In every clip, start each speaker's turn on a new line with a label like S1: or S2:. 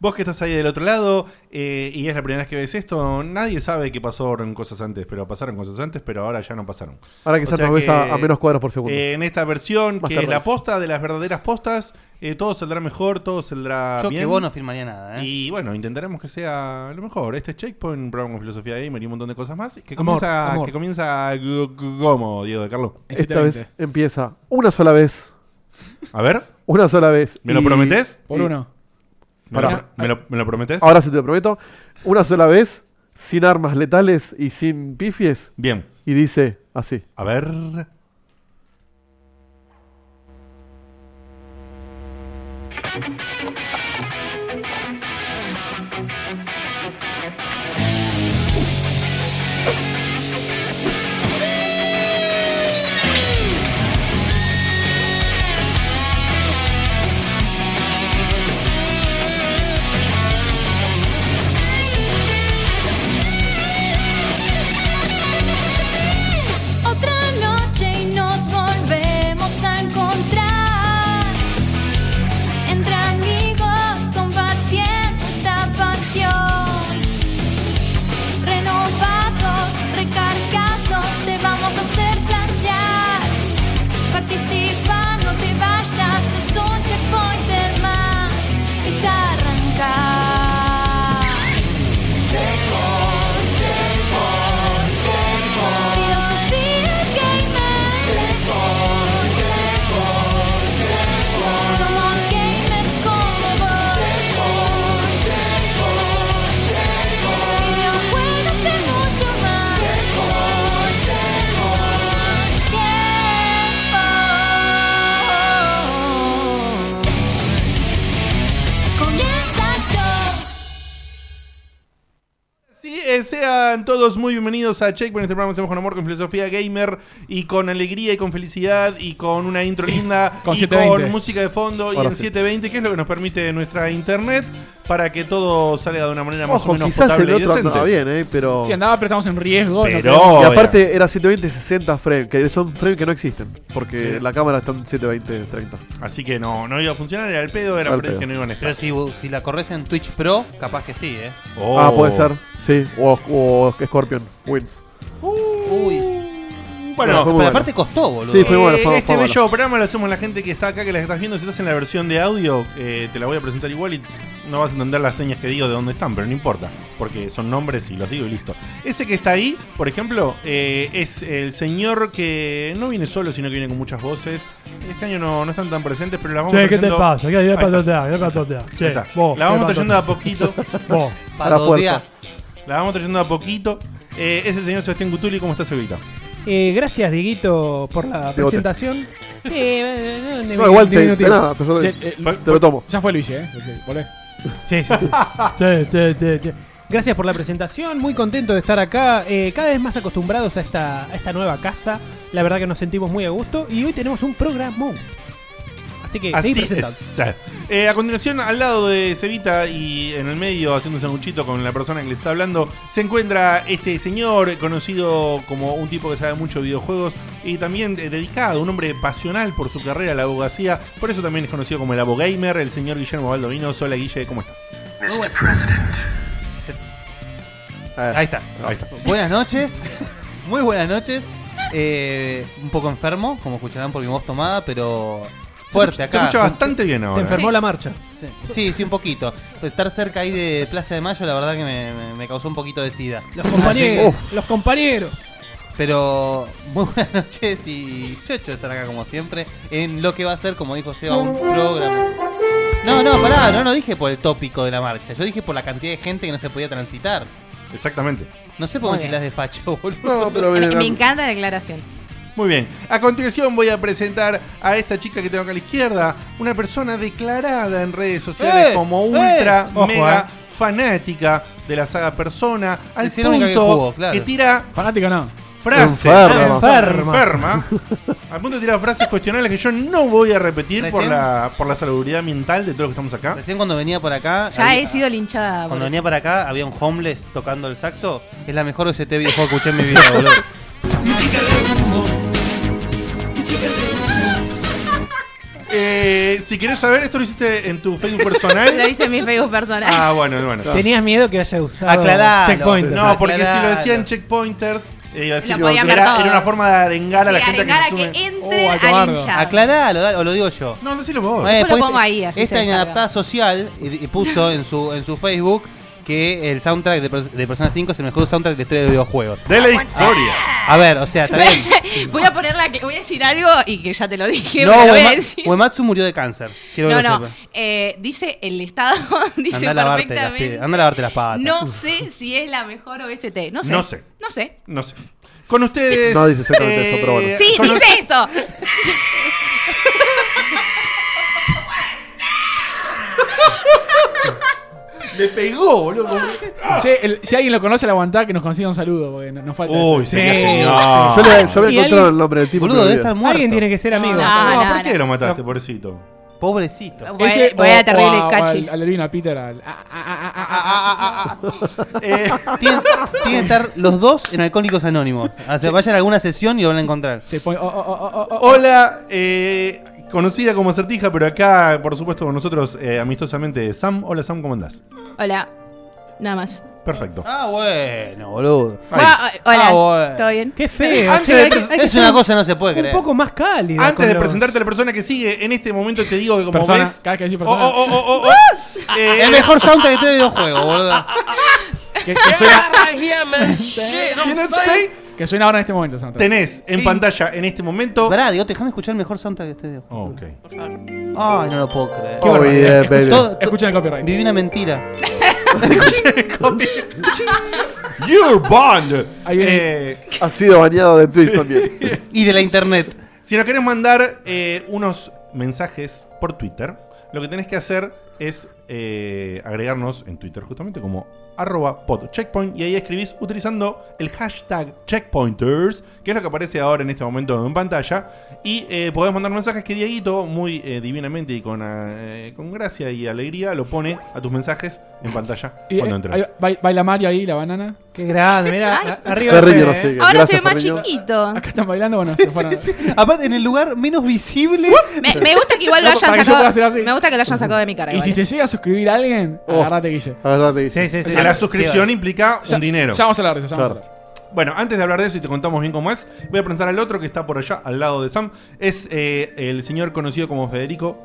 S1: Vos que estás ahí del otro lado eh, y es la primera vez que ves esto, nadie sabe que pasaron cosas antes, pero pasaron cosas antes, pero ahora ya no pasaron.
S2: Ahora quizás
S1: O sea
S2: nos ves a,
S1: que,
S2: a menos cuadros por segundo.
S1: eh, en esta versión,
S2: Más
S1: que
S2: tarde.
S1: la posta de las verdaderas postas, eh, todo saldrá mejor, todo saldrá
S3: Yo
S1: Ah, bien.
S3: que vos no firmaría nada, ¿eh?
S1: Y bueno, intentaremos que sea lo mejor. Este es Checkpoint, un programa con filosofía gamer y un montón de cosas más. Que
S4: Amor,
S1: comienza,
S4: amor.
S1: que comienza g- g- como, Diego de Carlos.
S2: Esta vez empieza una sola vez.
S1: A ver,
S2: Una sola vez.
S1: ¿me lo
S2: y-
S1: prometés?
S4: Por
S2: y-
S4: uno.
S1: ¿Me lo,
S2: Pará.
S1: me lo- me lo prometés?
S2: Ahora sí te lo prometo. Una sola vez, sin armas letales y sin pifies.
S1: Bien,
S2: Y dice así.
S1: a ver.
S5: Otra noche y nos volvemos a encontrar entre amigos compartiendo esta pasión. Renovados, recargados, te vamos a hacer flashear. Participa, no te vayas, es un checkpointer más y ya arrancar. Filosofía gamer. Somos gamers como vos. Videojuegos de mucho más. Checkpoint. Comienza yo.
S1: Sí, eh, sean todos muy bienvenidos a Checkpoint. Este programa que hacemos con amor, con filosofía gamer y con alegría y con felicidad y con una intro linda
S4: Con
S1: y
S4: 720.
S1: con música de fondo y
S2: Ahora
S1: en
S2: sí.
S1: 720, que es lo que nos permite nuestra internet para que todo salga de una manera más o
S2: Ojo,
S1: menos
S2: quizás el
S1: potable y
S2: otro
S1: decente.
S2: andaba bien, ¿eh? Pero.
S4: Sí, andaba, pero estamos en riesgo. no creo.
S1: Pero
S2: Y aparte era 720 60 frames, que son frames que no existen, porque la cámara está en 720 30.
S1: Así que no, no iba a funcionar, era el pedo, era
S2: Al
S1: frames
S2: pedo.
S1: que no iban a estar.
S3: Pero si, vos- si la corres en Twitch Pro, capaz que sí, ¿eh?
S1: Oh.
S2: Ah, puede ser, sí, o, o Scorpion Wins.
S3: Uy.
S1: Bueno,
S2: fue
S3: Pero
S2: muy bueno.
S3: aparte costó, boludo.
S2: Sí, fue bueno,
S1: eh,
S2: fue-
S1: este
S2: fue bueno.
S1: bello programa lo hacemos la gente que está acá, que la estás viendo. Si estás en la versión de audio, eh, te la voy a presentar igual y no vas a entender las señas que digo de dónde están, pero no importa, porque son nombres y los digo y listo. Ese que está ahí, por ejemplo, eh, es el señor que no viene solo, sino que viene con muchas voces. Este año no, no están tan presentes, pero las vamos
S6: Che, ¿qué te
S1: trayendo-
S6: pasa? ¿Qué hay
S1: Ahí
S6: para
S1: está,
S6: tontear? ¿Qué hay para tontear?
S1: ahí
S6: Che,
S1: está.
S6: vos.
S1: La
S6: ¿qué
S1: vamos
S6: para
S1: trayendo de a
S6: tontear?
S1: poquito.
S6: Vos.
S2: A
S3: Para
S2: la fuerza.
S3: odiar.
S1: La vamos trayendo de a poquito. Eh, es el señor Sebastián Gutuli, ¿cómo estás, Evita?
S7: Eh, gracias, Dieguito, por la
S2: Diegote.
S7: presentación. Eh, no, no,
S2: No, igual te,
S7: diminutivo.
S2: de nada, te,
S4: Che, eh,
S1: Fue-
S2: te lo tomo.
S4: ya fue Luigi, ¿eh? Ok, volé.
S7: Sí, sí, sí.
S6: Che, che, che, che.
S7: Gracias por la presentación, muy contento de estar acá, eh, cada vez más acostumbrados a esta, a esta nueva casa. La verdad que nos sentimos muy a gusto y hoy tenemos un programón. Así que seguí
S1: Así
S7: presentando.
S1: es. Eh, a continuación, al lado de Cevita y en el medio, haciendo un sanguchito con la persona que le está hablando, se encuentra este señor conocido como un tipo que sabe mucho de videojuegos y también eh, dedicado, un hombre pasional por su carrera, a la abogacía. Por eso también es conocido como el abogamer, el señor Guillermo Baldovino. Hola, Guille, ¿cómo estás?
S7: Ah.
S3: Ahí está.
S1: Ahí está.
S3: Buenas noches. Muy buenas noches. Eh, un poco enfermo, como escucharán por mi voz tomada, pero fuerte
S1: se,
S3: acá.
S1: escucha bastante bien
S7: Te
S1: ahora.
S7: enfermó
S3: Sí.
S7: la marcha.
S3: Sí, sí, sí, un poquito. Pero Estar cerca ahí de Plaza de Mayo, la verdad que me, me- me causó un poquito de sida.
S7: Los compañeros,
S3: Así
S7: los compañeros.
S3: que- pero muy buenas noches y chocho estar acá como siempre en lo que va a ser, como dijo Seba, un programa. No, no, pará, no lo dije por el tópico de la marcha, yo dije por la cantidad de gente que no se podía transitar.
S1: Exactamente.
S3: No sé por
S8: Muy
S3: qué
S8: bien.
S3: las de facho, boludo.
S2: No, pero
S8: Me,
S2: bien,
S8: me encanta la declaración.
S1: Muy bien. A continuación voy a presentar a esta chica que tengo acá a la izquierda, una persona declarada en redes sociales
S3: ¡Eh!
S1: como
S3: ¡Eh!
S1: ultra
S6: Ojo,
S1: mega fanática de la saga Persona, al
S3: Es la
S1: punto
S3: única
S1: que,
S3: que jugó, claro.
S1: tira
S4: Fanático no.
S1: frases Ah,
S2: Enferma.
S1: enferma, al punto de tirar frases cuestionables que yo no voy a repetir por
S3: Recién-
S1: la por la salubridad mental de todos los que estamos acá.
S3: Recién cuando venía por acá.
S8: Ya
S3: había-
S8: he sido linchada. por
S3: Cuando
S8: eso.
S3: venía para acá había un homeless tocando el saxo. Es la mejor OST videojuego que escuché en mi vida, boludo.
S1: Eh, eh, si querés saber, esto lo hiciste en tu Facebook personal.
S8: Lo hice en mi Facebook personal.
S1: Ah, bueno, bueno.
S7: Tenías miedo que haya usado
S3: Aclaralo.
S7: checkpoint.
S1: No, porque si lo
S3: Aclaralo.
S1: decían checkpointers, eh, iba a decir
S8: Lo podían
S1: que
S8: ver
S1: era,
S8: todos.
S1: era una forma de arengar a la
S8: Sí,
S1: gente
S8: arengar a
S1: que se
S8: que
S1: sume.
S8: entre
S4: Oh, al
S8: al
S4: cobarde.
S8: hincha.
S3: Aclaralo, dale, o lo digo yo.
S1: No, decilo vos.
S3: Eh,
S8: Yo lo
S3: después
S8: pongo
S3: te-
S8: ahí, así
S3: Esta
S8: se descarga.
S3: inadaptada social eh, eh, puso en su, en su Facebook que el soundtrack de, Pers- de Persona 5 es el mejor soundtrack de historia de videojuegos.
S1: De la historia.
S3: A ver, o sea, también.
S8: voy a poner la que- voy a decir algo y que ya te lo dije,
S3: No,
S8: pero lo voy a
S3: Uema-
S8: decir.
S3: Uematsu murió de cáncer. Quiero
S8: No,
S3: que lo
S8: no.
S3: sepa.
S8: eh, dice el estado, dice
S3: Andá a lavarte las,
S8: perfectamente.
S3: pe- andá a lavarte las patas.
S8: No sé si es la mejor OST. No sé.
S1: No sé.
S8: No sé.
S1: No sé. Con ustedes. eh,
S2: No dice exactamente eso, pero bueno.
S8: Sí,
S1: con-
S8: dice esto.
S1: Le pegó, boludo.
S4: Che, el- si alguien lo conoce, la aguantá que nos consiga un saludo, porque no- nos falta.
S1: Uy,
S4: eso.
S1: sería
S7: Sí.
S1: genial.
S2: Yo, le, yo
S7: ¿Y
S2: había encontrado
S7: alguien-
S2: el nombre del tipo.
S3: Boludo,
S2: pero
S3: debe
S2: olvidé.
S3: estar muerto.
S7: Alguien tiene que ser amigo.
S8: No,
S1: No,
S8: no,
S1: ¿por qué
S8: no.
S1: lo mataste, pobrecito?
S3: Pobrecito.
S8: Voy, voy
S4: o-
S8: a terrible
S4: o a- o
S8: cachi.
S4: Al, oh, al albino, a Peter. al- a- a- a- a- a- a-
S1: Eh,
S3: Tienen, tienen que estar los dos en Alcohólicos Anónimos. O sea, vayan a alguna sesión y lo van a encontrar.
S4: se pone- o- o- o- o- o-
S1: hola, eh, conocida como Certija, pero acá, por supuesto, con nosotros eh, amistosamente, Sam. Hola, Sam, ¿cómo andás?
S8: Hola. Nada más.
S1: Perfecto.
S3: Ah, bueno, boludo.
S1: Ahí.
S8: Ah, ah, hola.
S3: Ah, bueno.
S8: ¿Todo bien?
S7: Qué feo.
S1: Antes
S7: che,
S1: de
S7: hay que-
S1: pres-
S7: hay que
S3: Es
S7: ser
S3: una
S7: un-
S3: cosa que no se puede
S7: Un
S3: creer.
S7: poco más cálida.
S1: Antes
S7: con
S1: de
S7: los-
S1: presentarte a la persona que sigue, en este momento te digo que como
S4: Persona,
S1: ves...
S4: cada vez que decís
S1: Oh,
S4: persona.
S1: oh, oh, oh, oh, oh. Eh,
S3: El mejor soundtrack de todo videojuego, boludo.
S4: que, que suena,
S1: you know what I'm saying?
S4: que suena ahora en este momento, Santa.
S1: Tenés en pantalla en este momento...
S3: Pará, digo, déjame escuchar el mejor soundtrack de este videojuego.
S1: Oh, ok.
S3: Ay, no lo puedo creer.
S4: Qué
S2: Oh,
S4: barbaridad.
S2: yeah,
S4: Escucha-
S2: baby.
S3: Todo-
S4: Escuchen el copyright.
S3: Viví una mentira.
S1: Your Bond.
S4: Ahí viene.
S1: Eh,
S2: Ha sido bañado de Twitch también.
S3: Y de la internet.
S1: Si nos querés mandar eh, unos mensajes por Twitter, lo que tenés que hacer es eh, agregarnos en Twitter justamente como arroba podcheckpoint y ahí escribís utilizando el hashtag checkpointers, que es lo que aparece ahora en este momento en pantalla, y eh, podés mandar mensajes que Dieguito muy eh, divinamente y con, eh, con gracia y alegría lo pone a tus mensajes en pantalla
S4: Y, eh,
S1: cuando
S4: ahí
S1: entras.
S4: ba- baila Mario ahí, la banana.
S7: Qué grande, mira.
S8: Ay.
S7: Arriba.
S2: Ferriño no
S7: Fede,
S2: sigue.
S7: eh.
S8: Ahora se
S2: Gracias,
S8: ve más
S2: Ferriño.
S8: chiquito.
S4: Acá están bailando, bueno,
S3: Sí,
S4: se fueron.
S3: sí, sí. Aparte, en el lugar menos visible.
S8: Me, me gusta que igual lo
S4: No, para
S8: hayan
S4: que yo pueda hacer
S8: sacado.
S4: así.
S8: Me gusta que lo hayan sacado de mi cara.
S4: Y
S8: igual,
S4: si
S8: eh.
S4: se llega a suscribir a alguien,
S2: Oh.
S4: agárrate, Guille.
S2: Agarrate.
S7: Sí, sí, sí.
S1: Que la suscripción implica
S4: Ya-
S1: un dinero.
S4: Ya vamos a hablar de eso, ya vamos a
S2: Claro.
S4: hablar.
S1: Bueno, antes de hablar de eso y te contamos bien cómo es, voy a pensar al otro que está por allá, al lado de Sam. Es eh, el señor conocido como Federico,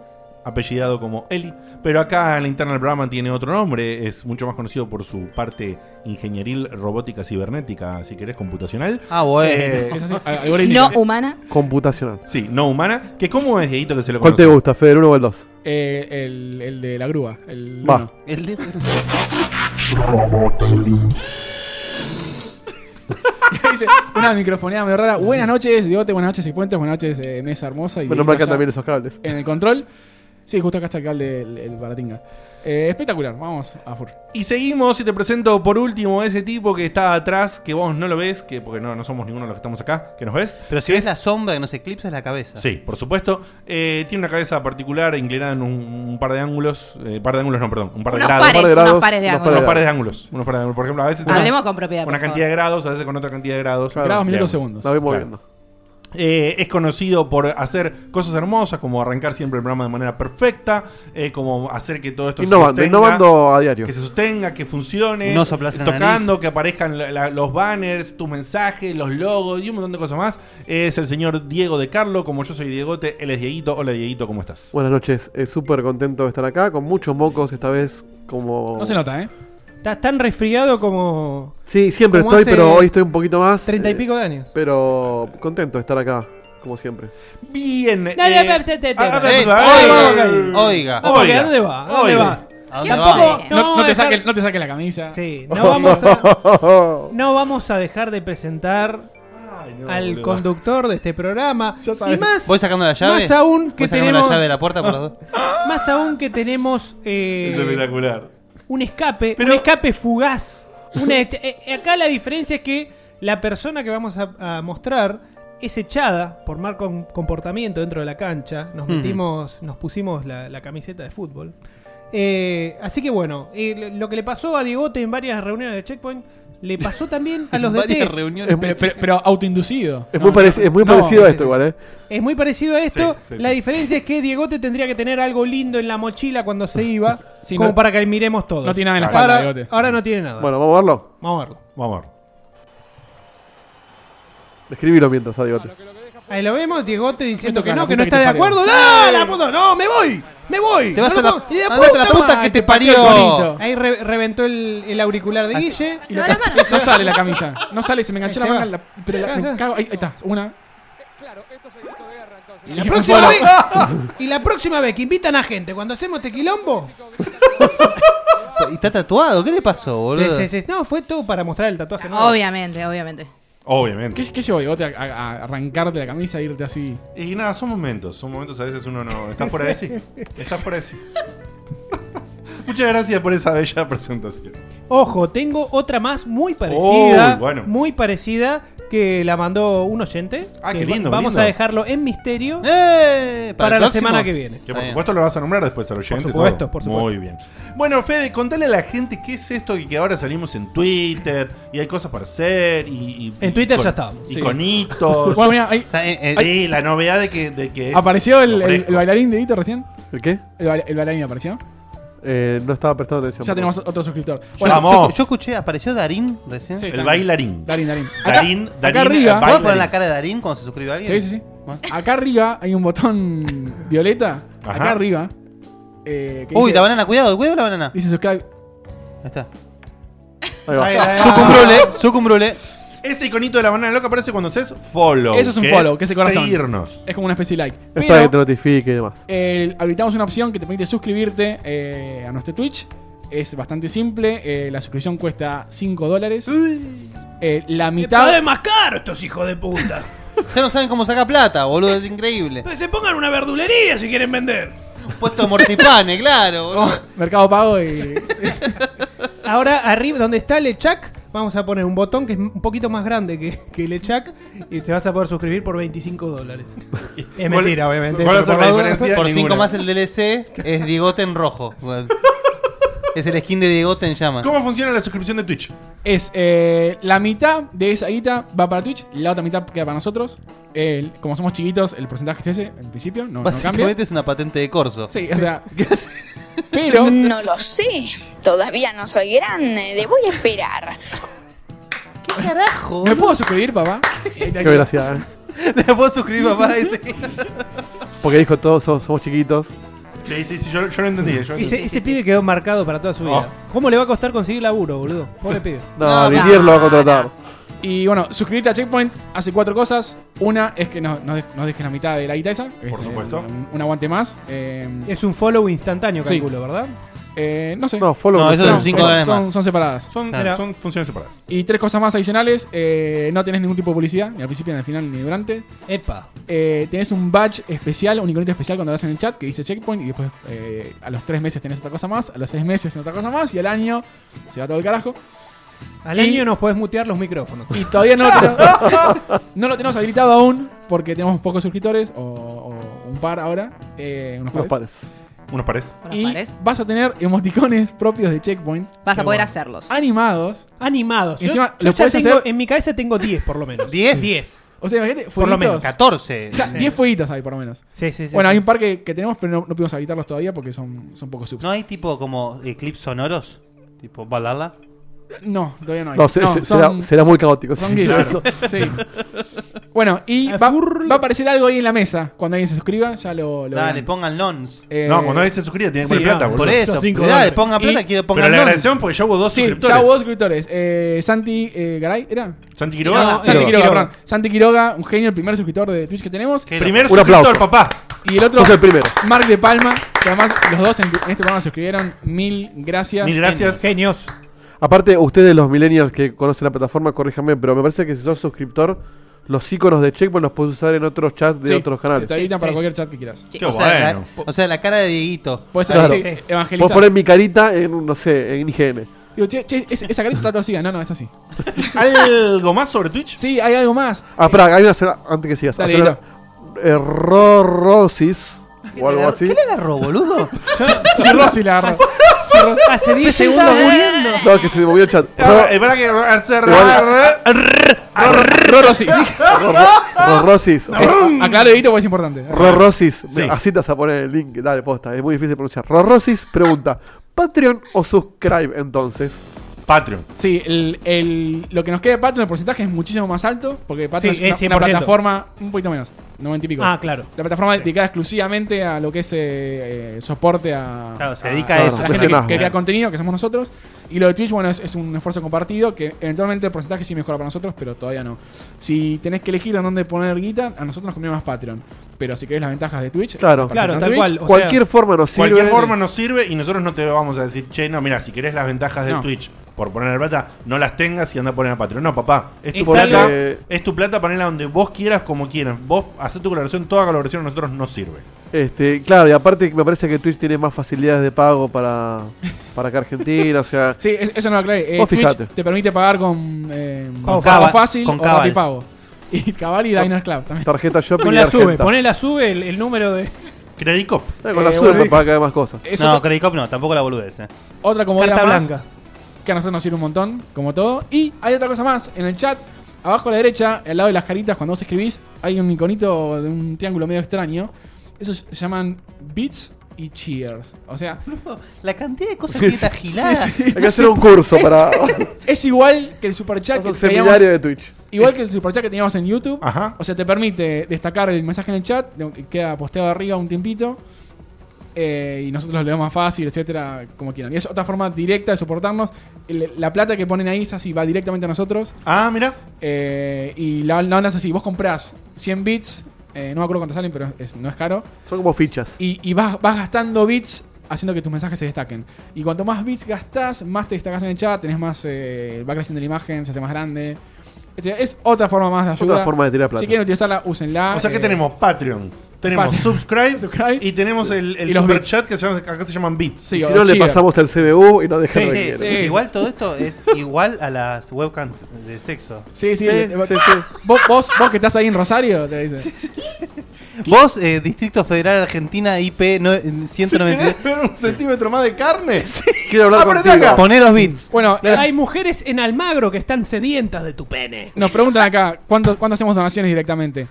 S1: apellidado como Eli, pero acá en la interna del programa tiene otro nombre, es mucho más conocido por su parte ingenieril, robótica, cibernética, si querés, computacional.
S3: Ah, bueno.
S1: Eh,
S4: Es así, al- algorítmico.
S8: No humana.
S2: Computacional.
S1: sí, no humana. Que cómo es Dieguito que se lo
S2: ¿Cuál
S1: conoce?
S2: te gusta, Fede? ¿El 1 o el 2?
S4: Eh, el, el de la grúa, el
S2: Va.
S4: uno.
S3: El de-
S4: Dice, una microfonía medio rara. Buenas noches, Diote, buenas noches, Cipuentes, buenas noches, eh, Mesa Hermosa. Y
S2: Menos mal que
S4: allá
S2: andan bien esos cables.
S4: En el control. Sí, justo acá está el alcalde, el, el Baratinga. Eh, espectacular, vamos a full.
S1: Y seguimos y te presento por último a ese tipo que está atrás, que vos no lo ves, que porque no, no somos ninguno de los que estamos acá, que nos ves.
S3: Pero si
S1: que
S3: ves la sombra que nos eclipsa es la cabeza.
S1: Sí, por supuesto. Eh, tiene una cabeza particular inclinada en un, un par de ángulos. Eh, par de ángulos, no, perdón. Un par de
S8: Unos
S1: grados.
S8: pares,
S2: par de grados,
S8: unos pares de
S2: unos
S8: ángulos.
S1: Unos pares de ángulos. Unos pares de ángulos. Por ejemplo, a veces una,
S8: Hablemos con propiedad.
S1: una
S8: por
S1: cantidad
S8: favor.
S1: de grados, a veces con otra cantidad de grados.
S2: Claro.
S4: Grados, minutos,
S1: Bien.
S4: segundos.
S2: La voy
S1: Claro.
S2: moviendo.
S1: Eh, es conocido por hacer cosas hermosas, como arrancar siempre el programa de manera perfecta, eh, como hacer que todo esto
S2: Innovando,
S1: se sostenga.
S2: innovando a diario.
S1: Que se sostenga, que funcione,
S3: No soplas en la
S1: tocando, que aparezcan la- la- los banners, tus mensajes, los logos y un montón de cosas más. Es el señor Diego de Carlo, como yo soy Diegote, él es Dieguito. Hola Dieguito, ¿cómo estás?
S2: Buenas noches. Eh, Súper contento de estar acá, con muchos mocos esta vez. Como...
S4: No se nota, ¿eh?
S7: Estás tan resfriado como
S2: Sí, siempre
S7: Como
S2: estoy,
S7: hace
S2: pero hoy estoy un poquito más.
S7: treinta y
S2: eh,
S7: pico de años.
S2: Pero contento de estar acá, como siempre.
S1: Bien. ah, No,
S7: no, pero- te- te- te-
S3: Eh,
S7: Oiga.
S3: oiga, oiga.
S1: Oh.
S7: No, porque
S1: Oiga,
S7: ¿a dónde va? ¿A dónde
S1: oiga.
S7: va?
S3: ¿A dónde
S8: Tampoco-
S3: va?
S4: No, no te
S7: dejar-
S4: saques, no te saques la camisa.
S7: Sí, no vamos a... No vamos a dejar de presentar
S1: Ay, no,
S7: al
S1: boludo.
S7: conductor de este programa.
S4: Ya sabes.
S7: Y más,
S3: ¿Voy sacando la llave?
S7: Más aún que
S3: ¿Voy sacando la
S7: tenemos-
S3: llave de la puerta por los dos?
S7: más aún que tenemos eh,
S1: Es espectacular.
S7: un escape,
S1: Pero-
S7: un escape fugaz. Una hecha- eh, eh, acá la diferencia es que la persona que vamos a, a mostrar es echada por mal con- comportamiento dentro de la cancha. Nos metimos, nos pusimos la, la camiseta de fútbol. Eh, así que bueno, eh, lo- lo que le pasó a Diegote en varias reuniones de Checkpoint le pasó también a los
S3: Varias
S7: DTs.
S3: reuniones.
S2: Es muy,
S4: Pero, pero- pero autoinducido.
S2: es
S4: No,
S2: muy, pareci-
S4: no,
S2: es muy
S4: no,
S2: parecido a
S4: sí,
S2: esto
S4: sí.
S2: igual, ¿eh?
S7: Es muy parecido a esto.
S1: Sí, sí,
S7: la
S1: sí.
S7: diferencia es que Diegote tendría que tener algo lindo en la mochila cuando se iba,
S4: Sí,
S7: como
S4: no-
S7: para que miremos todos.
S4: no tiene nada en la
S7: ahora,
S4: espalda, Diegote.
S7: Ahora no tiene nada.
S2: Bueno, vamos a verlo.
S7: Vamos a verlo.
S1: Vamos a ver.
S2: Escribilo mientras, adiós.
S7: Ahí lo vemos, Diegote diciendo
S4: Me
S7: que
S4: toca
S7: no,
S4: la
S7: que no
S4: puta
S7: está
S4: que
S7: de
S4: te parió.
S7: acuerdo. ¡No, la puta! ¡No, me voy! ¡Me voy!
S3: Te vas
S7: No
S3: a la,
S7: lo puedo- ¡Y la
S3: andate a la
S7: puta
S3: puta
S7: madre!
S3: que te
S4: bonito.
S3: parió.
S7: Ahí re- reventó el, el auricular de Guille.
S4: Y la
S8: No, la
S4: ca-
S8: mano.
S4: no sale la camisa. No sale, se me enganchó
S7: Ahí
S4: la
S7: se
S4: manga.
S7: va.
S4: la- pero la-
S7: Ya,
S4: me
S7: ya.
S4: cago- ahí, ahí está, una.
S7: Y la próxima vez, y la próxima vez que invitan a gente, cuando hacemos este quilombo.
S3: Y está tatuado. ¿Qué le pasó,
S7: Sí,
S3: boludo?
S7: sí, sí. No, fue todo para mostrar el tatuaje. ¿no?
S8: Obviamente, obviamente.
S1: Obviamente.
S4: ¿Qué, qué llevó Diegote a, a- a arrancarte la camisa e irte así?
S1: Y nada, son momentos. Son momentos a veces uno no. Estás fuera de sí. Estás fuera de sí. Muchas gracias por esa bella presentación.
S7: Ojo, tengo otra más muy parecida.
S1: Uy, Oh, bueno.
S7: Muy parecida que la mandó un oyente.
S1: Ah,
S7: que
S1: qué
S7: va-
S1: lindo,
S7: Vamos
S1: lindo.
S7: a dejarlo en misterio
S3: Eh,
S7: para,
S3: el
S7: la
S3: próximo.
S7: semana que viene.
S1: Que por
S3: Está
S1: supuesto lo vas a nombrar después al oyente.
S7: supuesto,
S1: todo.
S7: por supuesto.
S1: Muy bien. Bueno, Fede, contale a la gente qué es esto y que ahora salimos en Twitter y hay cosas para hacer. Y, y-
S7: En
S1: y
S7: Twitter
S1: con-
S7: ya estábamos.
S4: Sí.
S1: Iconitos.
S4: Bueno, mira, ahí
S3: O sea, eh, eh,
S1: sí, la novedad de que, de que es-
S4: apareció el,
S1: lo
S4: el-
S1: fresco.
S4: el bailarín de Vito recién.
S2: ¿El qué?
S4: El, baila- el bailarín apareció.
S2: Eh, no estaba prestando atención.
S4: Ya tenemos
S2: perdón.
S4: otro suscriptor.
S3: yo-
S4: Bueno,
S1: Vamos.
S3: yo, yo escuché, apareció Darín recién.
S4: Sí.
S1: el bailarín.
S4: Darín, Darín.
S1: Darín,
S4: acá
S1: Darín,
S4: arriba.
S1: eh,
S3: ¿Puedo
S1: bailarín.
S3: poner la cara de Darín cuando se suscribe alguien?
S4: Sí, sí, sí.
S3: Bueno.
S4: Acá arriba hay un botón violeta.
S1: Ajá.
S4: Acá arriba. eh, que
S3: Uy,
S4: dice-
S3: la banana, cuidado, cuidado la banana. Ahí
S4: Dice subscribe.
S3: está.
S2: Ahí va.
S7: Ahí, ahí, ahí.
S3: Sucumbrule, sucumbrule.
S1: Ese iconito de la banana loca aparece cuando haces follow.
S4: Eso es un follow, que es el corazón.
S1: Seguirnos.
S4: Es como una especie de like.
S2: Es
S4: Pero
S2: para que te notifique y demás.
S4: eh, habilitamos una opción que te permite suscribirte eh, a nuestro Twitch. Es bastante simple. eh, la suscripción cuesta 5 dólares. Eh, la
S7: Me pagan
S4: mitad.
S7: más caro estos hijos de puta.
S3: Ya no saben cómo sacar plata, boludo, es increíble.
S7: Que se pongan una verdulería si quieren vender.
S3: Puesto de mortipanes, claro,
S7: Oh,
S3: boludo.
S4: Mercado Pago y.
S7: Ahora, arriba, donde está Lechak, vamos a poner un botón que es un poquito más grande que, que Lechak y te vas a poder suscribir por 25 dólares. Es mentira, obviamente.
S1: ¿Cuál va a
S7: pero
S1: ser
S7: por
S1: la
S7: duda-
S1: diferencia?
S3: Por 5
S1: Ninguna.
S3: más el DLC es Diegote en rojo. boludo. Es el skin de Diegote en llamas.
S1: ¿Cómo funciona la suscripción de Twitch?
S4: Es eh, la mitad de esa guita va para Twitch, la otra mitad queda para nosotros. El- como somos chiquitos, el porcentaje es ese, en principio, no, no cambia.
S3: Básicamente es una patente de corso.
S4: Sí, o sea,
S3: ¿Qué hace?
S4: pero
S9: No lo sé. Todavía no soy grande. Voy a esperar.
S3: ¿Qué carajo?
S4: ¿me puedo suscribir, papá?
S2: Qué gracia, ¿eh?
S3: ¿Me puedo suscribir, papá? Ese-
S2: Porque dijo todos somos, somos chiquitos.
S1: Sí, sí, sí, yo, yo lo entendí. yo
S7: Ese,
S1: lo entendí.
S7: ese pibe quedó marcado para toda su vida. ¿Cómo le va a costar conseguir laburo, boludo? Pobre pibe.
S2: Oh. No,
S8: No,
S2: ni
S8: no,
S2: Dier lo va a contratar.
S4: Y bueno, suscribirte a Checkpoint hace cuatro cosas. Una es que nos, nos, dej- nos dejes la mitad de la guita esa. que es,
S1: supuesto.
S4: eh, Un, un aguante más. Eh,
S7: Es un follow instantáneo,
S4: Sí.
S7: calculo, ¿verdad?
S4: eh, no sé.
S2: No, follow.
S3: No,
S2: que
S3: eso
S2: sea.
S3: es un cinco
S4: son-
S3: dólares
S4: son,
S3: más.
S4: son separadas.
S1: Son,
S3: Claro.
S1: son funciones separadas.
S4: Y tres cosas más adicionales. eh, no tenés ningún tipo de publicidad, ni al principio, ni al final, ni durante.
S7: Epa.
S4: Eh, tenés un badge especial, un iconito especial cuando lo das en el chat que dice checkpoint. Y después eh, a los tres meses tenés otra cosa más, a los seis meses en otra cosa más. Y al año se va todo el carajo.
S7: Al
S4: Y-
S7: año nos podés mutear los micrófonos.
S4: Y todavía no, lo- no lo tenemos habilitado aún porque tenemos pocos suscriptores o, o un par ahora. eh, unos
S2: Unos
S4: pares.
S2: pares.
S1: Unos pares.
S8: Unos
S4: Y
S8: pares.
S4: vas a tener emoticones propios de Checkpoint.
S8: Vas a poder
S4: pero bueno,
S8: hacerlos.
S4: Animados.
S7: Animados. Yo,
S4: Encima,
S7: yo
S4: ¿lo
S7: ya
S4: podés
S7: tengo-
S4: hacer?
S7: en mi cabeza tengo 10 por lo menos.
S3: ¿Diez?
S7: 10.
S4: O sea, imagínate,
S7: Por lo menos,
S4: fueguitos.
S3: 14.
S4: O sea, 10 fueguitos hay por lo menos.
S7: Sí, sí, sí.
S4: bueno,
S7: sí.
S4: hay un par que, que tenemos, pero no, no pudimos habilitarlos todavía porque son, son pocos subs.
S3: ¿No hay tipo como eh, clips sonoros? Tipo balala.
S4: No, todavía no hay.
S2: No, se- se- será,
S4: son-
S2: será muy caótico.
S4: son guisos.
S2: Eso.
S4: Sí. Bueno, y va,
S7: Azul.
S4: va a aparecer algo ahí en la mesa. Cuando alguien se suscriba, ya lo. lo
S3: Dale,
S4: verán.
S3: pongan lons.
S4: Eh, ah,
S1: no, cuando alguien se suscribe tiene que
S7: sí,
S1: poner plata,
S7: no,
S1: boludo.
S3: Por eso,
S7: Son cinco
S3: dale,
S7: dólares.
S3: pongan plata,
S4: Y-
S3: quiero
S1: Pero
S3: pongan
S1: le
S3: lons.
S1: agradecemos porque yo hubo dos
S4: Sí,
S1: suscriptores.
S4: ya hubo suscriptores. Eh, Santi eh, Garay, ¿era?
S1: Santi Quiroga.
S7: No,
S4: Santi
S7: Quiroga.
S4: Quiroga,
S7: Quiroga.
S4: perdón. Santi Quiroga, un genio, el primer suscriptor de Twitch que tenemos.
S3: Qué
S1: Primer
S2: Un
S1: suscriptor,
S2: aplauso.
S1: papá.
S4: Y el otro,
S2: Sos el primero.
S4: Mark de Palma, que además los dos en, en este programa se suscribieron. Mil gracias.
S1: Mil gracias.
S7: Genios.
S2: Aparte, ustedes, los millennials que conocen la plataforma, corríjanme, pero me parece que si sos suscriptor, los iconos de checkpoint los puedes usar en otros chats de
S4: Sí,
S2: otros canales.
S4: Se te habilitan
S7: Sí,
S4: para
S7: sí.
S4: cualquier chat que quieras.
S1: Qué
S3: o,
S1: bueno.
S3: sea, la, o sea, la cara de Dieguito.
S4: Puedes
S2: Claro.
S4: sí,
S7: Sí.
S4: evangelizar.
S2: Vos ponés mi carita en, un- no sé, en IGN.
S4: Digo, che, che, es- esa carita está toda así. No, no, es así.
S1: ¿Algo más sobre Twitch?
S4: Sí, hay algo más.
S2: Ah, pará, hay una sola- antes que sigas.
S4: Dale,
S2: Errorosis
S3: gente
S2: O algo
S3: le agarró-
S2: así.
S3: ¿Qué le agarró, boludo?
S4: Si Rossi la agarró.
S7: Hace 10
S3: Se estaba
S7: segundos.
S3: muriendo.
S2: No, que se me movió el chat.
S1: Ah, Es verdad que Arce-
S4: Ro Rossi.
S2: Rorrosis.
S4: Acá lo edito porque es importante.
S2: Rorrosis.
S1: Sí.
S2: Me- Así te vas a poner el link. Dale, posta. Es muy difícil pronunciar. Rorrosis pregunta. ¿Patreon o subscribe entonces?
S1: Patreon.
S4: Sí, el, el- lo que nos queda de Patreon, el porcentaje es muchísimo más alto. Porque Patreon
S1: eh,
S7: Sí,
S4: es
S7: es
S4: una, una
S7: 100%.
S4: plataforma un poquito menos, 90 y pico.
S7: Ah, claro.
S4: La plataforma dedicada exclusivamente a lo que es eh, eh, soporte a.
S3: Claro, se
S4: a-
S3: dedica a
S4: la
S2: eso,
S4: gente que-
S2: mecenazgo.
S4: que, crea contenido, que somos nosotros. Y lo de Twitch, bueno, es, es un esfuerzo compartido que eventualmente el porcentaje sí mejora para nosotros, pero todavía no. Si tenés que elegir en dónde poner guita, a nosotros nos conviene más Patreon. Pero si querés las ventajas de Twitch,
S2: Claro.
S4: nos
S7: Claro,
S4: pasan
S7: tal
S4: Twitch.
S7: cual. O
S2: Cualquier forma nos sirve.
S1: Cualquier forma nos sirve y nosotros no te vamos a decir, che, no, mira, si querés las ventajas de
S4: No.
S1: Twitch por poner la plata, no las tengas y anda a poner a Patreon. No, papá, es tu
S7: Es
S1: plata,
S2: algo-
S1: es tu plata, ponela donde vos quieras, como quieras. Vos haces tu colaboración, toda colaboración a nosotros nos sirve.
S2: Este, claro, y aparte me parece que Twitch tiene más facilidades de pago para, para que Argentina, o sea,
S4: Sí, es- eso no lo aclaré. Eh,
S2: Vos
S4: Twitch
S2: fijate.
S4: te permite pagar con, eh, Pago
S3: Con Cava-
S4: Fácil
S3: con
S4: o
S3: Cabal.
S4: Rapipago. Y Cabal y Diners Club también.
S2: tarjeta shopping
S7: Pon
S2: y
S7: la sube,
S2: Argenta.
S7: poné la sube el, el número de.
S1: Credicop.
S2: Eh, con la
S4: Eh,
S2: sube
S4: bueno,
S2: me paga cada vez más cosas.
S4: Eso
S3: No, Credit Cop no, tampoco la boludez. eh.
S4: Otra comodidad
S7: Carta
S4: más,
S7: blanca.
S4: que a nosotros nos sirve un montón, como todo. Y hay otra cosa más, en el chat, abajo a la derecha, al lado de las caritas, cuando vos escribís, hay un iconito de un triángulo medio extraño. Esos se llaman beats y cheers. O sea,
S3: Boludo, La cantidad de cosas
S2: Sí,
S3: que está gilada.
S2: Hay que hacer un curso para
S4: es igual que el superchat que
S2: un
S4: teníamos,
S2: seminario de Twitch.
S4: igual que el superchat que teníamos en YouTube.
S1: Ajá.
S4: O sea, te permite destacar el mensaje en el chat, de- queda posteado arriba un tiempito. eh, y nosotros lo leemos más fácil, etcétera, como quieran. Y es otra forma directa de soportarnos. El- la plata que ponen ahí es así, va directamente a nosotros.
S1: Ah, mira.
S4: Eh, y la, la onda es así: vos comprás 100 bits, eh, no me acuerdo cuánto salen, pero es- no es caro.
S2: Son como fichas.
S4: Y, y vas, vas gastando bits haciendo que tus mensajes se destaquen. Y cuanto más bits gastás, más te destacás en el chat, tenés más. eh, va creciendo la imagen, se hace más grande. O sea, Es otra forma más de ayuda.
S2: Otra forma de tirar plata.
S4: Si quieren utilizarla, úsenla.
S1: O sea, que
S4: eh,
S1: tenemos Patreon, tenemos
S4: Patreon.
S1: subscribe,
S4: Subscribe.
S1: y tenemos eh, el, el
S4: Y los
S1: super
S4: bits.
S1: chat que se llama- acá se llaman bits.
S4: Sí,
S2: si
S4: o
S2: no, le
S4: cheer.
S2: pasamos el CBU y no dejan
S3: Sí,
S2: lo que
S3: sí,
S2: quieran.
S3: Igual todo esto es igual a las webcams de sexo.
S4: Sí, sí.
S2: Sí,
S4: eh,
S2: sí, sí.
S4: Vos, vos, vos que estás ahí en Rosario, te dicen.
S3: Vos, eh, Distrito Federal Argentina, IP no- 192.
S1: un centímetro más de carne.
S2: Quiero
S4: Ah,
S2: hablar
S1: Aprende
S2: contigo.
S1: acá.
S3: Poné los bits.
S4: Bueno, eh,
S7: Hay mujeres en Almagro que están sedientas de tu pene.
S4: nos preguntan acá, ¿cuándo, cuándo hacemos donaciones directamente?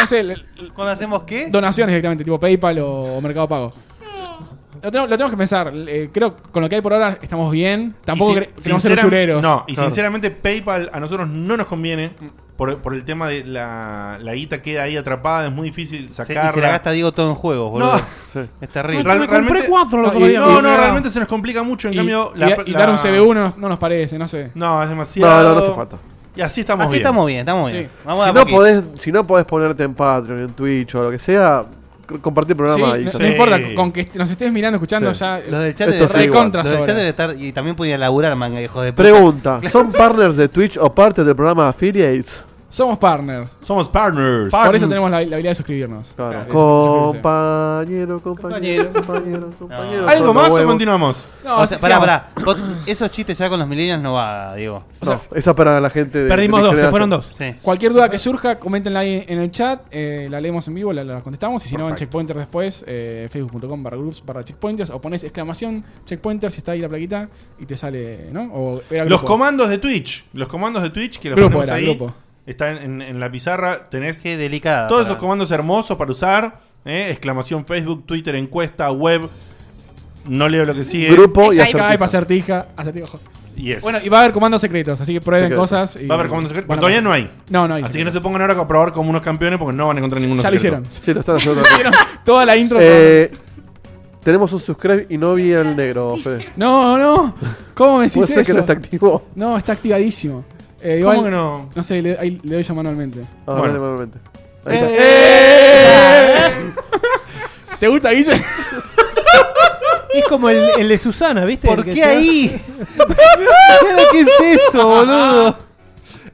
S4: No sé, le-
S3: ¿Cuándo hacemos qué?
S4: donaciones directamente, tipo PayPal o, o Mercado Pago. Lo tenemos, lo tenemos que pensar. eh, creo que con lo que hay por ahora estamos bien. Tampoco
S1: Y sin-
S4: cre- queremos ser
S1: sinceram-
S4: usureros.
S1: No, y
S2: Claro.
S1: sinceramente PayPal a nosotros no nos conviene por, por el tema de la, la guita queda ahí atrapada, es muy difícil
S3: Se, y
S1: sacarla.
S3: se la gasta Diego todo en juegos, boludo.
S2: Sí.
S3: Es terrible.
S1: Real-
S7: me
S1: realmente-
S7: compré cuatro los
S4: No,
S7: otro
S4: y-
S7: día.
S1: No, no,
S4: Mira.
S1: realmente se nos complica mucho. En
S4: Y,
S1: cambio,
S4: y-
S1: la-
S4: y
S1: la-
S4: dar un CBU no, no nos parece, no sé.
S1: No, es demasiado.
S2: No, no, no hace falta.
S1: Y así estamos
S3: Así
S1: bien.
S3: estamos bien, estamos bien.
S4: Sí.
S3: Vamos a
S2: Si no,
S3: poquito.
S2: podés, si no podés ponerte en Patreon, en Twitch o lo que sea, c- compartir
S4: Sí,
S2: programa
S4: no,
S2: y
S4: no
S1: sí.
S4: importa, con que est- nos estés mirando, escuchando
S2: Sí.
S4: ya.
S3: Los del chat
S2: Esto
S3: deben
S2: sí,
S3: estar.
S2: igual.
S4: recontra
S3: los del chat
S4: sobra.
S3: deben estar. Y también podían laburar, manga, hijo de puta.
S2: Pregunta, ¿son partners de Twitch o parte del programa Affiliates?
S4: Somos partners.
S1: Somos partners.
S4: Por eso tenemos la, la habilidad de suscribirnos.
S2: Claro.
S4: De suscribirse.
S2: Compañero, compañero,
S7: Compañero.
S2: compañero, compañero.
S1: ¿Algo
S2: son los
S1: más o
S2: huevos.
S1: continuamos?
S4: No,
S3: O sea,
S4: sí,
S3: pará,
S4: sigamos.
S3: pará. Vos- esos chistes ya con los millennials no va, Diego.
S4: O sea,
S2: No, esa para la gente de
S7: Perdimos
S2: de mi
S7: dos, se
S2: generación.
S7: fueron dos.
S3: Sí.
S4: Cualquier duda que surja, coméntenla ahí en el chat, eh, la leemos en vivo, la, la contestamos, y si no, en
S1: Perfecto.
S4: Checkpointer después, eh, facebook.com barra groups barra checkpointers, o pones exclamación checkpointer si está ahí la plaquita y te sale, ¿no? O era
S1: Los
S4: grupo.
S1: comandos de Twitch. Los comandos de Twitch que los
S4: Grupo
S1: ponemos
S4: era,
S1: ahí.
S4: grupo.
S1: Están en, en la pizarra. Tenés
S3: Qué delicada.
S1: todos
S3: pará.
S1: esos comandos hermosos para usar. ¿eh? Exclamación Facebook, Twitter, encuesta, web. No leo lo que sigue.
S2: Grupo y
S9: Skype.
S4: Eh, Skype,
S2: acertijo.
S4: acertija, acertijo. ojo.
S1: Y eso.
S4: Bueno, y va a haber comandos secretos, así que prueben
S2: Secretos.
S4: cosas. y-
S1: Va a haber comandos secretos,
S4: van a-
S1: pero todavía no hay.
S4: No, no hay.
S1: Así que no se pongan ahora a probar como unos campeones porque no van a encontrar ninguno.
S4: Ya lo
S1: secreto.
S4: hicieron.
S2: Sí, lo están haciendo.
S4: Toda la intro.
S2: Eh, tenemos un subscribe y no vi al negro, Fede.
S4: No, no. ¿Cómo me decís
S2: ¿Puede ser
S4: eso?
S2: que no está activo?
S4: No, está activadísimo. Eh,
S1: ¿Cómo
S4: igual,
S1: que no?
S4: no sé, le, ahí le doy yo manualmente.
S2: Ah,
S1: Bueno. Eh,
S2: vale, normalmente. Ahí está.
S4: Eh, ¿Te gusta, Guille?
S1: eh.
S7: Es como el, el de Susana, ¿viste?
S3: ¿Por
S7: El que
S3: qué
S7: se-
S3: ahí? Pero, ¿Qué es eso, boludo?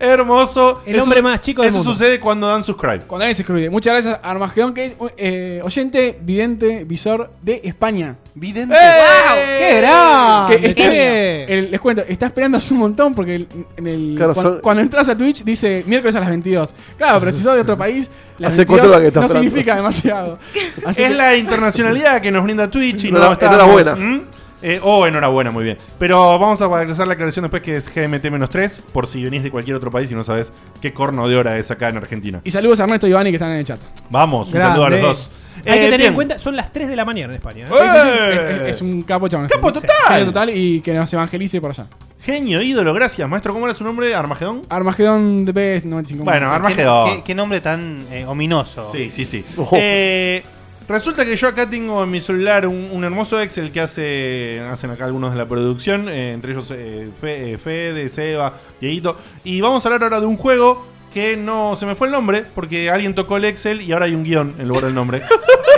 S1: Hermoso.
S7: El hombre más chico del
S1: Eso
S7: mundo.
S1: sucede cuando dan subscribe.
S4: Cuando alguien se escribe. Muchas gracias a Armagedón, que es eh, oyente, vidente, visor de España. ¡Eh!
S3: Vidente.
S7: ¡Qué gran!
S1: ¡Eh!
S4: Que estuve, el- les cuento, está esperando hace un montón porque el- en el,
S2: Claro,
S4: cuan- cuando,
S2: son-
S4: entras a Twitch dice miércoles a las 22. Claro, pero si sos de otro país, las
S2: Hace cuatro horas que
S4: 22
S2: está
S4: no
S2: esperando.
S4: significa demasiado. Así
S1: Es
S4: que-
S1: la internacionalidad que nos brinda Twitch y
S2: Enhora-
S1: no estábamos,
S2: enhorabuena.
S1: ¿Mm? Eh, oh, enhorabuena, muy bien. Pero vamos a regresar la aclaración después que es GMT-3, por si venís de cualquier otro país y no sabes qué corno de hora es acá en Argentina.
S4: Y saludos a Ernesto y Ivani que están en el chat.
S1: Vamos, un
S7: Grande.
S1: saludo a los dos.
S7: Hay
S1: Eh,
S7: que tener
S1: bien.
S7: en cuenta, son las 3 de la mañana en España. ¿eh?
S1: ¡Eh!
S4: Es, es un capo chabón.
S1: Capo
S4: Sí,
S1: total.
S4: genio total y que nos evangelice por allá.
S1: Genio, ídolo, gracias. Maestro, ¿cómo era su nombre? ¿Armagedón?
S4: Armagedón de PS 95.
S1: Bueno,
S4: Sí.
S3: ¿Qué,
S1: Armagedón.
S3: qué- qué nombre tan eh, ominoso.
S1: Sí, sí, sí.
S2: Ojo.
S1: Eh, resulta que yo acá tengo en mi celular un, un hermoso Excel que hace hacen acá algunos de la producción, eh, entre ellos eh, Fe- eh, Fede, Seba, Dieguito. Y vamos a hablar ahora de un juego que no se me fue el nombre porque alguien tocó el Excel y ahora hay un guión en lugar del nombre.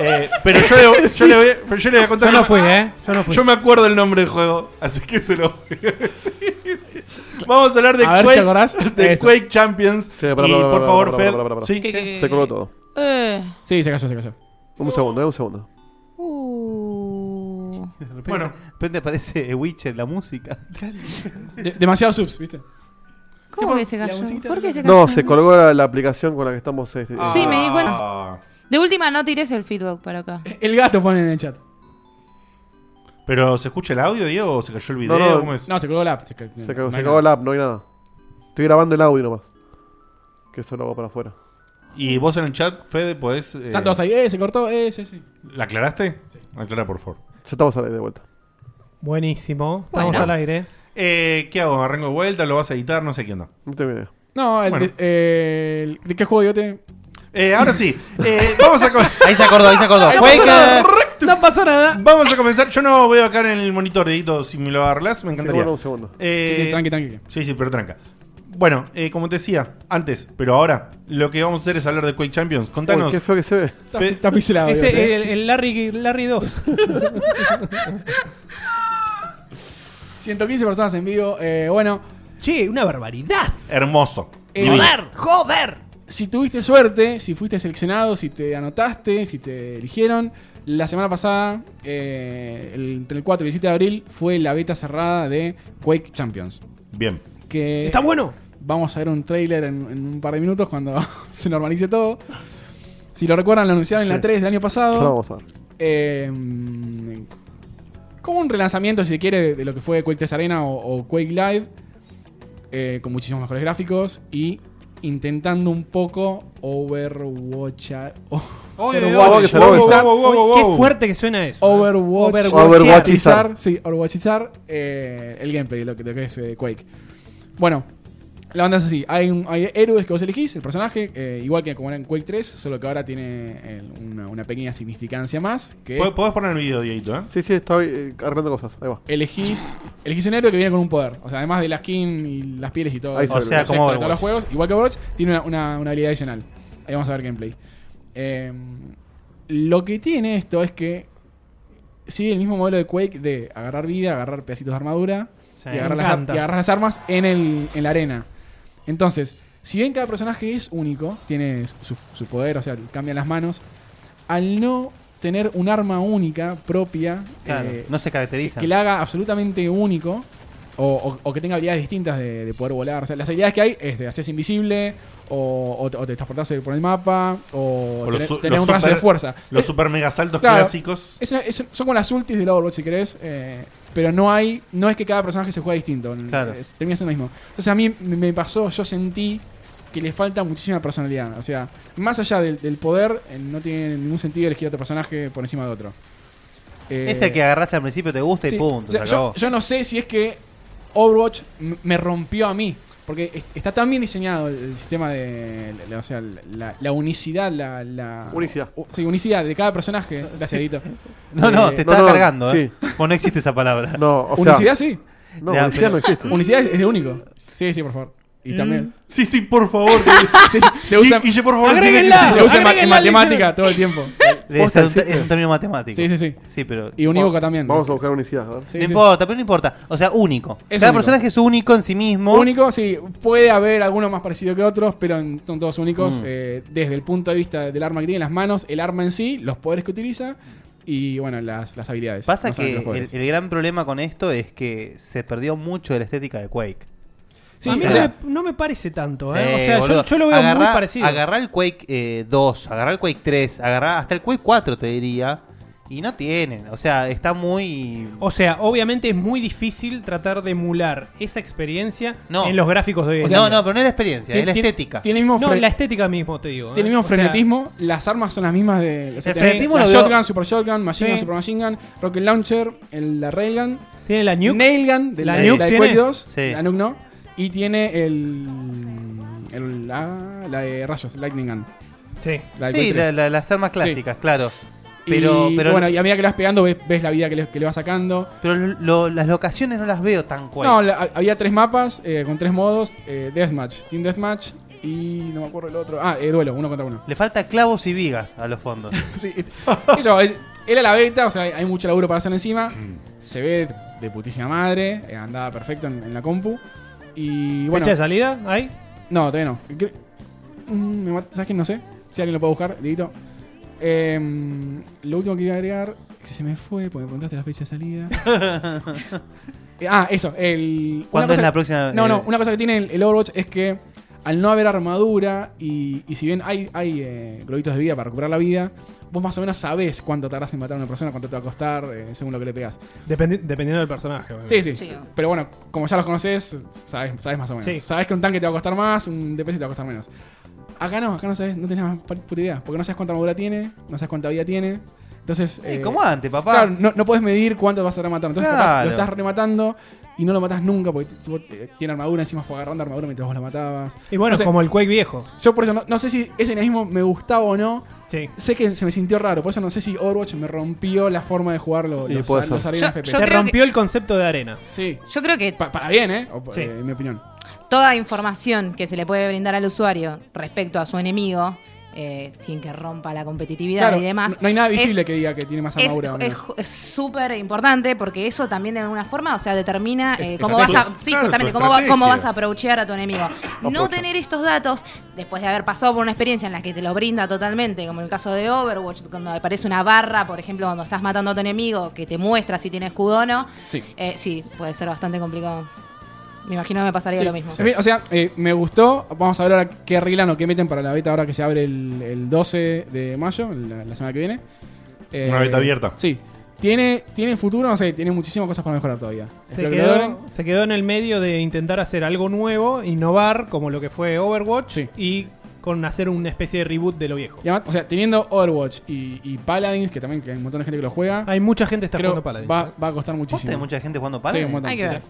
S1: Eh, pero yo le, voy- yo le voy, pero yo le voy a contar.
S7: Yo no fui, ¿eh? Yo no fui.
S1: Yo me acuerdo el nombre del juego, así que se lo voy a decir. Vamos a hablar de
S4: A ver si te
S1: Quake,
S4: acordás.
S1: de
S4: Eso.
S1: Quake Champions.
S2: pará,
S1: y
S2: pará, pará,
S1: por
S2: pará,
S1: favor,
S2: pará,
S1: Fed.
S2: pará, pará, pará.
S1: Sí.
S8: ¿Qué, qué, qué?
S2: Se colgó todo.
S8: Eh.
S4: Sí, se cayó, se cayó.
S2: Un segundo, eh, un segundo.
S8: Uh.
S3: De repente-
S1: Bueno.
S3: de repente aparece Witcher, la música.
S4: De- demasiados subs, ¿viste?
S8: ¿Cómo que se
S4: la
S8: cayó?
S4: musiquita
S8: ¿Por qué se cayó?
S2: No, se colgó la, la aplicación con la que estamos. este,
S8: Sí,
S2: eh,
S8: me di cuenta.
S1: Ah.
S8: De última no tires el feedback para acá.
S4: El gato pone en el chat.
S1: ¿Pero se escucha el audio, Diego? ¿O se cayó el video?
S2: No, no.
S1: ¿Cómo es?
S4: No, se colgó la app. Se, ca-
S2: Se cagó,
S4: no
S2: se
S4: hay
S2: cagó
S4: nada.
S2: la app, no hay nada. Estoy grabando el audio nomás. Que eso lo hago para afuera.
S1: Y vos en el chat, Fede, podés. eh,
S4: Están todos ahí. Eh, se cortó. Eh, sí, sí.
S1: ¿La aclaraste? Aclara, por favor.
S2: Ya estamos al aire de vuelta.
S7: Buenísimo. Estamos
S8: Bueno.
S7: al aire.
S1: Eh, ¿Qué hago? ¿Arranco de vuelta? ¿Lo vas a editar? No sé qué onda.
S2: No tengo idea.
S4: No, el,
S1: Bueno.
S4: de, eh, el- ¿de qué juego diote?
S1: Eh, ahora sí, eh, vamos, a co-
S3: Ahí se acordó, ahí se acordó. Quake.
S7: No pasó nada.
S1: vamos a comenzar. Yo no veo acá en el monitor, Edito, si me lo arreglas, me
S2: Se
S1: encantaría.
S2: guarda un segundo.
S1: Eh,
S4: sí, sí, tranqui, tranqui.
S1: Sí, sí, pero tranca. Bueno, eh, como te decía antes, pero ahora, lo que vamos a hacer es hablar de Quake Champions.
S2: Uy,
S1: Contanos.
S2: qué feo que se ve.
S4: Está,
S1: Fe-
S4: está pixelado. diote.
S7: Ese, el, el Larry, Larry 2.
S4: 115 personas en vivo. Eh, bueno,
S7: Che, una barbaridad.
S1: hermoso.
S4: Eh,
S1: Divino.
S4: Hola.
S7: Joder, joder.
S4: si tuviste suerte, si fuiste seleccionado, si te anotaste, si te eligieron, la semana pasada, eh, el- entre el 4 y el 7 de abril, fue la beta cerrada de Quake Champions.
S1: Bien.
S4: Que
S7: Está bueno.
S4: Vamos a ver un trailer en, en un par de minutos cuando se normalice todo. Si lo recuerdan, lo anunciaron en la 3 del año
S2: Ya lo
S4: pasado.
S2: vamos a ver.
S4: Eh, mm, como un relanzamiento, si se quiere, de, de lo que fue Quake 3 Arena o, o Quake Live. eh, con muchísimos mejores gráficos. Y intentando un poco Overwatch.
S2: oye, oye, oye,
S1: wow, wow, wow, wow,
S7: Qué
S1: wow.
S7: fuerte que suena eso. ¿eh?
S4: Overwatch.
S7: Overwatch.
S4: Overwatchizar, sí, Overwatchizar eh, el gameplay de lo que, de lo que es eh, Quake. Bueno, la banda es así: hay, un- hay héroes que vos elegís, el personaje, eh, igual que como era en Quake 3, solo que ahora tiene eh, una, una pequeña significancia más. Que
S1: Pod- Podés poner el video, Dieguito, ¿eh?
S2: Sí, sí, estoy eh, arreglando cosas. Ahí va.
S4: elegís, elegís un héroe que viene con un poder. O sea, además de la skin y las pieles y todo.
S2: Ahí
S4: los
S2: se ve. O sea,
S4: efectos
S3: como
S4: de todos los
S3: Overwatch.
S4: juegos, igual que Overwatch, tiene una, una- una habilidad adicional. Ahí vamos a ver gameplay. Eh, lo que tiene esto es que sigue el mismo modelo de Quake de agarrar vida, agarrar pedacitos de armadura
S3: Sí,
S4: y,
S7: me
S4: agarrar las, ar-
S7: encanta.
S4: y agarrar las armas en, el, en la arena. Entonces, si bien cada personaje es único, tiene su, su poder, o sea, cambian las manos, al no tener un arma única propia,
S3: Claro,
S4: eh,
S3: no se caracteriza.
S4: que la haga absolutamente único o, o- o que tenga habilidades distintas de, de poder volar. O sea, las habilidades que hay es de hacerse invisible o, o te- o te transportarse por el mapa o,
S1: O los
S4: tener,
S1: su-
S4: tener
S1: los
S4: un rayo
S1: super-
S4: de fuerza. Eh,
S1: Los
S4: Es-
S1: super mega saltos
S4: claro.
S1: clásicos.
S4: es una- es- son como las ultis del Overwatch, si querés. eh, pero no hay no es que cada personaje se juega distinto.
S3: Claro.
S4: Es- termina siendo lo mismo. Entonces a mí me me pasó, yo sentí que le falta muchísima personalidad. O sea, más allá del, del poder, eh, no tiene ningún sentido elegir otro personaje por encima de otro. Eh,
S3: Es el que agarraste al principio, te gusta
S4: Sí.
S3: y punto.
S4: Yo-
S3: se
S4: yo,
S3: acabó.
S4: yo no sé si es que Overwatch m- me rompió a mí. Porque es- está tan bien diseñado el, el sistema de. la- o sea, la, la unicidad, la. la-
S2: Unicidad.
S4: u- sí, unicidad de cada personaje. Gracias, Edito.
S3: no, no,
S4: eh,
S3: te
S2: no,
S3: estás
S2: no,
S3: cargando, ¿eh?
S2: sí.
S3: Vos no existe esa palabra.
S2: No, o sea.
S4: unicidad, sí.
S2: No,
S3: Ya,
S2: unicidad
S3: pero-
S2: no existe.
S4: Unicidad es, es de único. Sí, sí, por favor. Y también.
S1: Sí, sí, por favor.
S4: Sí, sí, se usa,
S1: Guille, por favor,
S7: Agréguenla.
S1: decime que-
S7: Claro,
S4: se usa en ma- en
S7: agréguenla al
S4: matemática todo el tiempo.
S3: Es,
S2: Posta,
S3: un-
S2: existe.
S3: es un término matemático.
S4: Sí, sí, sí.
S3: Sí, pero.
S4: Y unívoca también.
S2: Vamos a buscar unicidad. a ver.
S4: Sí,
S3: no
S4: sí.
S3: importa, pero no importa. O sea, único.
S4: Es
S3: Cada
S4: único.
S3: personaje es único en sí mismo.
S4: Único, sí, puede haber algunos más parecidos que otros, pero en- son todos únicos eh, desde el punto de vista del arma que tiene en las manos, el arma en sí, los poderes que utiliza y bueno, las, las habilidades.
S3: Pasa
S4: No saben
S3: que
S4: los
S3: el,
S4: poderes.
S3: el gran problema con esto es que se perdió mucho de la estética de Quake.
S4: Sí,
S7: a
S4: sí,
S7: mí
S3: o
S7: no
S3: sea-
S7: me, no me parece tanto. ¿eh?
S3: Sí,
S7: o sea, yo,
S3: boludo.
S7: yo lo veo
S3: Agarrá-
S7: muy parecido.
S3: Agarrá el Quake eh, 2, agarrá el Quake 3, agarrá hasta el Quake 4, te diría. Y no tienen. O sea, está muy.
S7: O sea, obviamente es muy difícil tratar de emular esa experiencia
S3: No.
S7: en los gráficos de hoy. en
S3: no,
S7: día.
S3: no, pero no es la experiencia, es la
S4: Tiene-
S3: estética.
S4: Tiene el mismo,
S7: No,
S4: fre-
S7: la estética mismo, te digo. ¿eh?
S4: tiene el mismo
S7: O sea,
S4: frenetismo, las armas son las mismas de... o sea,
S3: El
S4: tenés
S3: frenetismo
S4: la
S3: lo veo-
S4: Shotgun, Super Shotgun, Machine Gun,
S7: Sí.
S4: Super Machine Gun, Rocket Launcher, el, la Railgun,
S7: tiene la nuke.
S4: Nail Gun de
S7: ¿La
S4: la,
S7: Nuke
S4: la de
S7: tiene?
S4: Quake 2,
S3: Sí.
S4: la Nuke no, y tiene el... el- la, la de rayos, Lightning Gun.
S7: Sí.
S4: La de
S3: Sí,
S4: Quake 3.
S3: la- la- las armas clásicas, claro.
S4: Pero,
S3: Pero, pero,
S4: bueno, y a medida que le vas pegando, ves, ves la vida que le, que le vas sacando.
S3: pero lo- las locaciones no las veo tan cual.
S4: No, la- había tres mapas eh, con tres modos: eh, Deathmatch, Team Deathmatch y no me acuerdo el otro. Ah, eh, duelo, uno contra uno.
S3: Le falta clavos y vigas a los fondos.
S4: Sí, es- qué sé yo, es- era la beta, o sea, hay- hay mucho laburo para hacer encima. Se ve de putísima madre, eh, andaba perfecto en, en la compu. Y bueno,
S7: ¿Fecha de salida? ¿Ahí?
S4: no, todavía no. Cre- Mm, me mat- ¿Sabes qué? No sé. Si alguien lo puede buscar, Dieguito. Em, lo último que iba a agregar, que se me fue porque me preguntaste la fecha de salida. Eh, ah, eso. El, una
S3: ¿Cuándo es
S4: cosa-
S3: la próxima?
S4: No,
S3: eh,
S4: no, una cosa que tiene el, el Overwatch es que al no haber armadura y, y si bien hay, hay eh, globitos de vida para recuperar la vida, vos más o menos sabés cuánto tardás en matar a una persona, cuánto te va a costar, eh, según lo que le pegas.
S7: Dependi- dependiendo del personaje. obviamente.
S4: Sí, sí,
S8: Sí.
S4: Pero bueno, como ya los conoces, sabes, sabes más o menos.
S7: Sí.
S4: Sabes que un tanque te va a costar más, un DPS te va a costar menos. Acá no, acá no sabes, no tenés más puta idea, porque no sabes cuánta armadura tiene, no sabes cuánta vida tiene. Entonces,
S3: eh,
S4: eh,
S3: como antes, papá.
S4: Claro, no, no puedes medir cuánto vas a rematar. Entonces capaz
S3: Claro.
S4: lo estás rematando y no lo matás nunca porque tipo, eh, tiene armadura, encima fue agarrando armadura mientras vos la matabas.
S7: Y bueno,
S4: No sé.
S7: como el Quake viejo.
S4: Yo por eso no, no sé si ese mismo me gustaba o no.
S7: Sí.
S4: Sé que se me sintió raro, por eso no sé si Overwatch me rompió la forma de jugar los,
S2: Y
S4: los,
S2: puede ser.
S4: los Arena
S8: Yo-
S4: FPS.
S8: yo-
S7: Te
S8: creo
S7: rompió el concepto de arena.
S4: Sí.
S8: Yo creo que
S4: Pa- para bien, ¿eh? O-
S7: Sí.
S4: eh, En mi opinión.
S8: toda información que se le puede brindar al usuario respecto a su enemigo, eh, sin que rompa la competitividad
S4: Claro,
S8: y demás,
S4: no- no hay nada visible
S8: es-
S4: que diga que tiene más
S8: es-
S4: armadura. o
S8: es
S4: menos.
S8: ju- es súper importante porque eso también de alguna forma, o sea, determina eh,
S4: Es-
S8: cómo vas a,
S1: estrategias.
S8: sí,
S1: Claro,
S8: justamente,
S1: tu
S8: cómo, va- cómo
S1: estrategia.
S8: vas a approachear a tu enemigo. No tener estos datos, después de haber pasado por una experiencia en la que te lo brinda totalmente, como el caso de Overwatch, cuando aparece una barra, por ejemplo, cuando estás matando a tu enemigo, que te muestra si tiene escudo o no,
S4: Sí.
S8: eh, sí, puede ser bastante complicado. Me imagino que me pasaría
S4: Sí.
S8: lo mismo.
S4: En fin, O sea, eh, me gustó. Vamos a ver ahora qué arreglan o qué meten para la beta ahora que se abre el, el 12 de mayo, la, la semana que viene. Eh,
S1: Una beta abierta.
S4: Sí. Tiene, tiene futuro, no sé, tiene muchísimas cosas para mejorar todavía.
S7: Se
S4: Espero que lo logren.
S7: quedó, se quedó en el medio de intentar hacer algo nuevo, innovar, como lo que fue Overwatch,
S4: Sí.
S7: y con hacer una especie de reboot de lo viejo.
S4: Y además, o sea, teniendo Overwatch y, y Paladins, que también que hay un montón de gente que lo juega,
S7: Hay mucha gente que está
S4: creo
S7: jugando Paladins. ¿eh?
S4: va, va a costar
S3: ¿Vos tenés
S4: muchísimo.
S3: mucha gente jugando
S4: Sí,
S3: Paladins?
S4: un montón,
S8: Hay
S4: sí,
S8: que
S4: sí.
S8: ver.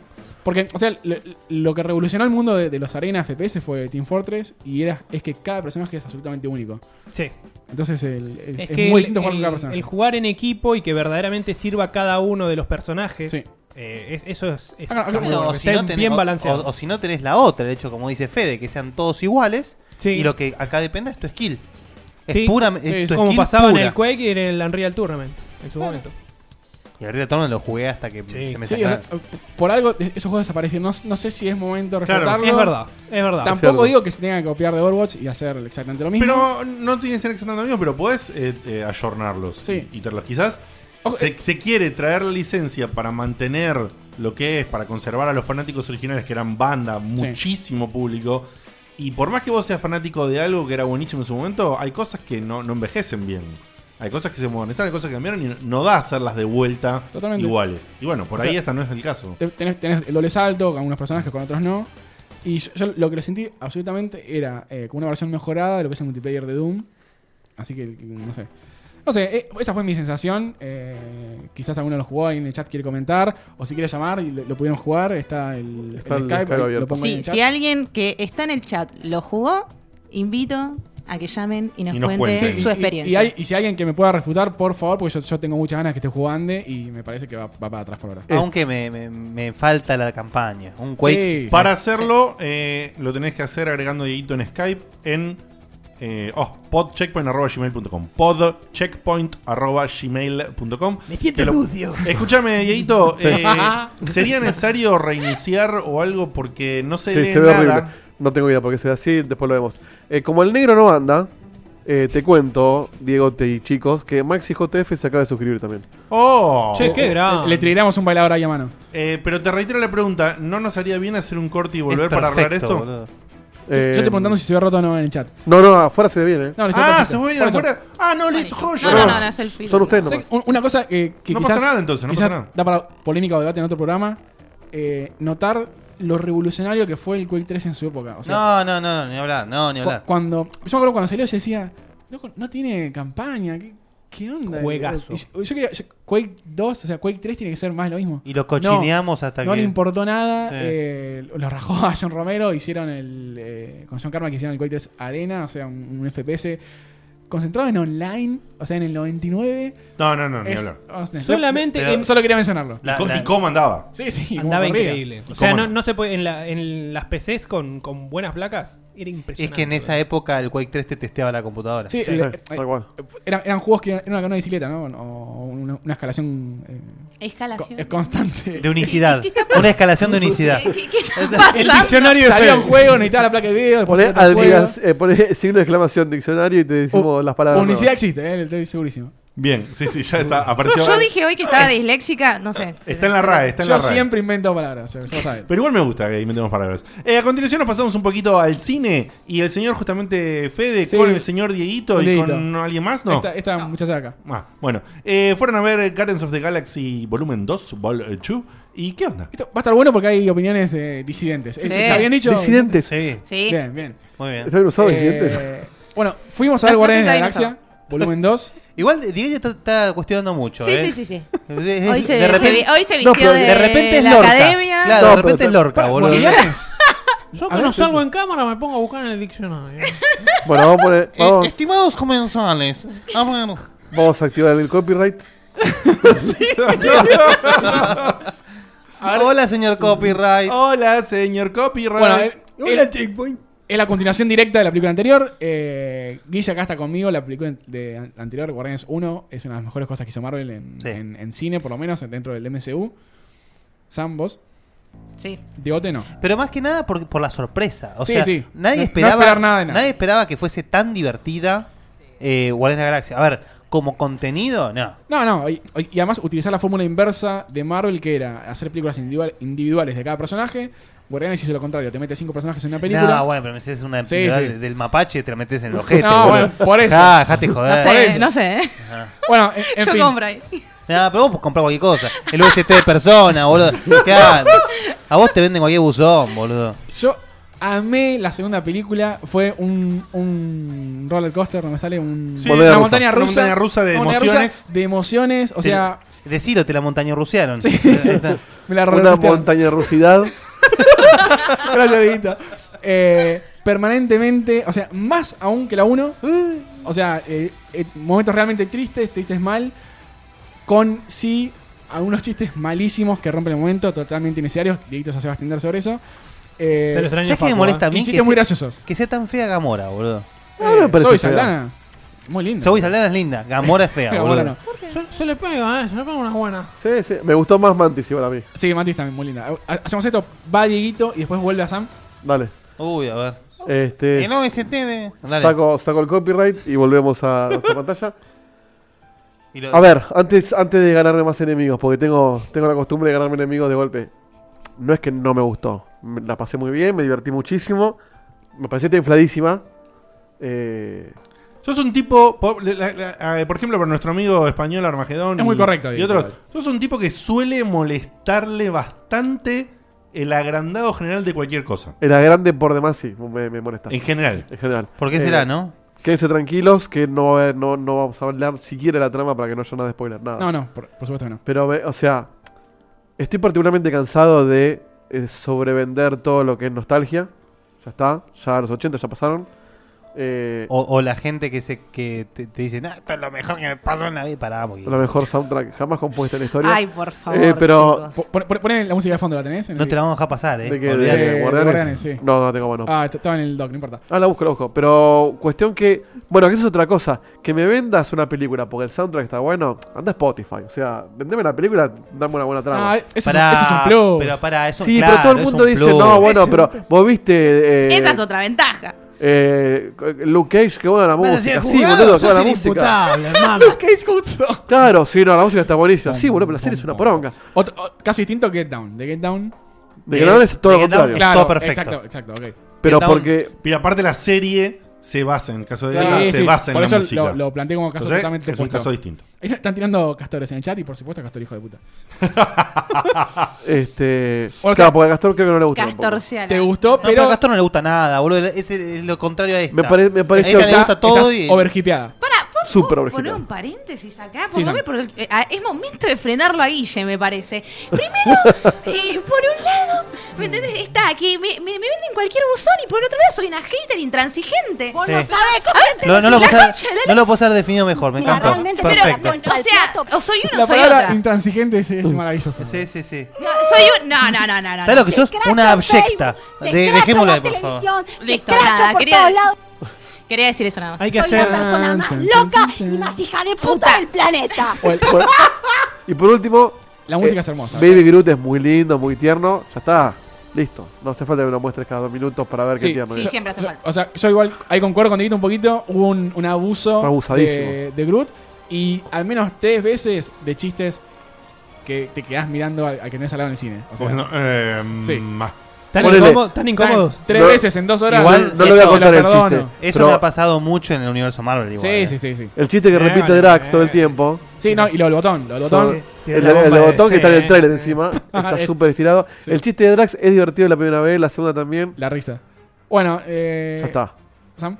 S4: Porque, o sea, lo, lo que revolucionó el mundo de, de los arenas FPS fue Team Fortress y era, es que cada personaje es absolutamente único.
S7: Sí.
S4: Entonces el- el-
S7: Es,
S4: es, muy
S7: que el,
S4: distinto jugar con
S7: el-
S4: cada personaje.
S7: el jugar en equipo y que verdaderamente sirva a cada uno de los personajes,
S4: Sí.
S7: eh, es- eso es, es-
S4: Ah, no,
S7: está
S4: no,
S7: muy
S3: Bueno,
S7: bueno,
S3: o
S7: que
S3: si
S7: estén
S3: no tenés-
S7: bien
S3: o-
S7: balanceado.
S3: o- o si no tenés la otra, de hecho, como dice Fede, que sean todos iguales.
S7: Sí.
S3: Y lo que acá depende es tu skill. Es
S7: Sí.
S3: pura. es
S4: Sí,
S3: tu
S4: es
S7: como
S3: skill
S7: pasaba
S3: pura.
S7: en el Quake y en el Unreal Tournament, en su momento.
S3: Y el Real Tournament lo jugué hasta que
S7: Sí.
S3: se me
S4: Sí, o sea,
S3: sacaron.
S4: por algo de- esos juegos desaparecieron. No, no sé si es momento de
S1: Claro.
S4: rescatarlos.
S7: Es verdad, es verdad.
S4: Tampoco
S2: Cierto.
S4: digo que se tenga que copiar de Overwatch y hacer exactamente lo mismo.
S1: Pero no tiene que ser exactamente lo mismo, pero podés eh, eh, ayornarlos
S4: Sí.
S1: y, y tenerlos. Quizás
S4: Ojo, eh,
S1: se, se quiere traer la licencia para mantener lo que es, para conservar a los fanáticos originales, que eran banda, muchísimo público. Y por más que vos seas fanático de algo que era buenísimo en su momento, hay cosas que no, no envejecen bien. Hay cosas que se modernizaron, hay cosas que cambiaron y no- no da hacerlas de vuelta
S4: Totalmente.
S1: iguales. Y bueno, por
S4: O
S1: ahí
S4: sea,
S1: esta no es el caso.
S4: te- tenés, tenés el doble salto con algunos personajes, con otros no. Y yo, yo lo que lo sentí absolutamente era eh, como una versión mejorada de lo que es el multiplayer de Doom. Así que, no sé. No sé, eh, esa fue mi sensación. Eh, quizás alguno lo jugó y en el chat quiere comentar. O si quiere llamar y lo, lo pudieron jugar, está el,
S2: Está
S4: el
S2: el
S4: Skype.
S2: Skype
S4: ahí
S2: abierto.
S4: lo pongo en
S8: Sí,
S4: el chat.
S8: si alguien que está en el chat lo jugó, invito a que llamen y nos,
S1: Y nos
S8: cuente
S1: cuenten.
S8: su
S4: Y-
S8: experiencia.
S4: Y, hay- y si alguien que me pueda refutar, por favor, porque yo, yo tengo muchas ganas que esté jugando y me parece que va, va para atrás por ahora.
S3: Aunque me, me- me falta la campaña. Un Quake.
S4: Eh. Sí.
S1: Para hacerlo, eh, lo tenés que hacer agregando Dieguito en Skype en eh, oh, podcheckpoint.gmail.com. Podcheckpoint.gmail.com.
S7: Me siento
S1: Te lo-
S7: sucio.
S1: Escúchame, Dieguito. eh, ¿Sería necesario reiniciar o algo? Porque no se
S2: Sí,
S1: lee
S2: se ve
S1: nada.
S2: horrible. No tengo idea por qué se ve así, después lo vemos. Eh, como el negro no anda, Eh, te cuento, Diego y chicos, que Maxi JF se acaba de suscribir también.
S1: ¡Oh!
S7: Che, qué grande.
S4: Le tiramos un bailador ahí a mano.
S1: Eh, pero te reitero la pregunta, ¿no nos haría bien hacer un corte y volver para arreglar esto?
S4: Yo
S2: Eh,
S4: estoy preguntando si se ve roto o no en el chat.
S2: No, no, afuera se ve bien, ¿eh?
S4: No, le
S1: Ah,
S4: saco
S1: se fue
S4: Por
S1: bien
S4: eso.
S1: afuera. Ah, no, listo, joya.
S8: No, no, no, no es el feedback.
S2: Son ustedes
S4: ¿Sabes
S2: nomás.
S4: qué? Un- Una cosa que, que
S1: No
S4: quizás,
S1: pasa nada, entonces, no
S4: quizás
S1: pasa nada.
S4: da para polémica o debate en otro programa. eh, notar lo revolucionario que fue el Quake 3 en su época. O sea,
S3: No, no, no, no, ni hablar, no, ni
S4: Cu-
S3: hablar.
S4: Cuando, yo me acuerdo cuando salió, yo decía, "Loco, no tiene campaña, ¿qué, qué onda?
S7: Juegazo.
S4: Y Yo, yo quería, yo- Quake 2, o sea, Quake 3 tiene que ser más lo mismo.
S3: Y lo cochineamos hasta
S4: No
S3: que.
S4: le importó nada,
S3: Sí.
S4: eh, lo rajó a John Romero, hicieron el. eh, con John Karma que hicieron el Quake 3 Arena, o sea, un, un FPS concentrado en online, o sea, en el 99.
S1: No, no, no, ni
S4: es-
S1: hablar.
S4: o sea,
S7: Solamente
S4: lo-
S7: en-
S4: solo quería mencionarlo.
S3: La-
S1: Con
S3: la-
S1: Picó mandaba.
S4: Sí, sí, como
S7: andaba
S4: corría.
S7: increíble. O sea,
S1: ¿Cómo
S7: no,
S1: no?
S7: no se puede. En, la- en las PCs con, con buenas placas era impresionante.
S3: Es que en esa época el Quake 3 te testeaba la computadora.
S4: Sí,
S2: Sí,
S4: eh,
S2: sí,
S4: eh,
S2: tal cual.
S4: eran, eran juegos que eran una, una bicicleta, ¿no? O una, una escalación eh, Co-
S8: Escalación.
S4: Es constante.
S3: De unicidad.
S8: ¿Qué está
S3: Una escalación de unicidad.
S8: ¿Qué, qué está
S7: El
S8: pasando?
S7: diccionario de
S4: Salía un
S7: Fede.
S4: juego, necesitaba la placa de video, después
S2: Poné,
S4: otro juego.
S2: admira- eh, poné signo de exclamación, diccionario y te decimos
S4: Oh,
S2: las palabras.
S4: Unicidad
S2: nuevas.
S4: existe, eh, estoy segurísimo.
S1: Bien, sí, sí, ya está. Apareció.
S8: Yo dije hoy que estaba disléxica, no sé.
S1: Está en la RAE, está en
S4: Yo
S1: la RAE.
S4: siempre invento palabras, ya, ya saben.
S1: Pero igual me gusta que inventemos palabras. Eh, a continuación nos pasamos un poquito al cine y el señor justamente Fede
S4: Sí.
S1: con el señor Dieguito y
S4: Dieguito.
S1: con alguien más, ¿no?
S4: Esta, esta muchacha de acá.
S1: Ah, bueno. Eh, fueron a ver Guardians of the Galaxy Volumen 2, Vol 2. ¿Y qué onda?
S4: Esto va a estar bueno porque hay opiniones eh, disidentes. Eh,
S8: Sí.
S4: ¿Se habían dicho?
S2: Disidentes.
S3: Sí,
S8: Sí.
S4: Bien, bien.
S3: muy bien.
S2: ¿Está bien usado
S4: Eh,
S2: disidentes?
S4: bueno, fuimos a ver
S8: No, no
S4: Guardianes de la
S8: sé si está
S4: Galaxia, volumen 2.
S3: Igual Diego está, está cuestionando mucho.
S8: Sí,
S3: ¿eh?
S8: sí, sí, sí.
S3: De, de-
S8: Hoy se,
S3: de repente,
S8: se vi- hoy se
S2: No,
S8: vistió
S2: pero
S8: de,
S3: de repente es
S8: la
S3: Lorca.
S8: academia.
S3: Claro,
S2: No,
S3: de repente
S2: pero-
S3: es Lorca, boludo.
S4: ¿Guardianes?
S7: Yo
S4: A
S7: que
S4: ver,
S7: no salgo
S4: entonces-
S7: en cámara me pongo a buscar en el diccionario.
S2: Bueno, vamos a poner.
S3: Eh,
S2: Vamos,
S3: estimados comensales, a ver,
S2: vamos a activar el copyright.
S3: Hola, señor copyright.
S1: Hola, señor Copyright.
S4: Bueno, eh, es- es la continuación directa de la película anterior. Eh, Guilla acá está conmigo. La película de an- anterior, Guardianes 1, es una de las mejores cosas que hizo Marvel en,
S3: Sí.
S4: en- en cine, por lo menos dentro del MCU. Sam, vos.
S8: Sí.
S4: Diegote no.
S3: Pero más que nada por, por la sorpresa. O
S4: Sí,
S3: sea,
S4: sí.
S3: nadie
S4: No- no
S3: esperaba.
S4: esperar nada de nada.
S3: Nadie esperaba que fuese tan divertida eh, Guardianes de la Galaxia. A ver, como contenido, no.
S4: No, no. Y, y además utilizar la fórmula inversa de Marvel, que era hacer películas individual- individuales de cada personaje. Guardianes hizo lo contrario. Te mete cinco personajes en una película.
S3: No, bueno, pero me haces una
S4: Sí,
S3: película
S4: sí.
S3: del- del mapache, te la metes en el ojete.
S4: No,
S3: boludo.
S4: bueno, por eso.
S3: Ja, dejate joder.
S8: No
S3: No,
S8: sé, no sé. ¿eh?
S4: Bueno, en, en
S8: Yo
S4: fin.
S8: compro ahí.
S3: pero vos podés comprar cualquier cosa. El UST de persona, boludo. Claro. A vos te venden cualquier buzón, boludo.
S4: Yo amé la segunda película. Fue un, un roller coaster, no me sale un,
S1: Sí,
S4: una
S2: rusa.
S4: montaña
S1: Una
S4: rusa.
S1: montaña rusa de
S4: Una montaña
S1: emociones.
S4: de emociones. O sea,
S3: Decilo, te la montaña rusearon.
S4: me la roller
S2: Una
S4: coastearon.
S2: montaña rusidad.
S4: Eh, Gracias, Dieguito. Eh, permanentemente, o sea, más aún que la 1. O sea, eh, eh, momentos realmente tristes, tristes mal. Con sí, algunos chistes malísimos que rompen el momento, totalmente innecesarios. Dieguito ya se va a extender sobre eso. Eh,
S7: Se lo extraña
S3: ¿Sabes qué me
S7: Facu,
S3: molesta
S7: ¿eh?
S3: a
S4: y
S3: mí?
S4: chistes
S3: Que
S4: muy
S3: sea,
S4: graciosos. Eh,
S3: que sea tan fea Gamora, boludo.
S2: No, no me parece
S4: Zoe
S2: feo.
S4: Saldana. Muy lindo.
S3: Zoe Saldana es linda, Gamora es fea,
S4: Ahora
S3: boludo.
S4: no.
S7: Yo, yo le pongo, eh, yo le pongo unas buenas.
S2: Sí, sí. Me gustó más Mantis igual a mí.
S4: Sí, Mantis también, muy linda. Ha- Hacemos esto, va Dieguito y después vuelve a Sam.
S2: Dale.
S3: Uy, a ver.
S2: Este,
S3: El OST de. Dale.
S2: saco, saco el copyright y volvemos a nuestra pantalla.
S3: Y lo-
S2: A ver, antes, antes de ganarme más enemigos, porque tengo, tengo la costumbre de ganarme enemigos de golpe. No es que no me gustó. Me- La pasé muy bien, me divertí muchísimo. Me pareció tan infladísima. Eh,
S1: Sos un tipo, po- la- la- la- eh, por ejemplo, para nuestro amigo español Armagedón.
S4: Es muy
S1: y-
S4: correcto,
S1: Y
S4: Diego.
S1: otros. Sos un tipo que suele molestarle bastante el agrandado general de cualquier cosa.
S2: era grande por demás, sí, me, me molesta.
S1: En general.
S2: En general.
S3: ¿Por qué
S2: Eh,
S3: será, no?
S2: Quédense tranquilos que no, eh, no, no vamos a hablar siquiera de la trama para que no haya nada de spoiler, nada.
S4: No, no, por, por supuesto que no.
S2: Pero, me- o sea, estoy particularmente cansado de eh, sobrevender todo lo que es nostalgia. Ya está, ya los 80 ya pasaron. Eh,
S3: O, o la gente que se que te, te "Ah, dice, "No, esto es lo mejor que me pasó en la vida. Pará, porque
S2: La mejor soundtrack jamás compuesta en la historia.
S8: Ay, por favor.
S2: Eh, pero-
S8: chicos.
S4: Po- pon- pon- Poné la música de fondo, ¿la tenés? En
S3: no
S4: el-
S3: te la vamos a dejar pasar, eh.
S2: ¿De qué? ¿De,
S3: Olvídate.
S4: Eh,
S2: Guardianes?
S4: Guardianes, sí.
S2: No, no tengo mano. Ah.
S4: Ah, est- estaba en el doc, no importa.
S2: la busco, la busco. Pero cuestión que. Bueno, que eso es otra cosa. Que me vendas una película porque el soundtrack está bueno. Anda a Spotify. O sea, vendeme la película, dame una buena trama.
S4: Ah, eso, es un,
S3: Pará,
S4: eso es un plus.
S3: Pero pará, eso
S2: sí,
S3: claro,
S2: pero todo el
S3: es
S2: mundo
S3: un
S2: dice,
S3: plus.
S2: no,
S3: Es
S2: bueno,
S4: un
S2: pero vos viste. eh,
S8: Esa es otra ventaja.
S2: Eh, Luke Cage, que bueno la
S7: Vas a
S2: música.
S7: decir,
S2: Sí,
S7: "Jugado,
S2: boludo, que
S7: sos
S2: buena la música.
S7: inimputable, hermano.
S2: Claro, sí, no, la música está buenísima. Sí, boludo, pero la serie es una poronga.
S4: Otro, o- caso distinto, Get Down. De Get Down.
S2: De que no es todo lo
S3: Get Down,
S2: contrario.
S4: Claro,
S3: todo perfecto.
S4: Exacto, exacto, ok.
S2: Pero
S3: Get Down.
S2: porque
S1: Pero aparte la serie se basa, en caso de
S4: Sí,
S1: Dana, se
S4: sí,
S1: basa en
S4: Por
S1: la
S4: eso
S1: música.
S4: lo, lo planteé como caso
S1: Entonces,
S4: totalmente
S1: es un
S4: opuesto.
S1: caso distinto.
S4: Ahí nos Están tirando castores en el chat y por supuesto castor hijo de puta.
S2: Este.
S4: O sea,
S2: claro, porque a Castor creo que no le gusta. tampoco.
S8: Castorciala.
S4: ¿Te gustó?
S3: No, pero
S4: pero
S3: a Castor no le gusta nada, boludo. Es, es lo contrario a esta.
S2: Me pare- me pareció
S3: A esta le
S2: que-
S3: gusta todo
S4: estás
S3: y.
S4: overhipeada.
S8: Para, ¿puedo-
S2: Súper
S8: ¿puedo
S2: original.
S8: poner un paréntesis acá?
S4: Sí,
S8: Póngame
S4: Sam.
S8: porque, eh, ah, es momento de frenarlo a Guille, me parece. Primero, eh, por un lado, ¿me entendés? Está aquí, me, me- me venden cualquier buzón y por el otro lado soy una hater intransigente.
S3: Sí. no
S8: A ver,
S3: No, no
S8: la
S3: lo puedo haber-
S8: concha de la-
S3: no lo puedo haber definido mejor, me encantó.
S10: Realmente, pero la
S3: Perfecto.
S10: concha-
S8: O sea, o soy uno o
S4: La
S8: soy
S4: palabra
S8: otra.
S4: intransigente es, es maravillosa.
S3: Mm. Sí, sí, sí.
S8: No, soy un... No, no, no, no. no.
S3: ¿Sabes lo que sos?
S10: Te escracho
S3: Una
S10: en
S3: abyecta.
S10: Facebook, te
S3: De,
S10: escracho
S3: dejémosla
S10: en la
S3: ahí, por favor.
S10: televisión, te
S8: Listo,
S10: escracho
S8: nada,
S10: por
S8: quería-
S10: todos lados.
S8: Quería decir eso nada más.
S7: Hay que
S10: Soy la
S7: hacer.
S10: persona más
S4: Tan,
S10: loca
S4: tan,
S10: y
S4: tan.
S10: más hija de puta
S8: Puta.
S10: del planeta.
S4: O el-
S2: Por- y por último,
S4: la música
S2: eh,
S4: es hermosa.
S2: Baby Groot es muy lindo, muy tierno. Ya está. Listo. No hace falta que lo muestres cada dos minutos para ver qué tierno
S8: sí,
S2: es.
S8: siempre hace
S4: yo-
S8: falta.
S4: O sea, yo igual ahí concuerdo con Dieguito un poquito. Hubo un, un abuso
S2: Abusadísimo.
S4: de, de Groot. Y al menos tres veces de chistes que te quedás mirando al, al que tenés al lado en el cine. O sea,
S1: Bueno, eh,
S4: Sí.
S1: más.
S7: ¿Tan,
S2: Ponele.
S7: incómodo- tan
S4: tan-
S7: incómodos?
S4: Tres
S2: No-
S4: veces en dos horas.
S3: Igual
S2: no le voy a
S4: eso
S2: contar
S4: lo
S2: el
S4: perdono.
S2: chiste.
S3: Eso
S2: Pero
S3: me ha pasado mucho en el universo Marvel. Igual,
S4: Sí,
S3: eh.
S4: sí, sí, sí.
S2: El chiste que
S7: Vale,
S2: repite Drax
S7: vale.
S2: todo el tiempo.
S4: Sí, no, y lo del botón, lo del botón.
S2: son-
S7: Tiene
S2: El,
S7: la
S2: el
S7: bomba de
S2: botón que está en el
S7: DC,
S2: trailer
S7: eh.
S2: encima está
S4: Eh,
S2: súper estirado.
S4: sí.
S2: El chiste de Drax es divertido la primera vez, la segunda también.
S4: La risa. Bueno, eh.
S2: Ya está.
S4: Sam.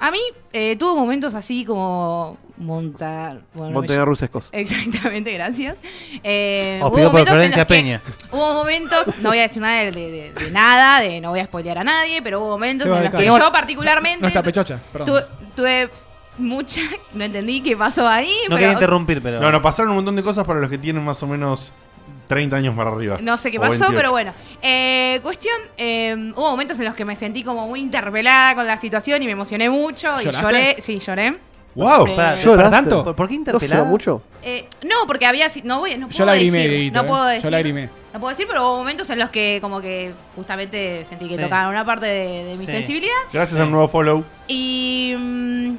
S8: A mí eh, tuvo momentos así como montar... Bueno, no me
S2: Montaña rusa es cosa.
S8: Exactamente, gracias. Eh,
S3: Os
S8: hubo
S3: pido por
S8: momentos en
S3: Florencia
S8: los que-
S3: Peña.
S8: Hubo momentos, no voy a decir nada de, de- de nada, de no voy a spoilear a nadie, pero hubo momentos
S7: Se va
S8: en
S7: de
S8: los que
S4: cara.
S8: yo particularmente
S4: No está pechocha,
S8: tuve,
S4: Ah, perdón.
S8: tuve mucha, no entendí qué pasó ahí,
S3: No quería
S8: pero
S3: interrumpir, pero.
S1: No, no, pasaron un montón de cosas para los que tienen más o menos 30 años para arriba.
S8: no sé qué
S1: O
S8: pasó,
S1: 28.
S8: pero bueno. Eh, cuestión, eh, hubo momentos en los que me sentí como muy interpelada con la situación y me emocioné mucho
S4: ¿Lloraste?
S8: y lloré, sí, lloré.
S1: ¡Wow!
S8: Eh,
S3: Pará,
S2: ¿Lloraste?
S7: ¿para tanto?
S3: ¿Por, por qué
S2: ¿No
S3: interpelada?
S2: será mucho?
S8: Eh, no, porque había. si- No, voy, no puedo
S4: Yo lagrimé,
S8: decir.
S4: Dieguito,
S8: no
S4: eh.
S8: puedo
S4: Yo
S8: decir.
S4: lagrimé.
S8: No puedo decir, pero hubo momentos en los que, como que justamente sentí que
S3: Sí.
S8: tocaban una parte de, de mi
S3: Sí.
S8: sensibilidad. Eh,
S1: Gracias a un nuevo follow.
S8: Y. mm,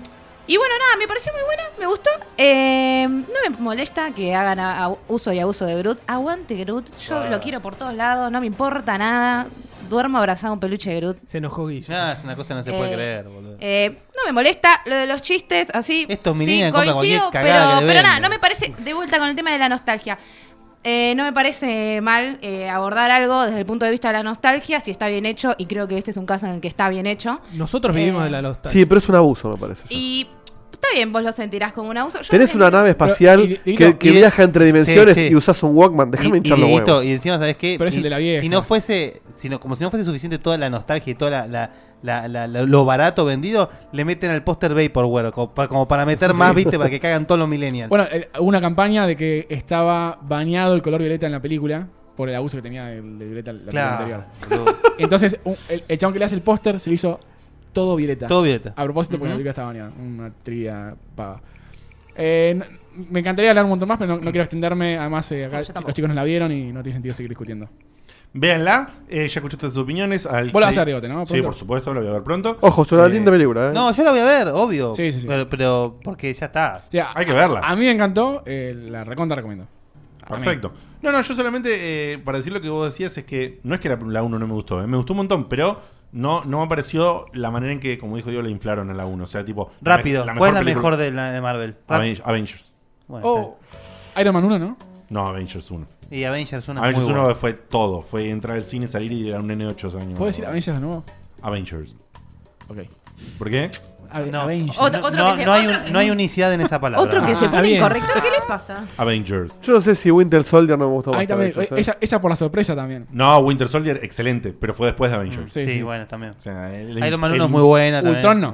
S8: Y bueno, nada, me pareció muy buena, me gustó. Eh, no me molesta que hagan a- a- uso y abuso de Groot. Aguante Groot, yo lo quiero por todos lados, no me importa nada. Duermo abrazado a un peluche de Groot.
S7: Se enojó Guille.
S3: Nah, es una cosa que no se puede
S8: Eh,
S3: creer, boludo.
S8: Eh, no me molesta lo de los chistes, así.
S3: Estos meninas compran cualquier
S8: pero,
S3: cagada que le
S8: pero nada,
S3: venden.
S8: no me parece. De vuelta con el tema de la nostalgia. Eh, no me parece mal eh, abordar algo desde el punto de vista de la nostalgia si está bien hecho, y creo que este es un caso en el que está bien hecho.
S7: Nosotros
S8: Eh,
S7: vivimos de la losta.
S2: Sí, pero es un abuso, me parece. ya.
S8: Y está bien, vos lo sentirás como un abuso. Yo
S2: Tenés
S8: no
S2: una nave espacial
S4: Pero, y- y
S2: que,
S4: no,
S2: que
S3: y-
S2: viaja entre dimensiones
S3: sí, sí.
S2: y usás un Walkman.
S3: Y,
S2: Déjame
S3: y,
S2: hinchar los
S3: Dieguito,
S2: huevos.
S3: y encima, ¿sabes qué?
S4: Pero es
S3: Y-
S4: el de la vieja.
S3: Si no fuese, si no- como si no fuese suficiente toda la nostalgia y todo la, la- la- la- la- lo barato vendido, le meten al póster Vaporware, como para, como para meter más, ¿viste? Para que cagan todos los millennials.
S4: Bueno, eh, hubo una campaña de que estaba bañado el color violeta en la película por el abuso que tenía el de violeta la película
S3: claro.
S4: anterior.
S3: boludo.
S4: Entonces, un- el, el chabón que le hace el póster se le hizo todo violeta.
S3: Todo violeta.
S4: A propósito, porque la película estaba bañada. Una trivia paga. Eh, n- me encantaría hablar un montón más, pero no, no quiero extenderme. Además, eh, acá
S8: No, yo tampoco.
S4: los chicos no la vieron y no tiene sentido seguir discutiendo.
S1: Véanla, eh, ya escuchaste sus opiniones. Al
S4: Vos la vas
S1: sí-
S4: a ver, Diegote, ¿no?
S1: Sí,
S4: Pronto.
S1: por supuesto, lo voy a ver pronto.
S2: Ojo, es una
S1: Eh,
S2: linda película, ¿eh?
S3: No, yo la voy a ver, obvio.
S4: Sí, sí, sí.
S3: Pero, pero porque ya está.
S4: O sea,
S1: Hay que verla.
S4: A, a mí me encantó. eh, la recontra recomiendo. A mí.
S1: Perfecto. No, no, yo solamente eh, para decir lo que vos decías es que no es que la, la 1 no me gustó, eh, me gustó un montón, pero no, no me pareció la manera en que, como dijo Diego, la inflaron a la 1. O sea, tipo. la
S3: Rápido.
S1: me-
S3: ¿Cuál es la
S1: película-
S3: mejor de, la, de Marvel? Rap-
S1: Aven- Avengers.
S3: Bueno,
S4: Oh, Iron Man 1, ¿no?
S1: No, Avengers 1.
S3: está bien. Y Avengers 1 es muy
S1: Avengers 1
S3: buena.
S1: fue todo. Fue entrar al cine, salir y era un nene de 8 años.
S4: ¿Puedo decir Avengers de nuevo?
S1: Avengers.
S4: Ok.
S1: ¿Por qué?
S4: A-
S3: No,
S4: Avengers.
S8: Otro-
S3: no,
S8: otro
S3: no-
S8: que se-
S3: no hay
S8: otro-
S3: un- no hay unicidad en esa palabra.
S8: Otro que
S4: Ah,
S8: se
S4: está
S8: pone
S7: bien.
S8: incorrecto, ¿qué les pasa?
S1: Avengers.
S2: Yo no sé si Winter Soldier no me gustó.
S4: A mí
S2: mucho,
S4: también.
S2: de hecho, ¿eh?
S4: Esa, esa por la sorpresa también.
S1: No, Winter Soldier, excelente, pero fue después de Avengers.
S4: Sí,
S3: Sí,
S4: sí.
S3: bueno, también.
S1: O sea, el-
S3: Iron Man 1
S1: el-
S3: es muy buena también.
S4: Ultron no.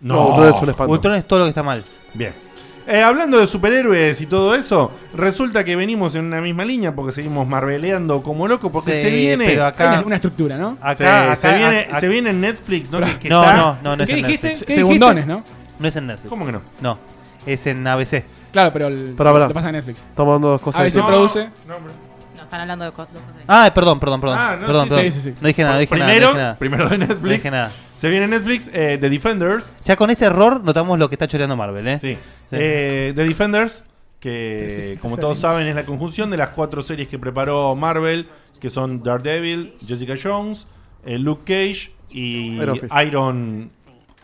S2: No,
S1: No,
S2: Ultron es un espanto.
S3: Ultron es todo lo que está mal.
S1: Bien. Eh, hablando de superhéroes y todo eso, resulta que venimos en una misma línea porque seguimos marveleando como loco porque
S3: Sí,
S1: se viene.
S3: Pero
S4: Hay
S3: acá.
S4: una, una estructura, ¿no?
S1: se,
S3: acá,
S1: se
S3: acá-
S1: viene,
S3: acá-
S1: se viene en Netflix, ¿no? Que- que
S3: No,
S1: está-
S3: no, no, no es
S7: ¿Qué
S3: en
S7: dijiste?
S3: Netflix.
S4: Se- Segundones, ¿no?
S3: No es en Netflix.
S1: ¿Cómo que no?
S3: No, es en ABC.
S4: Claro, pero el,
S2: Pará, pará.
S4: lo pasa en Netflix.
S2: Estamos dando dos cosas.
S4: A veces-
S2: distintas.
S4: produce?
S1: no, hombre.
S8: No, están hablando de co- dos cosas.
S3: Ah, perdón, perdón, perdón.
S1: Ah, no,
S3: perdón,
S1: sí,
S3: perdón.
S4: sí, sí, sí.
S3: No dije nada, no dije nada, no
S1: primero,
S3: dije nada.
S1: primero de
S3: No
S1: Netflix.
S3: dije nada.
S1: Se viene Netflix, eh, The Defenders.
S3: Ya con este error notamos lo que está choreando Marvel, ¿eh?
S1: Sí.
S3: Sí.
S1: Eh, The Defenders,
S7: Sí, sí,
S1: que
S7: sí,
S1: como
S7: sí.
S1: todos saben es la conjunción de las cuatro series que preparó Marvel, que son Daredevil, Jessica Jones, eh, Luke Cage y
S2: Iron Fist.
S1: Iron...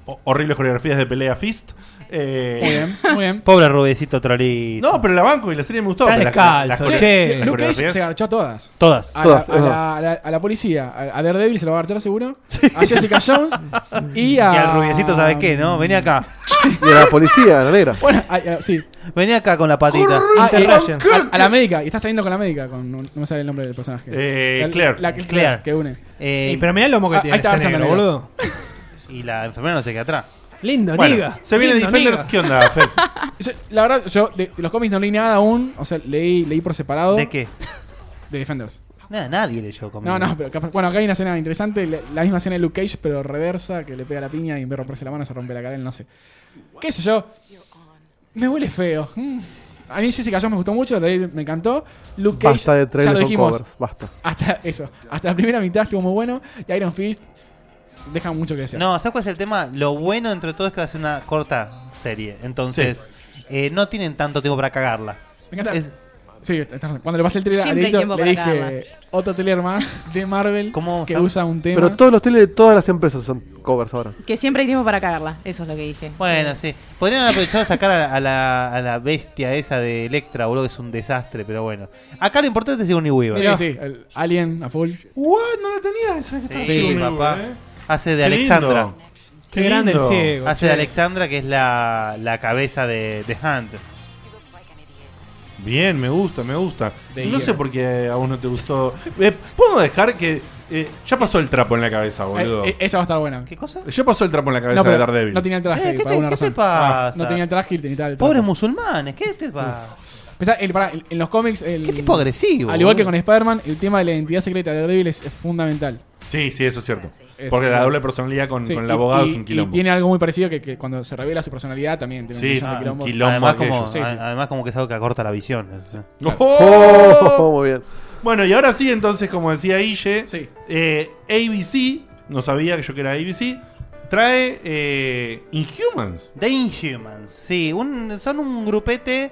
S1: ho- horribles coreografías de pelea Fist. Eh,
S4: Muy bien, muy bien.
S3: Pobre Rubecito Trolito.
S1: No, pero la banco y la serie me gustó.
S7: Está
S1: pero las-
S7: descalzo,
S1: las
S7: che.
S4: Luke
S1: core- las
S4: Cage
S1: coreografías-
S4: se garchó a todas.
S3: Todas.
S4: A,
S2: Todas,
S4: la, a,
S2: es
S4: la, a la- a la policía, a, a Daredevil se lo va a garchar seguro. A Jessica Jones y a.
S3: Y al Ah, Rubiecito, ¿sabes qué, no? Vení acá.
S2: Y a la policía, a Ah, la negra.
S4: Bueno, a, a- sí.
S3: Vení acá con la patita.
S4: Ah, y-
S7: Interrogation.
S4: a, a la médica, y está saliendo con la médica, con, no, no me sale el nombre del personaje.
S1: Eh,
S4: La-
S1: Claire.
S4: La, la-
S3: Claire.
S4: que une.
S3: Eh,
S7: Y pero mirá el lomo que
S4: Ah,
S7: tiene.
S4: ahí está
S7: ese
S4: Archana
S7: negro,
S4: Negro.
S7: boludo.
S3: y la enfermera no se queda atrás.
S7: Lindo,
S1: Bueno,
S7: niga.
S1: se viene
S7: Lindo,
S1: Defenders.
S7: niga.
S1: ¿Qué onda, Fede?
S4: Yo- la verdad, yo de, de los cómics no leí nada aún, o sea, leí, leí por separado.
S3: ¿De qué?
S4: De Defenders.
S3: Nada, nadie leyó conmigo.
S4: No, no, pero capaz- bueno, acá hay una escena interesante, la, la misma escena de Luke Cage, pero reversa, que le pega la piña y en vez de romperse la mano se rompe la cara, él no sé. ¿Qué sé yo? Me huele feo. Mm. A mí Jessica Jones me gustó mucho, Daredevil me encantó. Luke Cage,
S2: Basta de
S4: ya
S2: trailers
S4: lo
S2: con
S4: dijimos,
S2: covers. Basta.
S4: hasta eso, hasta la primera mitad estuvo muy bueno y Iron Fist deja mucho que desear.
S3: No, ¿sabes cuál es el tema? Lo bueno dentro de todo es que va a ser una corta serie. Entonces, eh, no tienen tanto tiempo para cagarla.
S4: Me encanta.
S3: Es
S4: Sí, tenés razón. cuando le pasé el trailer al
S8: Siempre hay
S4: Edito,
S8: tiempo
S4: le
S8: para
S4: dije otro trailer más de Marvel
S3: ¿Cómo
S4: que
S3: está?
S4: usa un tema.
S2: Pero todos los teles de todas las empresas usan covers ahora.
S8: Que siempre hay tiempo para cagarla, eso es lo que dije.
S3: Bueno, sí. Podrían haber aprovechado a sacar a, a la, a la bestia esa de Electra, boludo, que es un desastre, pero bueno. Acá lo importante es Sigourney
S4: Sí,
S3: Weaver.
S4: sí, el Alien a full.
S1: What? No la tenía esa que estaba
S3: Sí,
S1: así, boludo,
S3: papá.
S1: eh.
S3: Hace de
S1: Qué lindo.
S3: Alexandra.
S7: Qué grande el
S1: lindo.
S7: ciego.
S3: Hace de
S7: che.
S3: Alexandra, que es la, la cabeza de, de Hunt.
S1: Bien, me gusta, me gusta.
S4: De
S1: no
S4: hierro.
S1: sé por qué a vos no te gustó. Eh, ¿Podemos dejar que. eh, ya pasó el trapo en la cabeza, boludo.
S4: Eh, eh, esa va a estar buena.
S3: ¿Qué cosa?
S1: ya pasó el trapo en la cabeza
S4: no,
S1: de
S4: pero
S1: Daredevil.
S4: no tenía el traje,
S3: Eh, ¿Qué,
S4: por alguna
S3: te, qué te
S4: razón. Ah,
S3: pasa?
S4: No tenía el traje y tenía tal.
S3: Pobres musulmanes, ¿qué te pasa?
S4: Pensá, el- pará, el- en los cómics. el-
S3: ¿Qué tipo agresivo?
S4: Al igual que
S3: boludo?
S4: con Spider-Man, el tema de la identidad secreta de Daredevil es, es fundamental.
S1: Sí, sí, eso es cierto.
S4: Es-
S1: Porque la doble personalidad con,
S4: Ah, Sí,
S1: con el
S4: y-
S1: abogado
S4: y,
S1: es un
S4: y
S1: quilombo.
S4: tiene algo muy parecido que, que cuando se revela su personalidad también tiene
S1: Sí,
S4: un millón de
S1: ah,
S4: quilombos.
S1: quilombo.
S3: Además como, Ah.
S1: aquellos.
S4: Sí, sí.
S3: a- además como que es algo que acorta la visión.
S1: ¡Oh!
S2: Oh, muy bien.
S1: Bueno, y ahora sí, entonces, como decía Ille,
S4: Sí.
S1: eh, ABC, no sabía que yo que era ABC, trae eh, Inhumans.
S3: The Inhumans, sí, un- son un grupete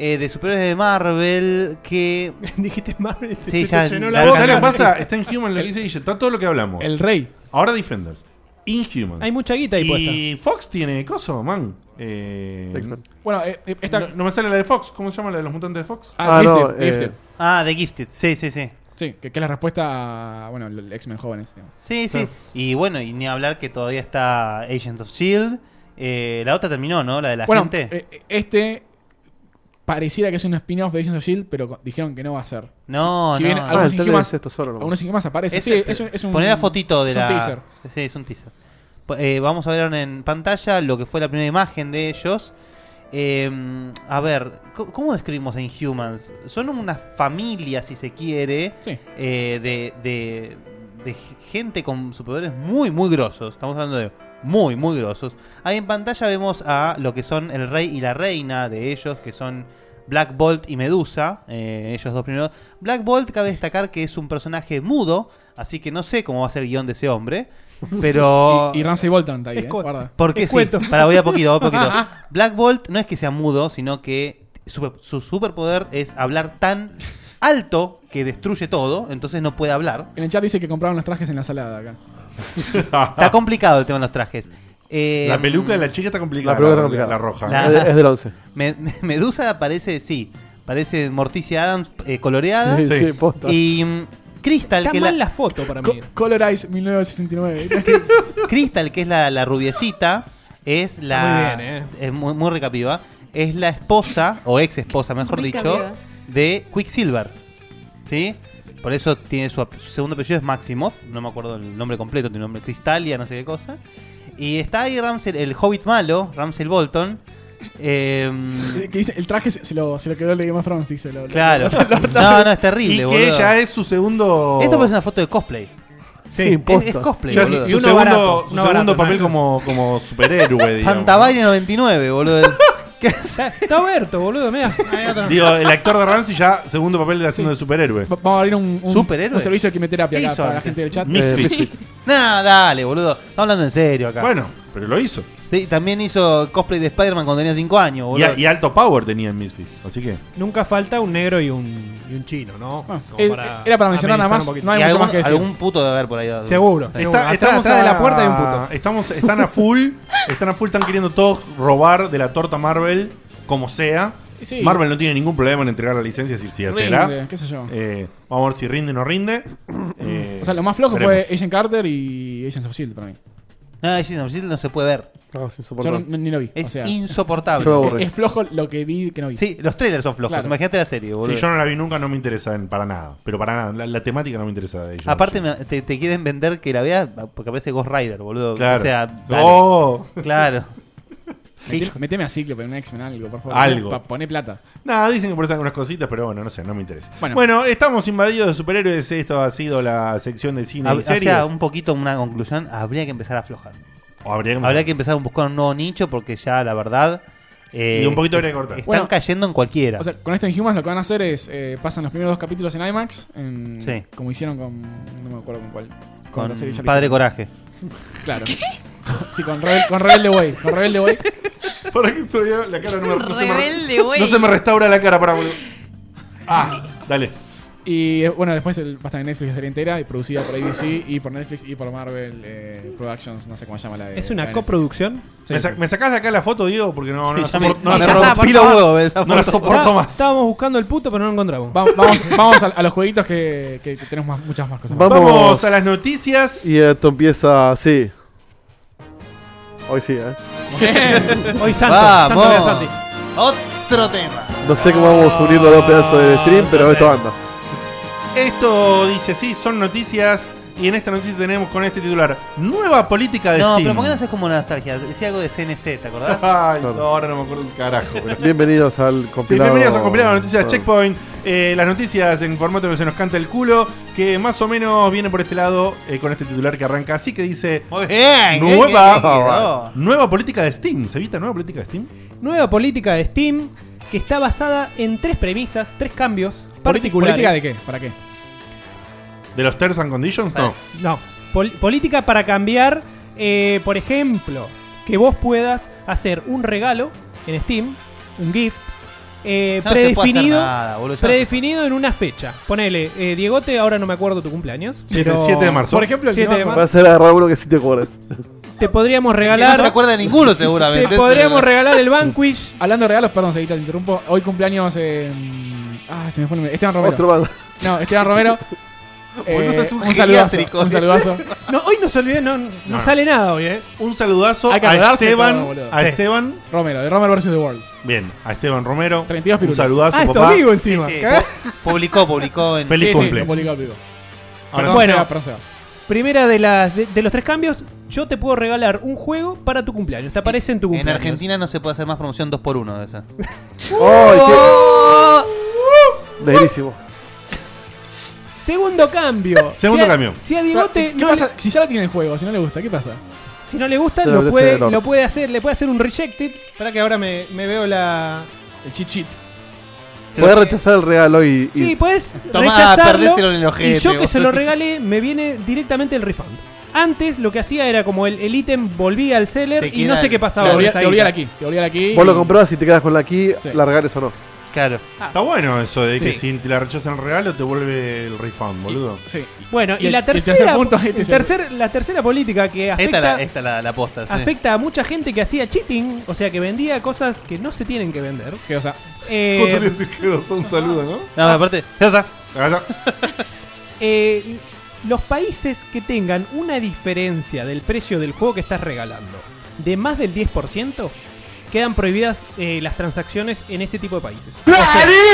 S3: eh, de superhéroes de Marvel que...
S7: Dijiste Marvel.
S3: Sí,
S7: Sí,
S3: ya-
S7: ya, te llenó
S3: la-
S7: la
S1: ¿Vos
S7: boca.
S1: sabés lo que pasa? Está Inhumans lo que dice Ille, está todo lo que hablamos.
S4: El rey.
S1: Ahora Defenders. Inhumans.
S7: Hay mucha guita ahí puesta.
S1: Y Fox tiene coso, man. Eh,
S2: X-Men.
S4: Bueno, eh, eh, esta.
S1: no, no me sale la de Fox. ¿Cómo se llama la de los mutantes de Fox?
S4: ah,
S2: Ah,
S4: Gifted,
S2: no, eh,
S4: Gifted.
S3: Ah, The Gifted, sí, sí, sí.
S4: Sí, que, que es la respuesta a. Bueno, el X-Men jóvenes. digamos.
S3: Sí, sí. Y bueno, y ni hablar que todavía está Agent of S.H.I.E.L.D. E Eh, la otra terminó, ¿no? La de la
S4: bueno,
S3: gente.
S4: eh, eh, este. Pareciera que es un spin-off de Agents of Shield, E pero co- dijeron que no va a ser.
S3: no,
S4: si
S3: no.
S4: bien
S3: no.
S2: Ah,
S4: Algunos
S2: el trailer
S4: Inhumans-
S2: es esto solo. ¿no?
S4: Algunos más aparecen.
S3: Es- este.
S4: Sí, es un, es un-
S3: Poné la fotito de
S4: es un
S3: la.
S4: teaser.
S3: Sí, es un teaser. Po- eh, vamos a ver ahora en pantalla lo que fue la primera imagen de ellos. Eh, a ver, co- ¿cómo describimos en Humans? Son una familia, si se quiere,
S4: Sí.
S3: eh, de, de- de gente con superpoderes muy, muy grosos. Estamos hablando de muy, muy grosos. Ahí en pantalla vemos a lo que son el rey y la reina de ellos, que son Black Bolt y Medusa, eh, ellos dos primeros. Black Bolt cabe destacar que es un personaje mudo, así que no sé cómo va a ser el guión de ese hombre, pero...
S4: Y, y Ramsey Bolton está ahí,
S7: Es
S4: eh,
S7: co-
S4: guarda.
S3: Porque
S7: Te
S3: sí,
S7: cuento.
S3: para voy a poquito, voy a poquito. Black Bolt no es que sea mudo, sino que su, su superpoder es hablar tan alto que destruye todo, entonces no puede hablar.
S4: En el chat dice que compraron los trajes en la salada acá.
S3: Está complicado el tema de los trajes. Eh,
S1: la peluca de la chica está complicada.
S2: La peluca está complicada.
S1: la roja.
S3: La-
S2: Es, es del 11.
S3: Me- Medusa parece, sí, parece Morticia Adams eh, coloreada.
S2: Sí, sí, posta.
S3: Y mm, Crystal,
S7: Está
S3: que,
S7: mal
S3: la-
S7: la foto para mí.
S4: Color Eyes 1969.
S3: Crystal, que es la, la rubiecita, es la.
S7: Muy bien, eh.
S3: Es muy, muy recapiva. Es la esposa, o ex esposa, mejor
S8: Rica
S3: dicho,
S8: viva.
S3: de Quicksilver. ¿Sí? Por eso tiene su, ap- su segundo apellido es Maximoff, no me acuerdo el nombre completo, tiene un nombre Cristalia, no sé qué cosa. Y está ahí Ramsel, el hobbit malo, Ramsel Bolton. Em,
S4: que dice, el traje se, se lo, se lo quedó el de Game of Thrones, dice. lo- lo-
S3: claro. No, no, es
S1: y
S3: terrible,
S1: que
S3: boludo.
S1: ya es su segundo.
S3: Esto parece una foto de cosplay.
S2: Sí,
S3: Es, es
S2: posta.
S3: cosplay,
S1: ya
S3: boludo.
S1: su, su
S7: uno
S1: segundo,
S7: barato,
S1: su
S7: uno
S1: segundo
S7: barato,
S1: papel
S7: ¿no?
S1: como, como superhéroe. digamos.
S3: Santa Baile 99, boludo.
S7: Está Berto, boludo, mira.
S1: Digo, el actor de Ramsey ya segundo papel de haciendo de superhéroe.
S4: Va- Vamos a abrir un, un-
S3: ¿Superhéroe?
S4: un servicio de quimioterapia
S3: ¿Qué
S4: acá
S3: hizo
S4: para la
S3: antes?
S4: gente del chat.
S1: Misfit.
S3: Nah, dale, boludo. Estamos hablando en serio acá.
S1: Bueno, pero lo hizo.
S3: Sí, también hizo cosplay de Spider-Man cuando tenía 5 años,
S1: Y,
S3: boludo.
S1: a- y alto power tenía en Misfits. Así que.
S7: Nunca falta un negro y un, y un chino, ¿no?
S4: Bueno,
S7: Como
S4: eh, era para
S7: amenizar
S4: mencionar nada
S7: un
S4: más,
S7: poquito.
S4: no hay
S3: Y
S4: mucho
S3: algún,
S4: más que decir.
S3: algún puto de haber por ahí.
S7: Seguro.
S3: Sí.
S7: seguro. Atrás- atrás de la puerta hay un puto.
S1: Estamos, están a full. Están a full, están queriendo todos robar de la torta Marvel, como sea.
S4: Sí.
S1: Marvel no tiene ningún problema en entregar la licencia si, si
S4: Rinde,
S1: será.
S4: qué sé yo.
S1: Eh, vamos a ver si rinde o no rinde. Eh,
S4: o sea, lo más flojo
S1: veremos.
S4: fue Agent Carter y Agents of S.H.I.E.L.D. E para mí.
S3: Ah, Jason Bourne no se puede ver.
S2: No, Ah, es
S4: Yo
S2: insoportable.
S4: no- ni lo vi.
S3: Es
S4: o sea,
S3: insoportable.
S2: Yo me aburrí.
S4: es flojo lo que vi que no vi.
S3: Sí, los trailers son flojos.
S4: Claro.
S3: Imagínate la serie,
S1: si
S3: boludo.
S1: yo no la vi nunca, no me interesa en- para nada. Pero para nada. La, la temática no me interesa de ellos.
S3: Aparte, me- te, te quieren vender que la veas porque aparece Ghost Rider, boludo.
S1: Claro.
S3: O sea, dale.
S1: ¡Oh!
S3: claro.
S4: Meteme- Meteme a Ciclo, pero un X-Men algo, por favor.
S1: Algo.
S4: Pa- poné plata.
S1: Nada, dicen que por eso algunas cositas, pero bueno, no sé, no me interesa. Bueno,
S4: Bueno.
S1: estamos invadidos de superhéroes. Esto ha sido la sección de cine
S3: Hab-
S1: y
S3: o
S1: series.
S3: sea, un poquito una conclusión, habría que empezar a aflojar.
S1: O habría que
S3: Habría que empezar a buscar un nuevo nicho porque ya la verdad eh,
S1: Y un poquito habría que cortar.
S3: están
S4: Bueno,
S3: cayendo en cualquiera.
S4: O sea, con esto en Humans lo que van a hacer es eh, pasan los primeros dos capítulos en IMAX, en-
S3: Sí.
S4: como hicieron con no me acuerdo con cuál.
S3: con
S4: la serie ya lo
S3: Padre
S4: hicieron.
S3: Coraje.
S4: Claro. Sí, con Rebel, con Rebelde Way, con Rebelde Way.
S1: Para que estoy la cara no, me, no se me-
S8: Rebelde, güey.
S1: no se me restaura la cara para boludo. Ah, dale.
S4: Y eh, bueno, después el, va a estar en Netflix la serie entera y producida por ABC y por Netflix y por Marvel eh, Productions, no sé cómo se llama la de.
S7: Es
S4: la de
S7: una
S4: Netflix.
S7: coproducción.
S4: Sí,
S1: ¿Me,
S4: sí.
S1: sa- me sacás de acá la foto, Diego? Porque no, no la
S3: ya me-
S1: soporto- no
S3: me
S1: la
S8: ya
S1: soporto-
S8: está, por
S3: rompí los
S8: favor.
S3: huevos esa
S1: no la
S3: foto.
S1: soporto
S7: Está-
S1: más.
S7: Estábamos buscando el puto, pero no lo encontramos.
S4: Va- Vamos, vamos a, a los jueguitos que, que- que tenemos más- muchas más cosas.
S2: Vamos.
S1: Vamos a las noticias.
S2: Y esto empieza así. Hoy sí, ¿eh?
S7: Hoy Santo, Santo
S3: Vamos.
S7: Andrea Santi.
S3: Otro tema.
S2: No sé cómo vamos a unir los dos pedazos del stream, pero esto anda.
S1: Esto dice, sí, son noticias. Y en esta noticia tenemos con este titular. Nueva política de
S3: No,
S1: Steam.
S3: pero ¿por qué no haces como una nostalgia? Decía algo de CNC, ¿te acordás?
S1: Ay, no, ahora no me acuerdo un carajo. pero-
S2: Bienvenidos al compilado. Ah.
S1: Sí, bienvenidos a compilar las noticias de
S2: Bueno.
S1: Checkpoint. eh, las noticias en formato que se nos canta el culo. Que más o menos viene por este lado eh, con este titular que arranca así que dice.
S3: Muy bien. ¿eh? ¿Qué- qué- qué
S1: Nueva,
S3: quedó?
S1: nueva política de Steam. ¿Se evita nueva política de Steam?
S7: Nueva política de Steam que está basada en tres premisas, tres cambios
S4: Politi-
S7: particulares.
S4: ¿Política de qué? ¿Para qué?
S1: ¿De los Terms and Conditions? No.
S7: No, pol- política para cambiar, eh, por ejemplo, que vos puedas hacer un regalo en Steam, un gift, eh,
S3: Ya no se puede hacer
S7: predefinido,
S3: nada, boludo, ya no se-
S7: predefinido en una fecha. Ponele, eh, Diegote, ahora no me acuerdo tu cumpleaños.
S1: Siete-
S7: pero-
S1: 7 de marzo.
S4: Por ejemplo, el que
S7: Siete
S4: no
S7: de
S4: me
S2: Va
S4: acuerdo-
S2: a ser agarrar uno que sí te cobras.
S7: Te podríamos
S3: No se
S7: regalar.
S3: acuerda de ninguno
S7: Te
S3: seguramente.
S7: podríamos regalar el Vanquish.
S4: Hablando de regalos, perdón, Seguita, te interrumpo. Hoy cumpleaños. eh, ah, se me fue el nombre. Esteban Romero.
S2: Otro más.
S4: No, Esteban Romero.
S3: Boludo, es un
S4: saludazo.
S3: geriátrico.
S4: Un saludazo.
S7: No, hoy nos olvidé, no, no,
S1: No, no.
S7: sale nada hoy, eh.
S1: Un saludazo a
S4: Hay que acordarse
S1: Esteban.
S4: todo, boludo.
S1: a
S4: Sí.
S1: Esteban.
S4: Romero, de Romero vs. The World.
S1: Bien, a Esteban Romero.
S4: 32
S1: Un
S4: pirulas.
S1: saludazo,
S7: Ah, esto
S1: papá.
S7: vivo encima. Cagá.
S3: Publicó, publicó en.
S1: Feliz
S4: Sí, sí,
S1: cumple.
S4: lo publicó, lo publicó.
S1: Ahora
S7: Bueno.
S4: Seba, perdón, Seba.
S7: Primera de las de, de los tres cambios, yo te puedo regalar un juego para tu cumpleaños. Te aparece en tu
S3: En
S7: cumpleaños.
S3: Argentina no se puede hacer más promoción 2x1 de esa.
S2: ¡Ay,
S1: Oh.
S2: qué! Negrísimo.
S7: Segundo cambio.
S1: Segundo
S7: Si a-
S1: cambio.
S7: Si a
S4: Pero,
S7: Diegote
S4: ¿Qué
S7: no
S4: pasa?
S7: le,
S4: Si ya lo tiene el juego, si no le gusta, ¿qué pasa?
S7: si no le gusta,
S2: Pero
S7: lo
S2: debe
S7: puede,
S2: ser enorme.
S7: lo puede hacer, le puede hacer un rejected. Para que ahora me, me veo la.
S4: El cheat sheet.
S3: Se
S2: Podés
S3: lo-
S2: rechazar el regalo y. y-
S7: Sí, puedes
S3: Tomá, perdételo
S7: rechazarlo.
S3: en el ojete,
S7: y yo que
S3: vos.
S7: se lo regalé, me viene directamente el refund. Antes lo que hacía era como el el ítem volvía al seller
S3: Te
S7: y no
S3: queda-
S7: sé qué
S4: Te
S7: pasaba. con
S4: olvidar
S7: esa
S4: te olvidar
S7: guita.
S4: aquí. Te olvidar aquí.
S2: Vos lo
S4: y-
S2: comprás y te quedas con la key,
S4: Sí.
S2: la regales o no.
S3: Claro.
S1: Está bueno eso de que
S7: Sí.
S1: si te la rechazan el regalo te vuelve el refund, boludo.
S4: Sí.
S7: Bueno, y,
S4: Y el-
S7: la
S4: el tercer
S7: tercera.
S4: punto, este
S7: el
S4: es el-
S7: tercer- la tercera política que
S3: Esta
S7: afecta.
S3: la, esta la, la posta. sí.
S7: afecta a mucha gente que hacía cheating, o sea, que vendía cosas que no se tienen que vender.
S4: Que, o sea,
S7: Eh,
S1: Justo te iba a decir que dos, un saludo, ¿no?
S3: No, aparte. ya sa-
S1: Acá
S7: eh, los países que tengan una diferencia del precio del juego que estás regalando de más del 10%, quedan prohibidas eh, las transacciones en ese tipo de países. O sea,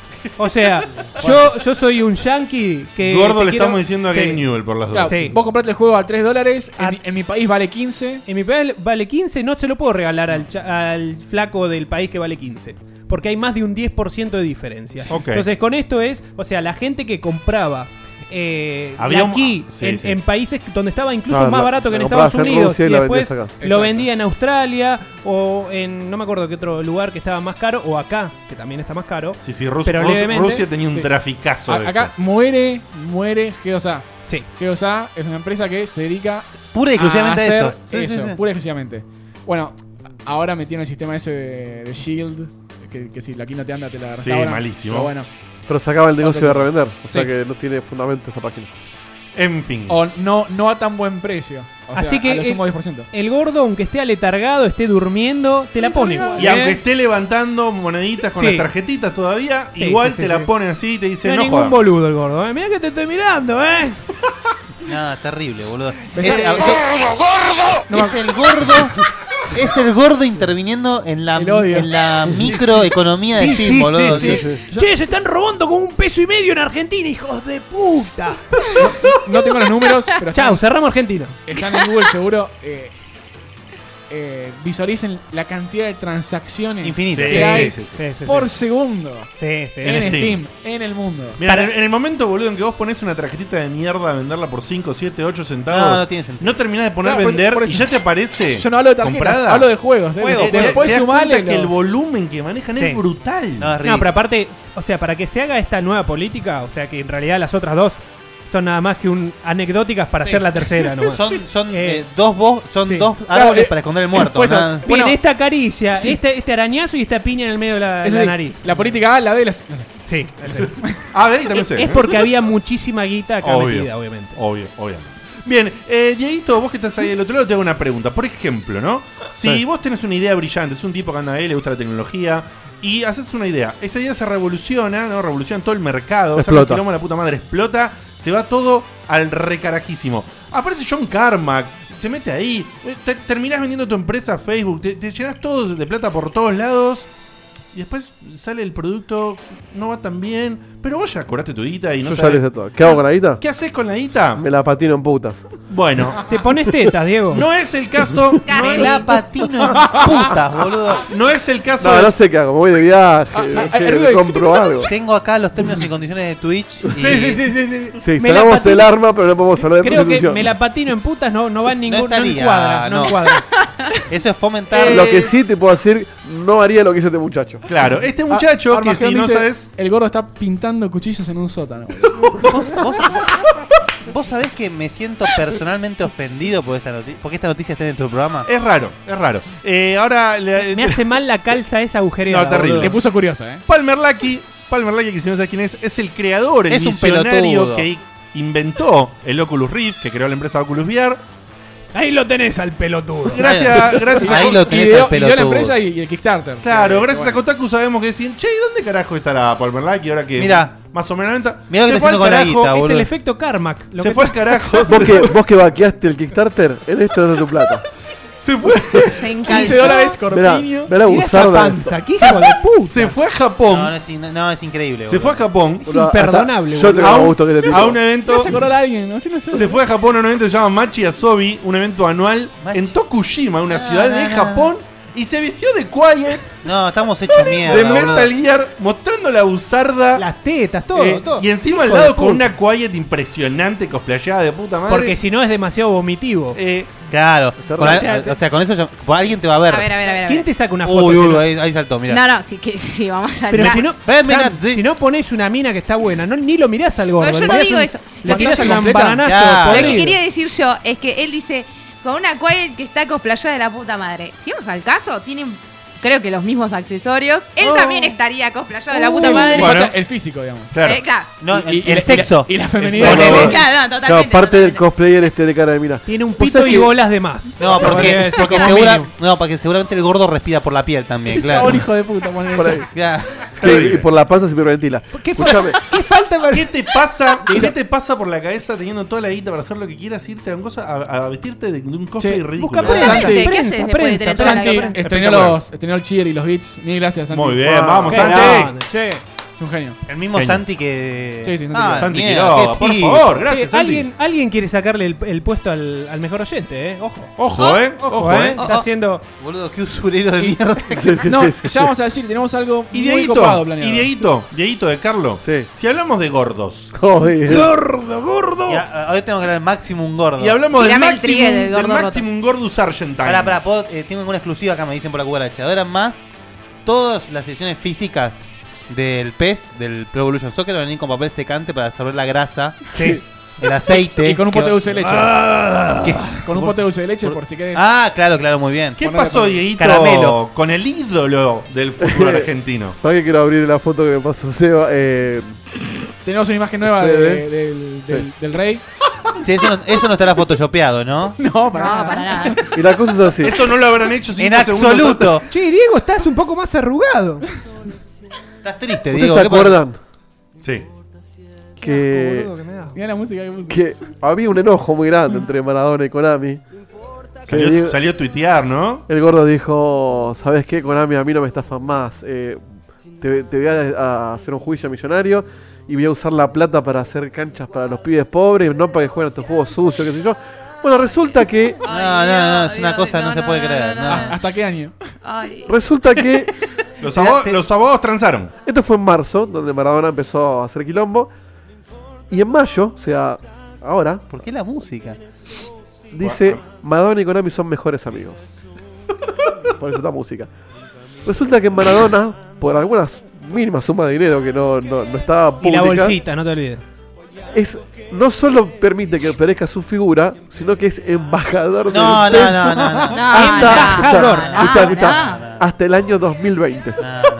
S7: o sea, yo, yo soy un yankee que.
S1: Gordo
S7: te
S1: le
S7: quiero-
S1: estamos diciendo a
S7: Sí.
S1: Game Newell por las dos.
S4: claro,
S7: Sí.
S4: vos compraste el juego a 3 dólares.
S7: A-
S4: En, mi- en mi país vale 15.
S7: En mi país vale 15, no se lo puedo regalar al, cha- al flaco del país que vale 15. Porque hay más de un 10% de diferencia.
S1: Ok.
S7: Entonces, con esto es, o sea, la gente que compraba eh,
S1: Había un- ah,
S7: aquí
S1: sí,
S7: en,
S1: sí.
S7: en países donde estaba incluso
S2: Claro,
S7: más
S2: la-
S7: barato que en
S2: la
S7: Estados
S2: comprabas en
S7: Unidos
S2: Rusia y
S7: y
S2: la
S7: después
S2: vendías acá.
S4: Exacto.
S7: lo vendía en Australia o en no me acuerdo qué otro lugar que estaba más caro o acá que también está más caro.
S1: Sí, sí, Rus-
S7: Pero
S1: Rus-
S7: levemente.
S1: Rusia tenía un
S4: Sí.
S1: traficazo. de
S4: A- acá muere, muere Geosa.
S7: Sí,
S4: Geosa es una empresa que se dedica
S3: Pura y exclusivamente
S4: a hacer
S3: eso. Sí, sí, sí.
S4: pura y exclusivamente. Bueno, ahora metieron el sistema ese de, de Shield, que, que si la quina te anda, te la
S1: Sí,
S4: restauran.
S1: malísimo.
S4: Pero bueno,
S2: Pero se acaba el negocio de revender. O sea
S4: Sí.
S2: que no tiene fundamento esa página.
S1: esto. En fin.
S4: o no, no a tan buen precio. O sea,
S7: Así que,
S4: a lo
S7: eh,
S4: sumo 10%.
S7: el gordo aunque esté aletargado, esté durmiendo, te la pone igual.
S1: Y
S7: ¿eh?
S1: aunque esté levantando moneditas con
S7: Sí.
S1: las tarjetitas todavía,
S7: Sí,
S1: igual
S7: sí, sí,
S1: te la
S7: sí.
S1: pone así y te dice,
S7: no,
S1: no,
S7: es ningún
S1: jodan".
S7: boludo el gordo, ¿eh? Mirá que te estoy mirando, ¿eh?
S3: No, terrible, boludo.
S4: Pensá-
S3: Es, es el gordo. Es el gordo interviniendo en la,
S4: El odio.
S3: en la microeconomía de
S7: Sí,
S3: Steam,
S7: sí,
S3: boludo.
S7: sí, sí. Che, se están robando con un peso y medio en Argentina, hijos de puta.
S4: No tengo los números, pero
S7: Chau,
S4: están,
S7: cerramos Argentina.
S4: están en Google seguro. eh, eh, visualicen la cantidad de transacciones
S3: Infinito.
S1: Sí,
S4: que hay
S1: sí, sí, sí.
S4: por segundo
S7: Sí, sí.
S4: en
S1: En
S4: Steam.
S1: Steam.
S4: en el mundo.
S1: Mira,
S7: Para-
S1: en- en el momento, boludo, en que vos pones una tarjetita de mierda a venderla por 5, 7, 8 centavos,
S3: No, no tiene sentido.
S1: No terminás de poner
S4: Claro, por eso-
S1: vender
S4: por eso-
S1: y ya te aparece.
S4: Yo no hablo de tarjetas,
S1: comprada.
S4: hablo de juegos. eh.
S1: Juego, te-
S4: Después
S1: te das cuenta
S4: sumale
S1: que el
S4: los-
S1: volumen que manejan
S7: Sí.
S1: es brutal.
S3: No, es
S7: No,
S3: ridículo.
S7: pero aparte, o sea, para que se haga esta nueva política, o sea, que en realidad las otras dos son nada más que un anecdóticas para hacer la tercera nomás.
S3: Son, son
S7: Eh,
S3: eh, dos bo- son
S7: sí.
S3: dos
S4: Claro,
S3: árboles
S4: eh,
S3: para esconder el muerto.
S4: pues,
S3: nada.
S7: Bien,
S4: Bueno.
S7: esta caricia,
S4: Sí.
S7: este, este arañazo y esta piña en el medio de la,
S4: es
S7: la
S4: decir,
S7: nariz.
S4: La política A, la B, la C. no sé.
S7: Sí, es,
S1: A ver, y también
S7: es,
S1: sé.
S7: es porque había muchísima guita acá
S1: Obvio.
S7: metida, obviamente.
S1: Obvio, obviamente. Bien, eh, Dieguito, vos que estás ahí del otro lado, te hago una pregunta. Por ejemplo, ¿no? Si
S2: Sí.
S1: vos tenés una idea brillante, es un tipo que anda ahí, le gusta la tecnología, y haces una idea. Esa idea se revoluciona, ¿no? Revoluciona todo el mercado. sale
S2: Explota.
S1: un quilombo, la puta madre explota, se va todo al recarajísimo. Aparece John Carmack, se mete ahí, eh, te- terminás vendiendo tu empresa a Facebook, te, te llenas todo de plata por todos lados. Y después sale el producto, no va tan bien, pero vos ya cobraste tu guita y no
S2: Yo ya
S1: sabés-
S2: les de todo. ¿Qué hago con la guita?
S1: ¿Qué haces con la guita?
S2: Me la patino en putas.
S1: Bueno,
S7: Te pones tetas, Diego.
S1: no es el caso. No
S8: Casi.
S3: Me
S1: es,
S3: la patino en putas, boludo.
S1: no es el caso.
S2: No,
S1: de-
S2: no sé qué hago. Me voy de viaje.
S4: ah,
S2: che,
S1: eh,
S4: arriba de-
S2: compro algo.
S3: Tengo acá los términos y condiciones de Twitch. y-
S7: Sí, sí, sí, sí, sí.
S2: Sí,
S7: Me la
S2: sacamos
S7: patino-
S2: el arma, pero no podemos hablar de
S7: Creo que
S2: prostitución.
S7: me la patino en putas no, no va en ningún. No,
S3: estaría,
S7: encuadra, no,
S3: no.
S7: encuadra. Eh,
S3: Eso es fomentar.
S2: Lo que sí te puedo decir, no haría lo que hizo este muchacho.
S1: Claro, este
S4: Ah,
S1: muchacho que
S4: Armagedón
S1: si no
S4: dice,
S1: sabes.
S4: El gordo está pintando cuchillos en un sótano.
S3: ¿Vos, vos, vos sabés que me siento personalmente ofendido por esta noticia, porque esta noticia está en tu programa.
S1: Es raro, es raro. Eh, ahora. le-
S7: Me hace mal la calza esa agujereada.
S1: No, terrible.
S4: Te puso curioso, ¿eh?
S1: Palmer Lucky. Palmer Lucky, que si no sabes quién es, es el creador, el
S3: Es un
S1: visionario
S3: pelotudo.
S1: que inventó el Oculus Rift, que creó la empresa Oculus VR.
S7: Ahí lo tenés al pelotudo.
S1: Gracias, gracias a
S3: Ahí lo tenés
S4: Ideó-
S3: al
S4: ideó la
S3: pelotudo.
S4: empresa y, y el Kickstarter.
S1: Claro,
S4: Eh,
S1: gracias a
S4: bueno.
S1: Kotaku sabemos que decían, che, ¿y dónde carajo estará Palmer Lucky ahora que.
S3: Mirá.
S1: Más o menos la venta?
S3: Mirá lo que
S1: Se
S3: está haciendo
S1: fue al
S3: con la
S1: carajo,
S3: guita,
S7: Es el
S3: boludo.
S7: efecto Carmack. Lo
S1: Se
S7: que
S1: fue al carajo.
S2: Vos que, vos que vaqueaste el Kickstarter, en esto es de tu plata.
S1: Se fue.
S8: Se
S4: 15
S8: encalzó.
S4: dólares,
S2: Mirá,
S4: Corpiño.
S2: mirá
S7: Mirá esa
S2: abusarla de eso.
S7: panza, qué hijo de puta.
S1: Se fue a Japón.
S3: No, no es, in- no, es increíble.
S1: se fue
S3: boludo.
S1: a Japón.
S2: Boludo, hasta
S7: imperdonable,
S2: ah, Yo
S1: a
S2: tengo
S1: un-
S2: gusto que te
S1: a un evento.
S4: ¿Vas a acordar a alguien? ¿no? Sí, no sé.
S1: Se fue a Japón a un evento que se llama Machi Asobi, un evento anual
S3: Machi.
S1: en Tokushima, una
S3: Ah,
S1: ciudad
S3: no,
S1: de
S3: no,
S1: Japón, y se vistió de Quiet,
S3: No, estamos hechos mierda.
S1: de
S3: boludo.
S1: Metal Gear, mostrando la usarda.
S7: Las tetas, todo,
S1: eh,
S7: todo.
S1: Y encima al
S7: Hijo de
S1: lado con
S7: puta.
S1: una Quiet impresionante, cosplayada de puta madre.
S7: Porque si no es demasiado vomitivo.
S1: Eh,
S3: Claro. Con
S7: raro.
S3: al- o, sea, con eso ya- por alguien te va a ver.
S8: A ver, a ver, a ver. a
S7: ¿Quién te
S8: ver.
S7: saca una foto?
S3: Uy,
S7: si
S3: uy,
S7: no-
S3: ahí, ahí saltó, mirá.
S8: No, no, sí, que, sí, vamos a
S7: Pero
S8: hablar.
S7: si no,
S3: Feminazi.
S7: si no ponés una mina que está buena, no, ni lo mirás al gordo.
S8: Pero yo
S7: le
S8: no
S7: tirás
S8: digo
S7: un-
S8: eso.
S7: Le
S4: Lo que-
S7: tirás un
S4: completa.
S7: bananazo
S3: Ya.
S8: Lo que
S7: podrido.
S8: quería decir yo es que él dice, con una Quiet que está cosplayada de la puta madre. Si vamos al caso, tienen creo que los mismos accesorios. Él también estaría cosplayado de la puta
S4: Sí,
S8: madre.
S4: le
S1: Bueno.
S4: falta El físico, digamos.
S1: claro.
S8: Eh, claro.
S3: No,
S4: Y- y- y
S3: el
S4: la-
S3: sexo.
S4: Y la, y la femenidad.
S2: Claro,
S1: Ponele.
S2: claro,
S8: Claro, no, totalmente.
S2: parte del
S8: totalmente.
S2: cosplayer este de cara de mina.
S7: Tiene un
S2: ¿Vos
S7: pito
S2: sabés
S7: y
S2: que-
S7: bolas de más.
S3: No, porque,
S7: Porque-
S3: porque,
S7: como
S3: segura-
S7: mínimo.
S3: no, porque seguramente el gordo respira por la piel también, claro.
S4: Chabón, hijo de puta. ponele.
S2: Por ahí.
S3: Ya.
S2: Sí, y por la panza se hiperventila.
S7: ¿Qué, fa-
S2: Escúchame.
S7: qué falta para-
S1: ¿Qué te pasa? ¿Qué te pasa por la cabeza teniendo toda la guita para hacer lo que quieras, irte a, un cosa, a, a vestirte de, de un cosplay
S4: Che,
S1: ridículo?
S7: Busca
S1: ¿no?
S7: prensa,
S4: Santi, ¿qué
S7: prensa,
S8: haces después de tener
S7: prensa, prensa.
S8: toda la
S4: Santi
S8: cara?
S4: estrenó los, estrenó el cheer y los beats. Mil gracias, Eh, Santi.
S1: Muy bien,
S2: Wow.
S1: vamos,
S7: Qué
S1: Santi.
S7: grande, che.
S4: Es un genio.
S3: El mismo
S1: Genio.
S3: Santi que.
S4: Sí, sí, no te
S3: Ah,
S4: creo.
S1: Santi
S3: mierda,
S1: Quiroga,
S3: qué
S1: por
S3: tipo.
S1: favor, gracias.
S7: Que
S1: Santi.
S7: alguien, alguien quiere sacarle el, el puesto al, al mejor oyente, ¿eh? Ojo.
S1: Ojo, eh. Ojo,
S7: Ojo, ¿eh?
S1: eh.
S8: Oh,
S7: Está
S8: oh.
S7: haciendo.
S3: Boludo, qué usurero de mierda.
S2: Sí, sí,
S4: No,
S2: sí, sí.
S4: ya vamos a decir, tenemos algo
S1: Y
S4: muy
S1: Dieguito,
S4: copado
S1: y
S4: planeado.
S1: Dieguito, Dieguito de Carlos.
S2: Sí.
S1: Si hablamos de gordos.
S2: Joder.
S1: Gordo, gordo.
S3: Ya, hoy tenemos que hablar del Maximum Gordo.
S1: Y hablamos del
S8: Tirame el trigue
S1: Maximum,
S8: del
S1: del
S8: gordo roto.
S1: maximum Gordus Argentine.
S3: Pará, pará, puedo- eh, tengo una exclusiva acá, me dicen por la cucaracha. Ahora más, todas las sesiones físicas del PES, del Pro Evolution Soccer, van a venir con papel secante para absorber la grasa,
S2: Sí.
S3: el aceite.
S4: Y con un
S3: que-
S4: pote de dulce de leche.
S3: que-
S4: Con un pote de dulce de leche, por si querés.
S3: Ah, claro, claro, muy bien.
S1: ¿Qué
S4: Ponele,
S1: pasó,
S4: ponele.
S1: Dieguito,
S3: Caramelo.
S1: con el ídolo del fútbol argentino?
S2: ¿Para qué quiero abrir la foto que me pasó Seba? Eh,
S4: Tenemos una imagen nueva
S3: ¿eh?
S4: de- de- del,
S2: Sí.
S4: del- del rey.
S3: Che, eso, no, eso no estará photoshopeado, ¿no?
S4: No, para
S8: No,
S4: nada.
S8: para nada.
S2: y la cosa es así.
S1: Eso no lo habrán hecho cinco
S3: en
S1: segundos antes.
S3: absoluto.
S7: Este, Che, Diego, estás un poco más arrugado.
S3: Estás triste,
S2: ¿Ustedes
S3: digo.
S2: se acuerdan
S1: Sí.
S7: Qué
S2: que,
S7: asco, boludo, que me da.
S4: Mirá la música que puso.
S2: que había un enojo muy grande entre Maradona y Konami? Que
S1: Salió,
S2: Diego-
S1: salió a tuitear, ¿no?
S2: el gordo dijo, ¿sabes qué, Konami? A mí no me estafan más. Eh, te, te voy a, a hacer un juicio millonario y voy a usar la plata para hacer canchas para los pibes pobres, no para que jueguen a estos juegos sucios, qué sé yo. Bueno, resulta que...
S3: No, no, no, es una cosa, no, se puede creer. no.
S4: Ah, ¿Hasta qué año?
S2: Resulta que
S1: Los, abo- los abogados transaron.
S2: Esto fue en marzo, donde Maradona empezó a hacer quilombo. Y en mayo, o sea, ahora,
S3: ¿Por qué la música?
S2: dice Maradona y Konami son mejores amigos. Por eso está música. Resulta que Maradona, por alguna mínima suma de dinero que no, no, no estaba
S7: Y la
S2: pública,
S7: bolsita, no te olvides.
S2: es, no solo permite que perezca su figura, sino que es embajador de
S3: No, no, no, no, no. Ah,
S8: No,
S3: No,
S2: Hasta,
S8: no,
S2: escuchá,
S8: no,
S2: escuchá,
S8: no.
S2: escuchá, hasta el año 2020.
S3: no, no, no.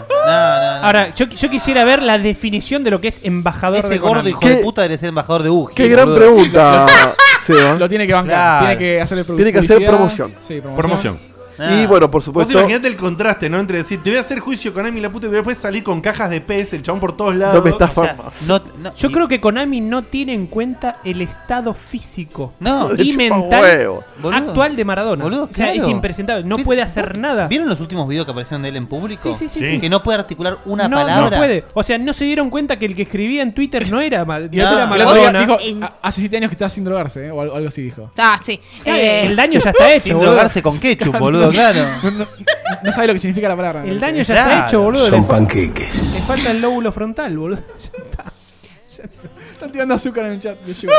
S7: Ahora, yo, yo quisiera ver la definición de lo que es embajador
S3: Ese
S7: de
S3: gordo
S7: Konami.
S3: hijo de
S2: ¿Qué-
S3: puta debe ser embajador de UGI.
S2: Qué gran
S3: boludo.
S2: pregunta, Seba.
S4: Lo tiene que bancar.
S3: Claro.
S4: Tiene que hacerle produ-
S2: Tiene que hacer
S4: publicidad.
S2: promoción.
S4: Sí, promoción.
S1: Promoción. Ah.
S3: Nah.
S2: Y bueno, por
S1: Vos
S2: supuesto,
S1: imaginate el contraste, ¿no? Entre decir, te voy a hacer juicio con Amy la puta y después salir con cajas de pez, el chabón por todos lados.
S2: no me estás
S3: O sea, no, no-
S7: Yo
S3: y-
S7: creo que Konami no tiene en cuenta el estado físico
S3: No,
S7: y
S2: Le chupa
S7: mental
S2: huevo.
S3: Boludo.
S7: actual de Maradona.
S3: Boludo,
S7: o sea,
S3: claro.
S7: es impresentable. No
S3: ¿Viste?
S7: puede hacer nada.
S3: ¿Vieron los últimos videos que aparecieron de él en público?
S7: Sí, sí, sí,
S1: Sí.
S7: sí.
S3: Que no puede articular una
S7: no,
S3: palabra.
S7: no puede. O sea, no se dieron cuenta que el que escribía en Twitter no era, Mar-
S4: Y el
S3: Ah.
S4: otro-
S7: no era
S4: el otro día
S7: Maradona.
S4: dijo, "Ah, hace 7 años que está sin drogarse, ¿eh? o algo, algo así dijo.
S8: Ah, sí. Eh,
S7: el daño ya está hecho.
S3: Sin
S7: boludo.
S3: drogarse con ketchup, boludo, claro.
S4: No, no- no sabe lo que significa la palabra.
S7: El daño ya
S3: Claro.
S7: está hecho, boludo. Le, fa-
S6: panqueques.
S7: le falta el lóbulo frontal, boludo. Ya está.
S4: Están tirando azúcar en el chat de Sugar.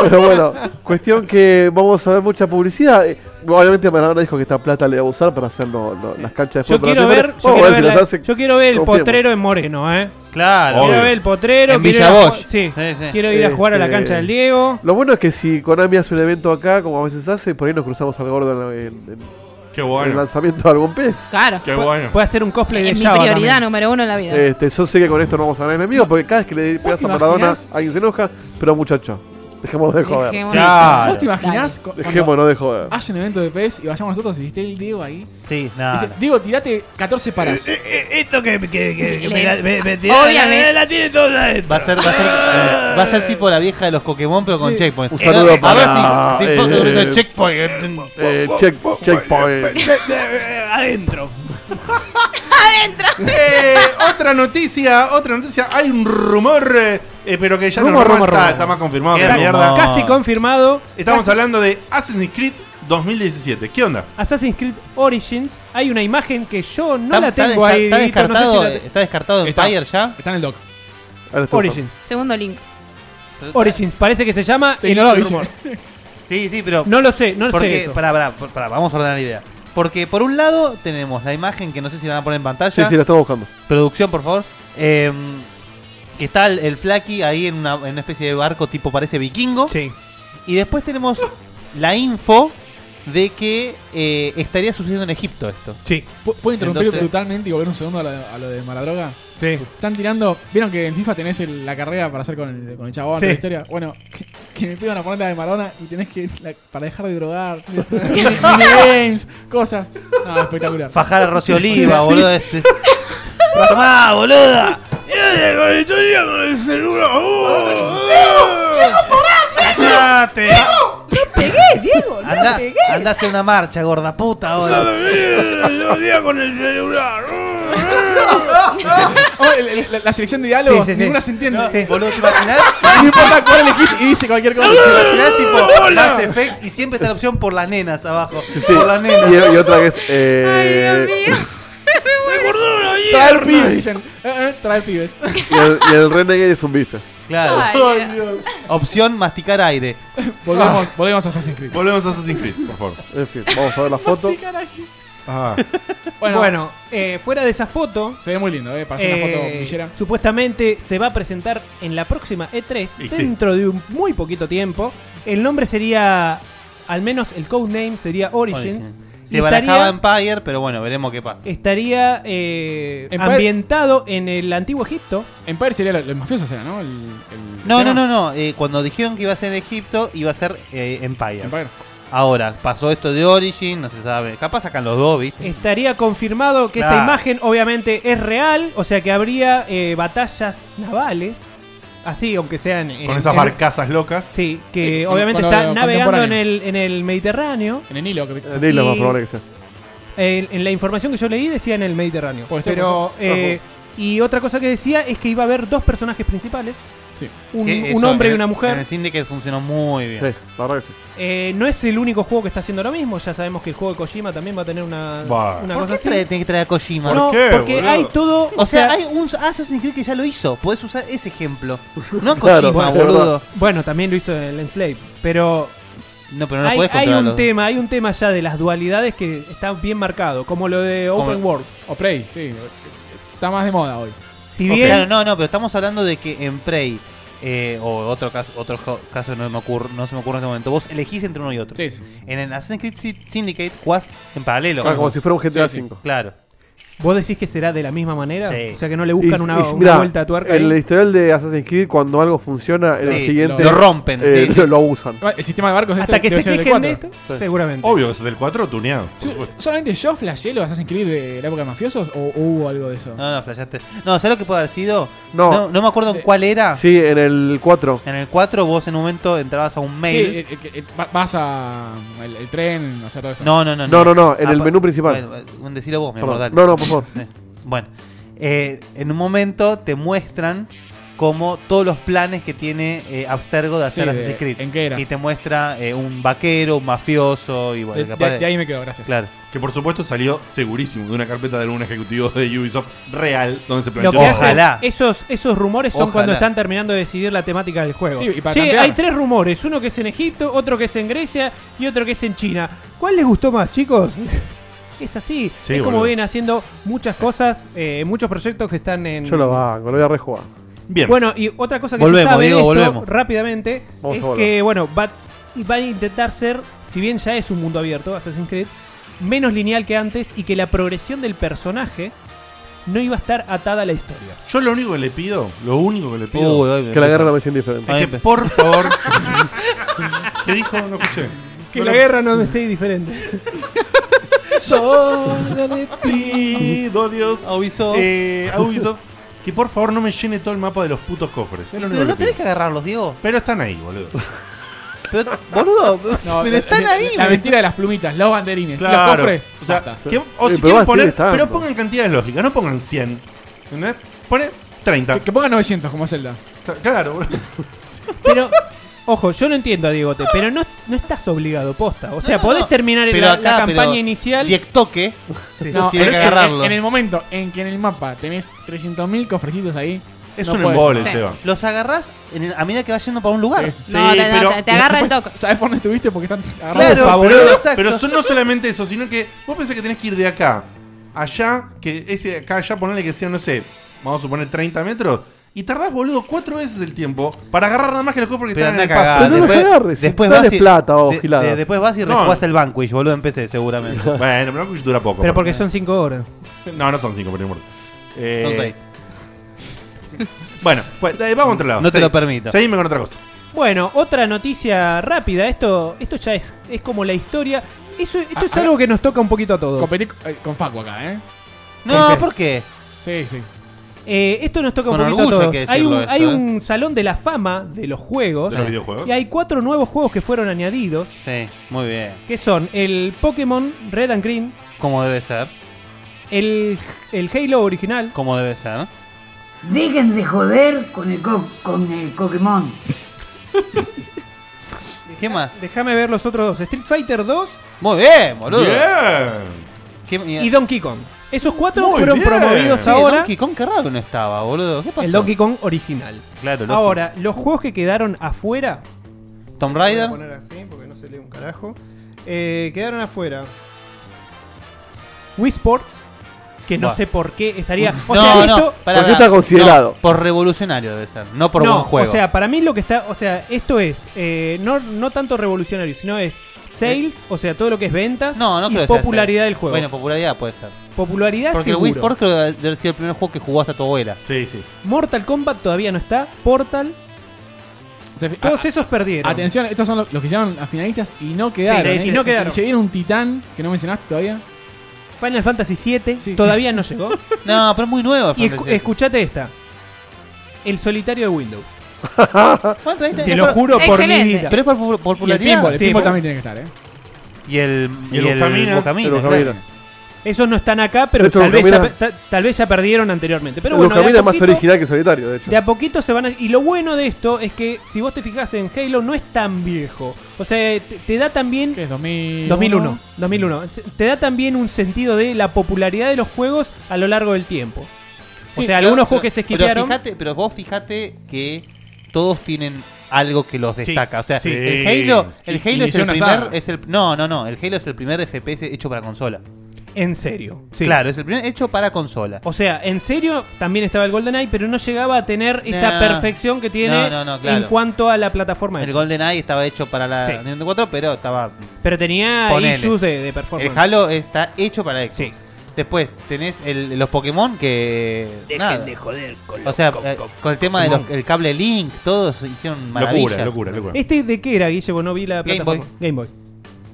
S2: Pero bueno, cuestión que vamos a ver mucha publicidad. Eh, Obviamente Maradona dijo que esta plata le va a usar para hacer lo- lo- las canchas de
S7: Yo
S2: fútbol.
S7: quiero ver, yo
S2: Vamos a
S7: quiero ver,
S2: Oh, si
S7: la-
S2: las hace-
S7: yo quiero ver el
S2: confiemos.
S7: potrero en Moreno, eh.
S3: Claro.
S1: Obvio.
S7: Quiero ver el potrero.
S3: En
S7: quiero ir a
S3: Villavoz.
S7: ju- sí.
S3: Sí, sí.
S7: Quiero ir a jugar a la
S2: Este-
S7: cancha del Diego.
S2: Lo bueno es que si Konami hace un evento acá, como a veces hace, por ahí nos cruzamos al gordo en, en- en
S1: Qué
S2: el
S1: bueno.
S2: lanzamiento de algún pez.
S8: claro.
S1: Qué bueno.
S7: Puede hacer un cosplay de
S8: Es mi
S7: Java
S8: prioridad
S7: también.
S8: número uno en la vida.
S2: Este, yo sé que con esto no vamos a ganar enemigos, porque cada vez que le pegas a
S4: te
S2: Maradona,
S4: imaginás?
S2: alguien se enoja. Pero muchacho, dejémonos de joder.
S8: Dejémonos.
S3: Claro.
S4: ¿Vos te imaginás cu- cuando
S2: Dejémonos de joder.
S7: Ah,
S4: haya un evento de PES y vayamos nosotros y esté el Diego ahí?
S3: Sí, no,
S4: Dice,
S3: no.
S4: Diego, tirate 14 paras.
S6: Eh, Esto que, que, que, que me la, me, me tira-
S3: Eh,
S8: Obviamente.
S6: la tiene toda adentro.
S3: Va a ser, va a ser, eh, va a ser tipo la vieja de los Pokémon, pero con checkpoint.
S2: Un saludo
S3: a ver
S2: para-
S3: si, si
S2: eh,
S3: Fox usa
S2: eh,
S3: checkpoint.
S2: Eh, check, checkpoint.
S6: Adentro.
S1: Eh, otra noticia, otra noticia. Hay un rumor, eh, eh, pero que ya no
S7: Rumor,
S1: rumor,
S7: rumor,
S1: está,
S7: rumor.
S1: está más confirmado que
S3: Qué
S1: la
S3: rumor.
S1: mierda.
S7: Casi confirmado.
S1: Estamos
S7: Casi-
S1: hablando de Assassin's Creed 2017. ¿Qué onda?
S7: Assassin's Creed Origins. Hay una imagen que yo no la
S3: Está-
S7: tengo
S3: está,
S7: ahí.
S3: Está
S7: Dieguito, no sé
S3: descartado,
S7: si la te-
S3: está descartado
S4: Está.
S3: Empire ya.
S4: Está en el doc.
S2: Ah, Ahora está.
S7: Origins.
S8: Segundo link.
S7: Origins, parece que se llama.
S4: Te ignoró, Guille.
S3: Sí, sí, pero.
S7: No lo sé, no lo sé.
S3: porque,
S7: Eso.
S3: pará, pará, pará, vamos a ordenar la idea. Porque por un lado tenemos la imagen que no sé si la van a poner en pantalla.
S2: Sí, sí, la estamos buscando.
S3: Producción, por favor. Eh, que está el, el Flaky ahí en una, en una especie de barco tipo parece vikingo.
S7: Sí.
S3: Y después tenemos la info de que eh, estaría sucediendo en Egipto esto.
S7: Sí.
S4: ¿Pu- ¿Puedo interrumpir
S3: Entonces-
S4: brutalmente y volver un segundo a lo, a lo de Maladroga?
S7: Sí.
S4: Están tirando. ¿Vieron que en FIFA tenés el- la carrera para hacer con el, con el chabón
S7: Sí.
S4: la historia? Bueno, que, que me pidan a poner la de Maradona y tenés que. la- para dejar de drogar. games, cosas. No, espectacular.
S3: Fajar a Rocío Oliva,
S4: Sí.
S3: boludo. Este. Tomá, boluda. Cállate.
S7: ¡Pegué, Diego!
S3: Andá, andá a hacer una marcha, gorda puta, boludo.
S6: Los días con el celular.
S4: Oh, el- el- la, la selección de diálogos,
S7: Sí, sí, sí.
S4: ninguna se entiende.
S3: No, Boludo, ¿te imaginas?
S4: No importa cuál elegís y dice cualquier cosa.
S3: ¿Te imaginas tipo Mass Effect y siempre está la opción por las nenas abajo?
S2: Sí.
S3: Por las nenas.
S2: Y, y otra que es. eh,
S4: Traer pibes, dicen. Eh, eh, traer pibes.
S2: y, el, y el Renegade es un bife.
S3: Claro. Opción masticar aire.
S4: Volvemos, volvemos a Assassin's Creed.
S1: Volvemos a Assassin's Creed, por favor.
S2: En fin, vamos a ver la foto.
S1: Ah,
S4: Bueno,
S7: Bueno, eh, fuera de esa foto,
S4: se ve muy lindo, eh, para hacer una foto
S7: eh,
S4: villera.
S7: supuestamente se va a presentar en la próxima E3,
S1: Y sí.
S7: dentro de un muy poquito tiempo. El nombre sería, al menos el codename sería Origins.
S3: Se
S7: y
S3: barajaba
S7: estaría,
S3: Empire, pero bueno, veremos qué pasa.
S7: estaría, eh,
S4: Empire-
S7: ambientado en el antiguo Egipto.
S4: Empire sería lo- los mafiosos, era, ¿no? El, el-
S3: No,
S4: ¿se
S3: no,
S4: llama?
S3: no, no. eh, cuando dijeron que iba a ser en Egipto, iba a ser eh, Empire.
S4: Empire.
S3: Ahora, pasó esto de Origin, no se sabe. Capaz sacan los dos, ¿viste?
S7: Estaría confirmado que esta
S3: Claro.
S7: imagen obviamente es real, o sea que habría eh, batallas navales, así aunque sean... en-
S1: con esas
S7: en-
S1: barcazas locas.
S7: Eh, Sí, que
S4: Sí, con-
S7: obviamente
S4: con lo
S7: está navegando en
S4: contemporáneo.
S7: el, en el Mediterráneo.
S4: En el Nilo. que-
S2: Sí, lo más probable que sea.
S7: En, en la información que yo leí decía en el Mediterráneo.
S4: Puede ser,
S7: pero,
S4: puede ser.
S7: eh, y otra cosa que decía es que iba a haber dos personajes principales.
S4: Sí.
S7: Un,
S3: Que
S7: un
S3: eso,
S7: hombre
S3: en-
S7: y una
S3: En
S7: mujer.
S3: el Syndicate funcionó muy bien.
S2: Sí, la verdad que sí.
S7: Eh, no es el único juego que está haciendo ahora mismo. Ya sabemos que el juego de Kojima también va a tener una,
S1: Bah.
S7: una
S3: ¿Por
S7: cosa
S3: qué
S7: así.
S3: trae- tenés que traer a Kojima?
S7: No,
S1: ¿Por qué,
S7: porque
S1: boludo?
S7: hay todo.
S3: O sea, hay un Assassin's Creed que ya lo hizo. Podés usar ese ejemplo. No
S2: Claro,
S3: Kojima,
S2: es verdad.
S3: boludo.
S7: Bueno, también lo hizo el Enslave. Pero
S3: No, pero no
S7: hay,
S3: podés
S7: hay
S3: controlar
S7: un
S3: los-
S7: tema, hay un tema ya de las dualidades que está bien marcado, como lo de Open
S3: Como-
S7: World.
S4: O Play, sí. Está más de moda hoy.
S7: Si
S3: Ok.
S7: bien
S3: Claro, no, no, pero estamos hablando de que en Prey, eh, o otro caso, otro jo- caso no, me ocurre, no se me ocurre en este momento, vos elegís entre uno y otro.
S4: Sí, sí.
S3: En el Assassin's Creed Sy- Syndicate jugás en paralelo.
S2: Claro, como si fuera un GTA V.
S4: Sí, sí.
S3: Claro.
S7: ¿Vos decís que será de la misma manera?
S3: Sí.
S7: O sea, que no le buscan
S2: Y-
S7: una,
S2: y
S7: una
S2: mirá,
S7: vuelta a tuerca.
S2: En el
S7: ahí.
S2: historial de Assassin's Creed, cuando algo funciona, en el
S3: Sí,
S2: siguiente.
S3: Lo rompen.
S2: eh,
S3: sí, sí, sí.
S2: Lo usan.
S4: El sistema de barcos
S7: Hasta
S4: este
S7: que
S4: debe
S7: se
S4: ser del
S7: quejen de
S4: 4.
S7: esto,
S2: Sí.
S7: seguramente.
S1: Obvio, es del 4 tuneado. por supuesto.
S4: ¿Solamente yo flashé los Assassin's Creed de la época de mafiosos o o hubo algo de eso?
S3: No, no, flashaste. No, ¿sabes lo que puede haber sido?
S2: No.
S3: No, no me
S4: Eh,
S3: acuerdo en cuál era.
S2: Sí, en el 4.
S3: En el 4 vos en un momento entrabas a un
S4: Sí,
S3: mail.
S4: eh, eh, eh, va- vas a. El, el tren, hacer todo eso.
S3: No, no, no.
S2: No, no, no, en el
S3: pa-
S2: menú principal.
S3: Bueno, eh, decilo vos, mi amor,
S2: Perdón.
S3: dale.
S2: No, no, por favor.
S3: Sí. Bueno, eh, en un momento te muestran como todos los planes que tiene eh, Abstergo de hacer
S4: Sí, de-
S7: eh,
S3: Assassin's Creed.
S4: en qué eras.
S3: Y te muestra eh, un vaquero, un mafioso y bueno,
S4: De,
S3: capaz
S4: de- de ahí me quedo, gracias.
S3: Claro.
S1: Que por supuesto salió segurísimo de una carpeta de algún ejecutivo de Ubisoft real donde se
S7: Lo
S1: planteó.
S7: que hacen-
S3: Ojalá.
S7: esos, esos rumores son
S3: Ojalá.
S7: cuando están terminando de decidir la temática del juego.
S4: Sí, y para
S7: Che,
S4: campear.
S7: hay tres rumores: uno que es en Egipto, otro que es en Grecia y otro que es en China. ¿Cuál les gustó más, chicos? es así.
S1: Sí,
S7: es como
S1: boludo.
S7: vienen haciendo muchas cosas, eh, muchos proyectos que están en.
S2: Yo lo banco, lo voy a rejugar.
S1: Bien.
S7: Bueno, y otra cosa que
S3: Volvemos,
S7: se sabe de
S3: Diego,
S7: esto,
S3: volvemos.
S7: rápidamente
S2: Vamos
S7: es
S2: a volver.
S7: que, bueno, va, y va a intentar ser, si bien ya es un mundo abierto, Assassin's Creed, menos lineal que antes y que la progresión del personaje no iba a estar atada a la historia.
S1: Yo lo único que le pido, lo único que le pido
S3: Uy, ay, me
S2: Que la
S3: pasa.
S2: guerra la versión diferente.
S3: Ay,
S1: es que
S3: empe-
S1: por favor. ¿Qué dijo? No escuché.
S7: Que la guerra no sea diferente.
S4: Yo le
S1: Pido a Dios
S3: A Ubisoft.
S1: eh, a Ubisoft que por favor no me llene todo el mapa de los putos cofres. Es lo único
S3: pero
S1: que
S3: no
S1: le pido.
S3: tenés que agarrarlos, Diego.
S1: Pero están ahí, boludo.
S3: Pero, boludo, pero están ahí.
S4: eh, La
S3: me-
S4: mentira de las plumitas, los banderines, los cofres.
S1: O sea,
S4: Basta.
S1: que-
S3: Oh,
S1: o
S2: Sí, pero
S1: si quieren
S2: va,
S1: poner.
S2: sigue tanto.
S1: Pero pongan cantidades lógicas, no pongan 100. ¿Entendés? Pone 30.
S4: Que, que pongan 900 como Zelda.
S1: Claro, boludo.
S7: Pero, ojo, yo no entiendo a Diegote, pero no, no estás obligado, posta. O sea,
S3: no,
S7: podés
S3: no.
S7: terminar en
S3: Pero
S7: la,
S3: acá,
S7: la campaña
S3: pero
S7: inicial.
S3: Diez toque.
S7: Sí.
S4: No,
S3: Tiene
S4: en,
S3: que
S4: en-
S3: agarrarlo.
S4: en el momento en que en el mapa tenés 300.000 cofrecitos ahí.
S1: Es
S4: no
S1: un
S4: podés.
S1: embole,
S8: Sí.
S1: Seba.
S3: Los agarrás en el- a medida que vas yendo para un lugar.
S4: Sí,
S1: Sí,
S8: No, te, no,
S1: pero.
S8: te- te agarra el toque.
S4: ¿Sabes por dónde estuviste? Porque están agarrados.
S3: Claro,
S1: Pero,
S3: boludo, exacto.
S1: pero son no solamente eso, sino que vos pensás que tenés que ir de acá allá, que ese acá allá, ponerle que sea, no sé, vamos a suponer 30 metros, y tardás, boludo, cuatro veces el tiempo para agarrar nada más que los cofres que
S3: Pero
S1: están en
S3: anda
S1: el
S3: a
S1: paso.
S3: cagar.
S2: Pero no los
S3: después,
S2: agarres,
S3: después
S2: si
S3: vas
S2: dale
S3: y,
S2: plata o
S3: de-
S2: gilada.
S3: de- después vas y
S1: No.
S3: rejugás el Vanquish, boludo, en PC seguramente.
S1: Bueno, pero Vanquish dura poco.
S7: Pero porque son cinco horas.
S1: No, no son cinco, pero no importa. Eh,
S3: Son seis.
S1: Bueno, pues, eh, vamos a otro lado.
S3: No te
S1: Segui-
S3: lo permito.
S1: Seguime con otra cosa.
S7: Bueno, otra noticia rápida. Esto, esto ya es, es como la historia. Eso, esto
S4: Ah,
S7: es
S4: a
S7: algo que nos toca un poquito a todos.
S4: Competí eh, con Facu acá, ¿eh?
S3: No,
S7: Ok.
S3: ¿por qué?
S4: Sí, sí.
S7: Eh, esto nos toca un
S3: Con
S7: poquito a
S3: orgullo hay
S7: todos.
S3: que
S7: Hay,
S3: decirlo
S7: un,
S3: esto,
S7: hay
S3: eh.
S7: un salón de la fama de los juegos.
S1: ¿De los videojuegos?
S7: Y hay cuatro nuevos juegos que fueron añadidos.
S3: Sí, muy bien.
S7: Que son el Pokémon Red and Green,
S3: Como debe ser.
S7: El, el Halo original.
S3: Como debe ser.
S10: Dejen de joder con el, co- con el Pokémon.
S3: ¿Qué más?
S7: Déjame ver los otros dos. Street Fighter 2
S3: Muy bien, boludo. ¿Qué,
S7: y Donkey Kong. Esos cuatro
S3: Muy
S7: fueron
S3: bien.
S7: promovidos
S3: Sí,
S7: ahora.
S3: Donkey Kong, qué raro no estaba, boludo. ¿Qué pasó?
S7: El Donkey Kong original.
S3: Claro, lógico.
S7: Ahora, los juegos que quedaron afuera.
S3: Tomb
S7: Voy
S3: Raider.
S7: a poner así porque no se lee un carajo. Eh, quedaron afuera. Wii Sports, que no
S3: Buah.
S7: sé por qué estaría. O
S3: no,
S7: sea,
S3: no,
S7: esto.
S3: pará,
S2: ¿Por qué
S3: pará.
S2: está considerado?
S3: No, por revolucionario debe ser, no por
S7: no,
S3: buen juego.
S7: O sea, para mí lo que está. O sea, esto es. eh, no, no tanto revolucionario, sino es sales, o sea, todo lo que es ventas
S3: Eh. no, no
S7: y
S3: creo que sea
S7: popularidad
S3: ese.
S7: del juego.
S3: Bueno, popularidad puede ser.
S7: popularidad
S3: Porque
S7: seguro.
S3: el Wii Sports creo que debe haber sido el primer juego que jugó hasta tu abuela.
S1: Sí, sí.
S7: Mortal Kombat todavía no está. Portal.
S4: O sea, a-
S7: Todos esos perdieron.
S4: Atención, estos son los, los que llaman a finalistas y no quedaron.
S7: Sí,
S4: ¿eh?
S7: sí, y no quedaron.
S4: Se viene un titán que no mencionaste todavía.
S7: Final Fantasy VII
S4: Sí.
S7: todavía no llegó.
S3: No, pero es muy nuevo.
S7: y
S3: Fantasy
S7: escu-
S3: VII.
S7: escuchate esta. El solitario de Windows.
S3: Bueno, pero este-
S7: Te
S3: es
S7: lo
S3: por-
S7: juro por mi
S8: Excelente.
S7: vida.
S3: Pero es por pu- por
S4: Y el
S3: popularidad.
S4: pinball, el
S7: Sí,
S4: pinball
S7: por-
S4: también tiene que estar, ¿eh?
S3: Y el,
S1: Y el Buscamina.
S3: Buscamina,
S2: El Buscamina.
S3: claro.
S7: Esos no están acá, pero
S2: Nuestro
S7: tal vez, ya,
S2: Camila-
S7: pe- ta- tal vez ya perdieron anteriormente. Pero
S2: Pero
S7: bueno, de a
S2: es más
S7: poquito-
S2: original que solitario, de hecho.
S7: De a poquito se van a... Y lo bueno de esto es que, si vos te fijas en Halo, no es tan viejo. O sea, te, te da también...
S4: Que es 2001.
S7: 2001, 2001. Se- Te da también un sentido de la popularidad de los juegos a lo largo del tiempo. O
S3: Sí,
S7: sea,
S3: pero-
S7: algunos juegos que se
S3: pero
S7: esquipearon...
S3: fíjate- pero vos fijate que todos tienen algo que los destaca. O sea,
S1: Sí.
S3: el Halo, el
S4: Y-
S3: Halo es
S4: inició
S3: el
S4: una
S3: primer.
S4: saga.
S3: Es el, no, no, no. El Halo es el primer FPS hecho para consola.
S7: En serio. Sí.
S3: Claro, es el primer hecho para consola.
S7: O sea, en serio, también estaba el GoldenEye, pero no llegaba a tener esa
S3: No.
S7: perfección que tiene
S3: No, no, no, claro.
S7: en cuanto a la plataforma. de
S3: El
S7: hecho.
S3: GoldenEye estaba hecho para la
S7: Sí.
S3: Nintendo 4, pero estaba.
S7: Pero tenía
S3: Ponele.
S7: issues de, de
S3: El
S7: performance.
S3: Halo está hecho para Xbox.
S7: Sí.
S3: Después tenés el- los Pokémon que.
S6: Dejen
S3: nada.
S6: de joder con
S3: O
S6: los
S3: sea,
S6: co-
S3: eh,
S6: co-
S3: con el tema del cable Link, todos hicieron maravillas.
S1: Locura, locura, locura.
S7: ¿Este de qué era, Guillermo? No vi la
S3: Game
S7: plataforma.
S3: Boy.
S7: Game Boy.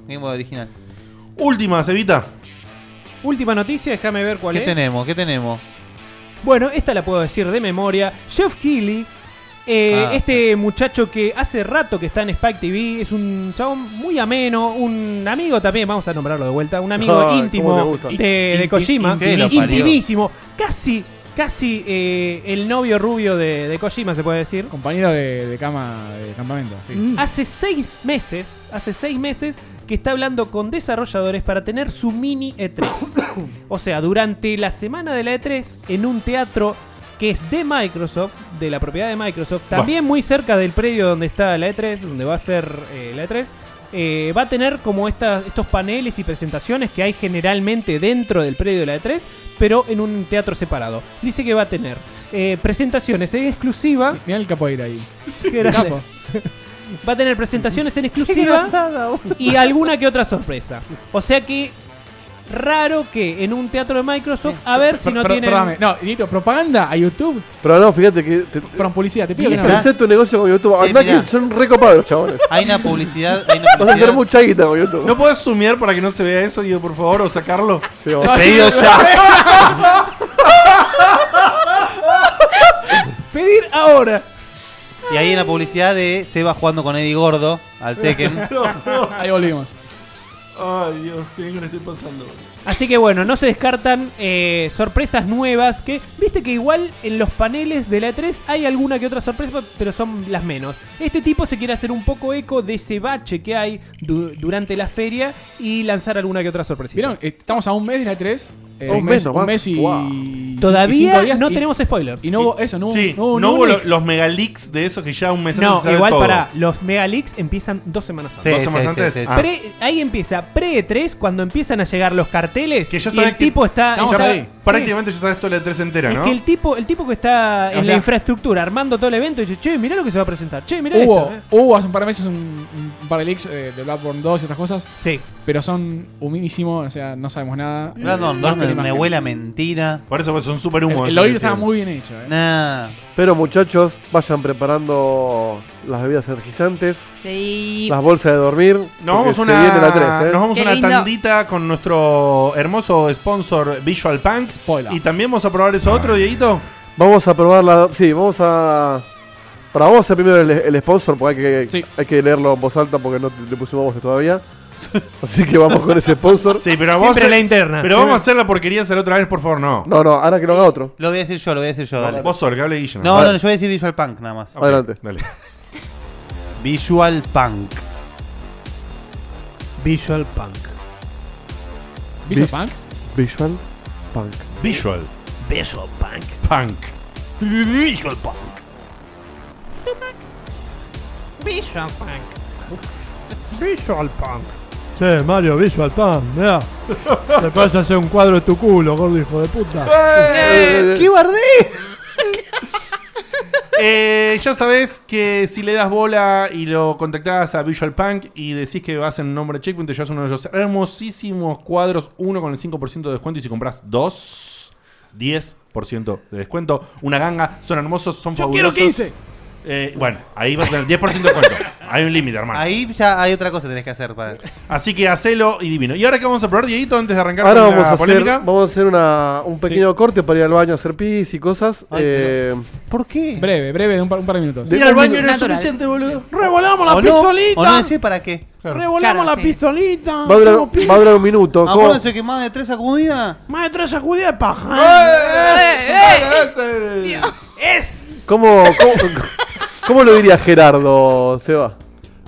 S3: Game Boy original.
S1: Última, Cevita.
S7: Última noticia, déjame ver cuál
S3: ¿Qué
S7: es.
S3: tenemos? ¿Qué tenemos?
S7: Bueno, esta la puedo decir de memoria. Jeff Keighley, eh,
S3: Ah,
S7: este muchacho que hace rato que está en Spike TV, es un chabón muy ameno, un amigo también, vamos a nombrarlo de vuelta, un amigo
S2: Ay, cómo
S7: íntimo
S2: te gusta.
S7: de, de
S4: Inti-
S7: Kojima,
S4: inti-
S3: lo parió.
S7: intimísimo, casi, casi eh, el novio rubio de, de Kojima, se puede decir.
S4: Compañero de, de cama de campamento, sí.
S7: Hace seis meses, hace seis meses que está hablando con desarrolladores para tener su mini E3. o sea, durante la semana de la E3, en un teatro que es de Microsoft, de la propiedad de Microsoft, también muy cerca del predio donde está la E3, donde va a ser eh, la E3, eh, va a tener como esta- estos paneles y presentaciones que hay generalmente dentro del predio de la E3, pero en un teatro separado. Dice que va a tener eh, presentaciones en exclusiva.
S4: Mira el capoeira ahí.
S7: Capo. Va a tener presentaciones en exclusiva y alguna que otra sorpresa. O sea que raro que en un teatro de Microsoft a ver si no
S4: Pero-
S7: tienen
S4: perdóname. No, Dieguito, propaganda a YouTube.
S2: Pero no, fíjate que. Te,
S4: Pero publicidad, te pido que no.
S3: Estás-
S2: pensé tu negocio con YouTube.
S3: Sí,
S2: Además
S3: mirá.
S2: que son recopados los chavales.
S3: Hay una publicidad. Hay una
S2: Vas a hacer
S3: publicidad.
S2: mucha guita con YouTube.
S1: ¿No podés sumiar para que no se vea eso, Digo, por favor, o sacarlo?
S2: Sí, vos.
S3: Pedido ya.
S7: pedir ahora.
S3: Y ahí en la publicidad de Seba jugando con Eddie Gordo al Tekken.
S4: Ahí volvimos.
S1: Ay, Dios, qué bien que le estoy pasando.
S7: Así que bueno, no se descartan eh, sorpresas nuevas que viste que igual en los paneles de la E3 hay alguna que otra sorpresa, pero son las menos. Este tipo se quiere hacer un poco eco de ese bache que hay du- durante la feria y lanzar alguna que otra sorpresita.
S4: ¿Vieron? Eh, Estamos a un mes de la 3.
S2: Un mes nomás.
S4: un mes y.
S2: Guau.
S4: y cinco
S7: Todavía
S4: días
S7: no
S4: y-
S7: tenemos spoilers.
S4: Y no hubo eso, no hubo.
S1: sí,
S4: no hubo,
S1: no
S4: ni
S1: hubo
S4: un
S1: lo-
S4: leak.
S1: los megaleaks de esos que ya un mes
S7: No,
S1: antes se sabe
S7: igual
S1: todo.
S7: para los Mega Leaks empiezan dos semanas antes.
S3: Sí,
S1: Dos semanas
S3: sí,
S1: antes.
S3: sí, sí,
S1: Ah.
S7: Pre- ahí empieza pre-3 cuando empiezan a llegar los carteles
S1: Que ya
S7: y
S1: sabes
S7: el
S1: que-
S7: tipo está
S4: Estamos
S7: está-
S4: ahí.
S7: sí.
S1: Prácticamente ya sabes toda la 3 entera,
S7: Es
S1: ¿no?
S7: que el tipo, el tipo que está
S4: O
S7: en
S4: sea-
S7: la infraestructura armando todo el evento dice, "Che, mirá lo que se va a presentar. Che, mirá
S4: Hubo,
S7: esto." eh".
S4: hubo hace un par de meses un, un par de leaks eh, de Bloodborne 2 y otras cosas,
S7: Sí.
S4: pero son humilísimos, o sea, no sabemos nada.
S3: Brandon
S4: Más que
S3: Dorme
S4: la
S3: me
S4: imagen.
S3: huele a mentira.
S1: Por eso pues, son super humos.
S4: El, el oído estaba muy bien hecho, eh.
S3: Nah.
S2: Pero muchachos, vayan preparando las bebidas energizantes,
S8: Sí.
S2: las bolsas de dormir.
S1: Nos
S2: porque
S1: vamos,
S2: se
S1: una,
S2: viene la 3, ¿eh?
S1: nos vamos
S8: Qué
S1: una
S8: lindo.
S1: tandita con nuestro hermoso sponsor Visual Punk.
S4: Spoiler. Ah.
S1: Y también vamos a probar eso otro, Dieguito.
S2: Vamos a probar la. Sí, vamos a. Para vos a hacer primero el, el sponsor, porque hay que,
S4: Sí.
S2: hay que leerlo en voz alta porque no te- le pusimos voz todavía. Así que vamos con ese sponsor.
S1: Sí, pero vamos a hacer- Pero vamos a hacer la porquería hacer otra vez, por favor, no.
S2: No, no, ahora que lo haga otro.
S3: Lo voy a decir yo, lo voy a decir yo.
S1: No,
S3: Dale.
S1: vos, Sor, que hable Guille,
S3: No,
S1: no.
S3: no,
S1: Dale.
S3: yo voy a decir Visual Punk nada más.
S1: Ok, Adelante. dale.
S3: Visual Punk.
S7: Visual Punk.
S4: ¿Visual
S2: Vis-
S4: Punk?
S2: Visual Punk.
S1: Visual.
S6: Visual Punk.
S1: Punk.
S6: Visual Punk.
S7: Visual Punk. Visual Punk.
S11: Che, Mario, Visual Punk, mirá. Te puedes hacer un cuadro de tu culo, gordo hijo de puta.
S1: Eh,
S11: ¡Qué
S1: Eh, ya sabés que si le das bola y lo contactás a Visual Punk y decís que vas en nombre de Checkpoint, te llevas uno de los hermosísimos cuadros, uno con el 5% de descuento y si compras dos, 10% de descuento. Una ganga, son hermosos, son
S3: Yo
S1: fabulosos.
S3: quiero 15.
S1: Eh, bueno, ahí vas a tener 10% de descuento. Hay un límite, hermano.
S3: Ahí ya hay otra cosa que tenés que hacer para.
S1: Así que hacelo y divino. ¿Y ahora qué vamos a probar, Dieguito, antes de arrancar
S2: eh, Ahora
S1: con
S2: vamos
S1: la
S2: a, hacer,
S1: polémica?
S2: vamos a hacer una- un pequeño corte para ir al baño a hacer pis y cosas. Eh,
S3: ¿Por qué?
S4: Breve, breve, de un par, un par de minutos.
S2: Mira, el baño no es
S4: Natural.
S2: suficiente,
S6: boludo. Revolamos la
S3: O no,
S6: pistolita.
S3: o no decís para qué.
S6: Revolamos la pistolita.
S2: Va a durar,
S6: hacemos pis.
S2: va a durar un minuto. ¿cómo?
S3: Acuérdense que más de tres sacudidas.
S6: Más de tres sacudidas de paja. ¡Es!
S2: ¿Cómo, cómo, cómo lo diría Gerardo, Seba?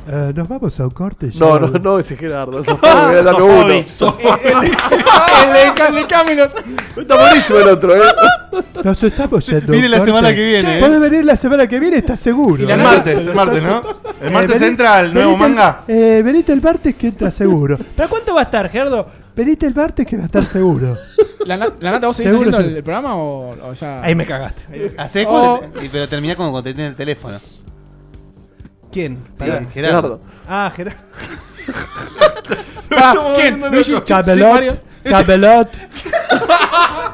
S11: Eh, Nos vamos a un corte.
S2: No, no, no, ese es Gerardo. Sofovich, dame uno.
S6: El de Carly Camelot.
S2: Está buenísimo el otro, ¿eh?
S11: Nos estamos yendo.
S2: Viene la semana que viene,
S11: Puede
S2: eh.
S11: venir la semana que viene, ¿estás seguro?
S1: El martes, el martes, ¿no? El martes entra el nuevo manga.
S11: Eh, venite el martes que entra seguro.
S7: ¿Pero cuánto va a estar, Gerdo?
S11: Venite el martes que va a estar seguro.
S4: La, na- la nata, ¿vos seguís
S11: Seguro,
S4: haciendo
S11: sí.
S4: el, el programa o, o ya?
S7: Ahí me cagaste. Ahí me cagaste.
S3: Hacé
S4: Oh.
S3: cuando te- y- pero terminá como cuando te tenés el teléfono.
S7: ¿Quién?
S3: Pará,
S7: Pará.
S3: Gerardo.
S7: Ah, Gerardo.
S11: Ah,
S4: Pará, ¿Quién? Luigi, sí, Mario.
S11: Chapelot. Chapelot.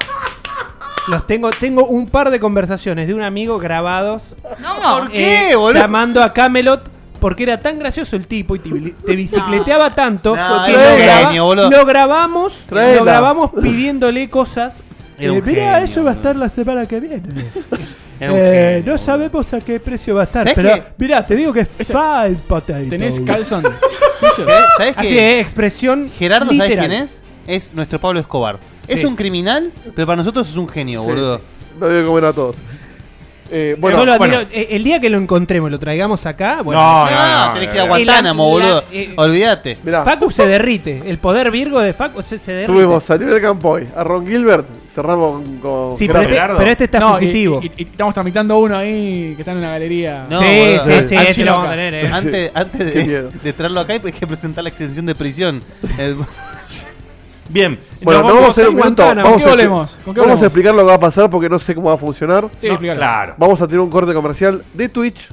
S7: Los tengo, tengo un par de conversaciones de un amigo grabados
S8: No,
S3: qué,
S7: eh,
S3: boludo?
S7: llamando a Camelot porque era tan gracioso el tipo y te, te bicicleteaba tanto
S3: No,
S7: que
S3: era
S7: lo,
S3: un
S7: graba-
S3: genio, boludo.
S7: lo grabamos
S2: Traela.
S7: lo grabamos pidiéndole cosas
S3: Era un
S11: mira,
S3: genio,
S11: eso va a
S3: boludo.
S11: estar la semana que viene.
S3: Era un
S11: Eh,
S3: genio,
S11: no
S3: boludo.
S11: sabemos a qué precio va a estar,
S3: ¿Sabés
S11: pero
S3: qué?
S11: mirá, te digo que es
S4: Ese-
S11: fine potato.
S4: ¿Tenés calzón? ¿Sillo?
S3: ¿Sabés- ¿Sabés
S7: así
S3: qué?
S7: es expresión
S3: Gerardo, ¿sabés
S7: eh, literal.
S3: quién es? Es nuestro Pablo Escobar. Es
S7: Sí.
S3: un criminal, pero para nosotros es un genio, boludo.
S2: No debe comer a todos. Eh, bueno,
S7: Yo lo
S1: bueno.
S7: admiro, eh, el día que lo encontremos lo traigamos acá bueno Ah,
S1: No,
S3: No,
S1: no, no.
S3: tenés que ir
S1: no.
S3: a Guantánamo,
S7: El- la-
S3: boludo.
S7: eh,
S3: Olvídate.
S2: mirá,
S7: Facu se derrite el poder virgo de Facu se, se derrite
S2: tuvimos a Lionel Campoy, a Ron Gilbert, cerramos con. con
S7: Sí, pero este,
S1: Gerardo.
S7: pero este está
S4: No, y-
S7: fugitivo
S4: y- y- y estamos tramitando uno ahí que está en la galería.
S3: No,
S7: sí,
S3: boludo.
S7: sí, sí,
S2: Ah,
S7: ese
S4: chiloca.
S7: lo vamos a tener, eh.
S3: Antes, antes
S2: Qué
S3: de,
S2: miedo.
S3: de traerlo acá hay que presentar la extensión de prisión. El-
S1: Bien.
S2: Bueno,
S1: Nos
S2: no vamos a hacer un minuto.
S4: Guantánamo. ¿Con
S2: Vamos,
S4: qué
S2: a-
S4: volvemos? ¿Con
S2: vamos
S4: qué
S2: a
S4: volvemos?
S2: explicar lo que va a pasar porque no sé cómo va a funcionar.
S4: Sí,
S1: No,
S4: explícalo.
S1: Claro.
S2: Vamos a tener un corte comercial de Twitch.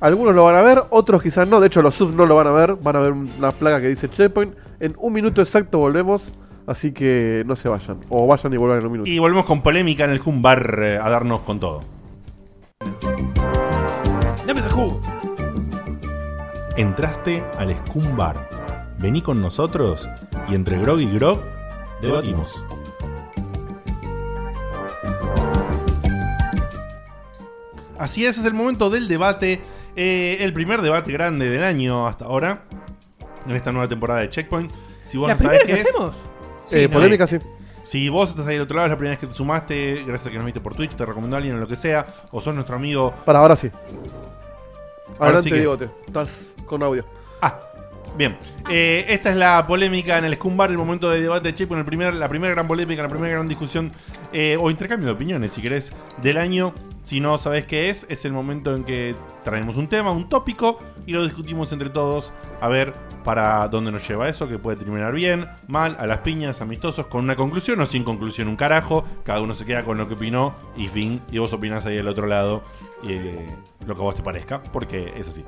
S2: Algunos lo van a ver, otros quizás no. De hecho, los subs no lo van a ver. Van a ver una placa que dice Checkpoint. En un minuto exacto volvemos. Así que no se vayan. O vayan y vuelvan en un minuto.
S1: Y volvemos con polémica en el Jumbar eh, a darnos con todo.
S6: Dame ese jugo.
S1: Entraste al Scum Bar. Vení con nosotros y entre Grog y Grog debatimos. Así es, es el momento del debate. eh, el primer debate grande del año hasta ahora. En esta nueva temporada de Checkpoint. Si vos
S7: la
S1: no sabés
S7: primera
S1: qué
S7: que
S1: es,
S7: hacemos
S2: Eh,
S1: no,
S2: polémica, sí.
S1: Si vos estás ahí del otro lado, es la primera vez que te sumaste, gracias a que nos viste por Twitch, te recomendó alguien o lo que sea, o sos nuestro amigo.
S2: Para, ahora sí.
S1: Ahora
S2: Adelante,
S1: sí que-
S2: Digote. Estás con audio.
S1: Ah, bien. Eh, esta es la polémica en el Scumbar, el momento de debate de Chip, con el primer, la primera gran polémica, la primera gran discusión eh, o intercambio de opiniones, si querés, del año. Si no sabés qué es, es el momento en que traemos un tema, un tópico, y lo discutimos entre todos a ver para dónde nos lleva eso, que puede terminar bien, mal, a las piñas, amistosos, con una conclusión o sin conclusión, un carajo. Cada uno se queda con lo que opinó y fin. Y vos opinás ahí del otro lado eh, lo que a vos te parezca, porque es así.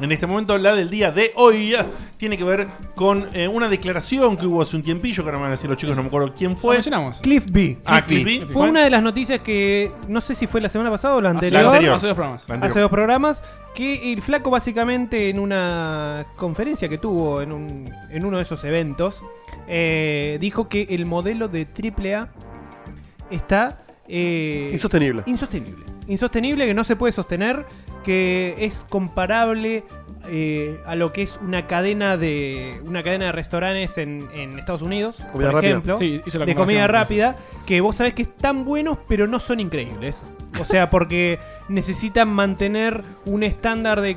S1: En este momento, la del día de hoy eh, tiene que ver con eh, una declaración que hubo hace un tiempillo, que ahora me van a decir los chicos, no me acuerdo quién
S4: Lo
S1: fue.
S4: mencionamos.
S7: Cliff B
S1: Ah, Cliff B.
S7: fue una de las noticias que no sé si fue la semana pasada o la
S4: Hace-
S7: anterior,
S1: La anterior.
S4: Hace dos programas.
S1: La anterior.
S7: hace dos programas que el flaco básicamente en una conferencia que tuvo en, un- en uno de esos eventos eh, dijo que el modelo de AAA está eh,
S2: Insostenible.
S7: insostenible. Insostenible que no se puede sostener, que es comparable eh, a lo que es una cadena de una cadena de restaurantes en, en Estados Unidos,
S2: Comida
S7: por
S2: rápida.
S7: ejemplo,
S4: Sí, hizo la
S7: de
S4: comparación,
S7: comida
S4: sí.
S7: rápida, que vos sabés que están buenos, pero no son increíbles. O sea, porque necesitan mantener un estándar de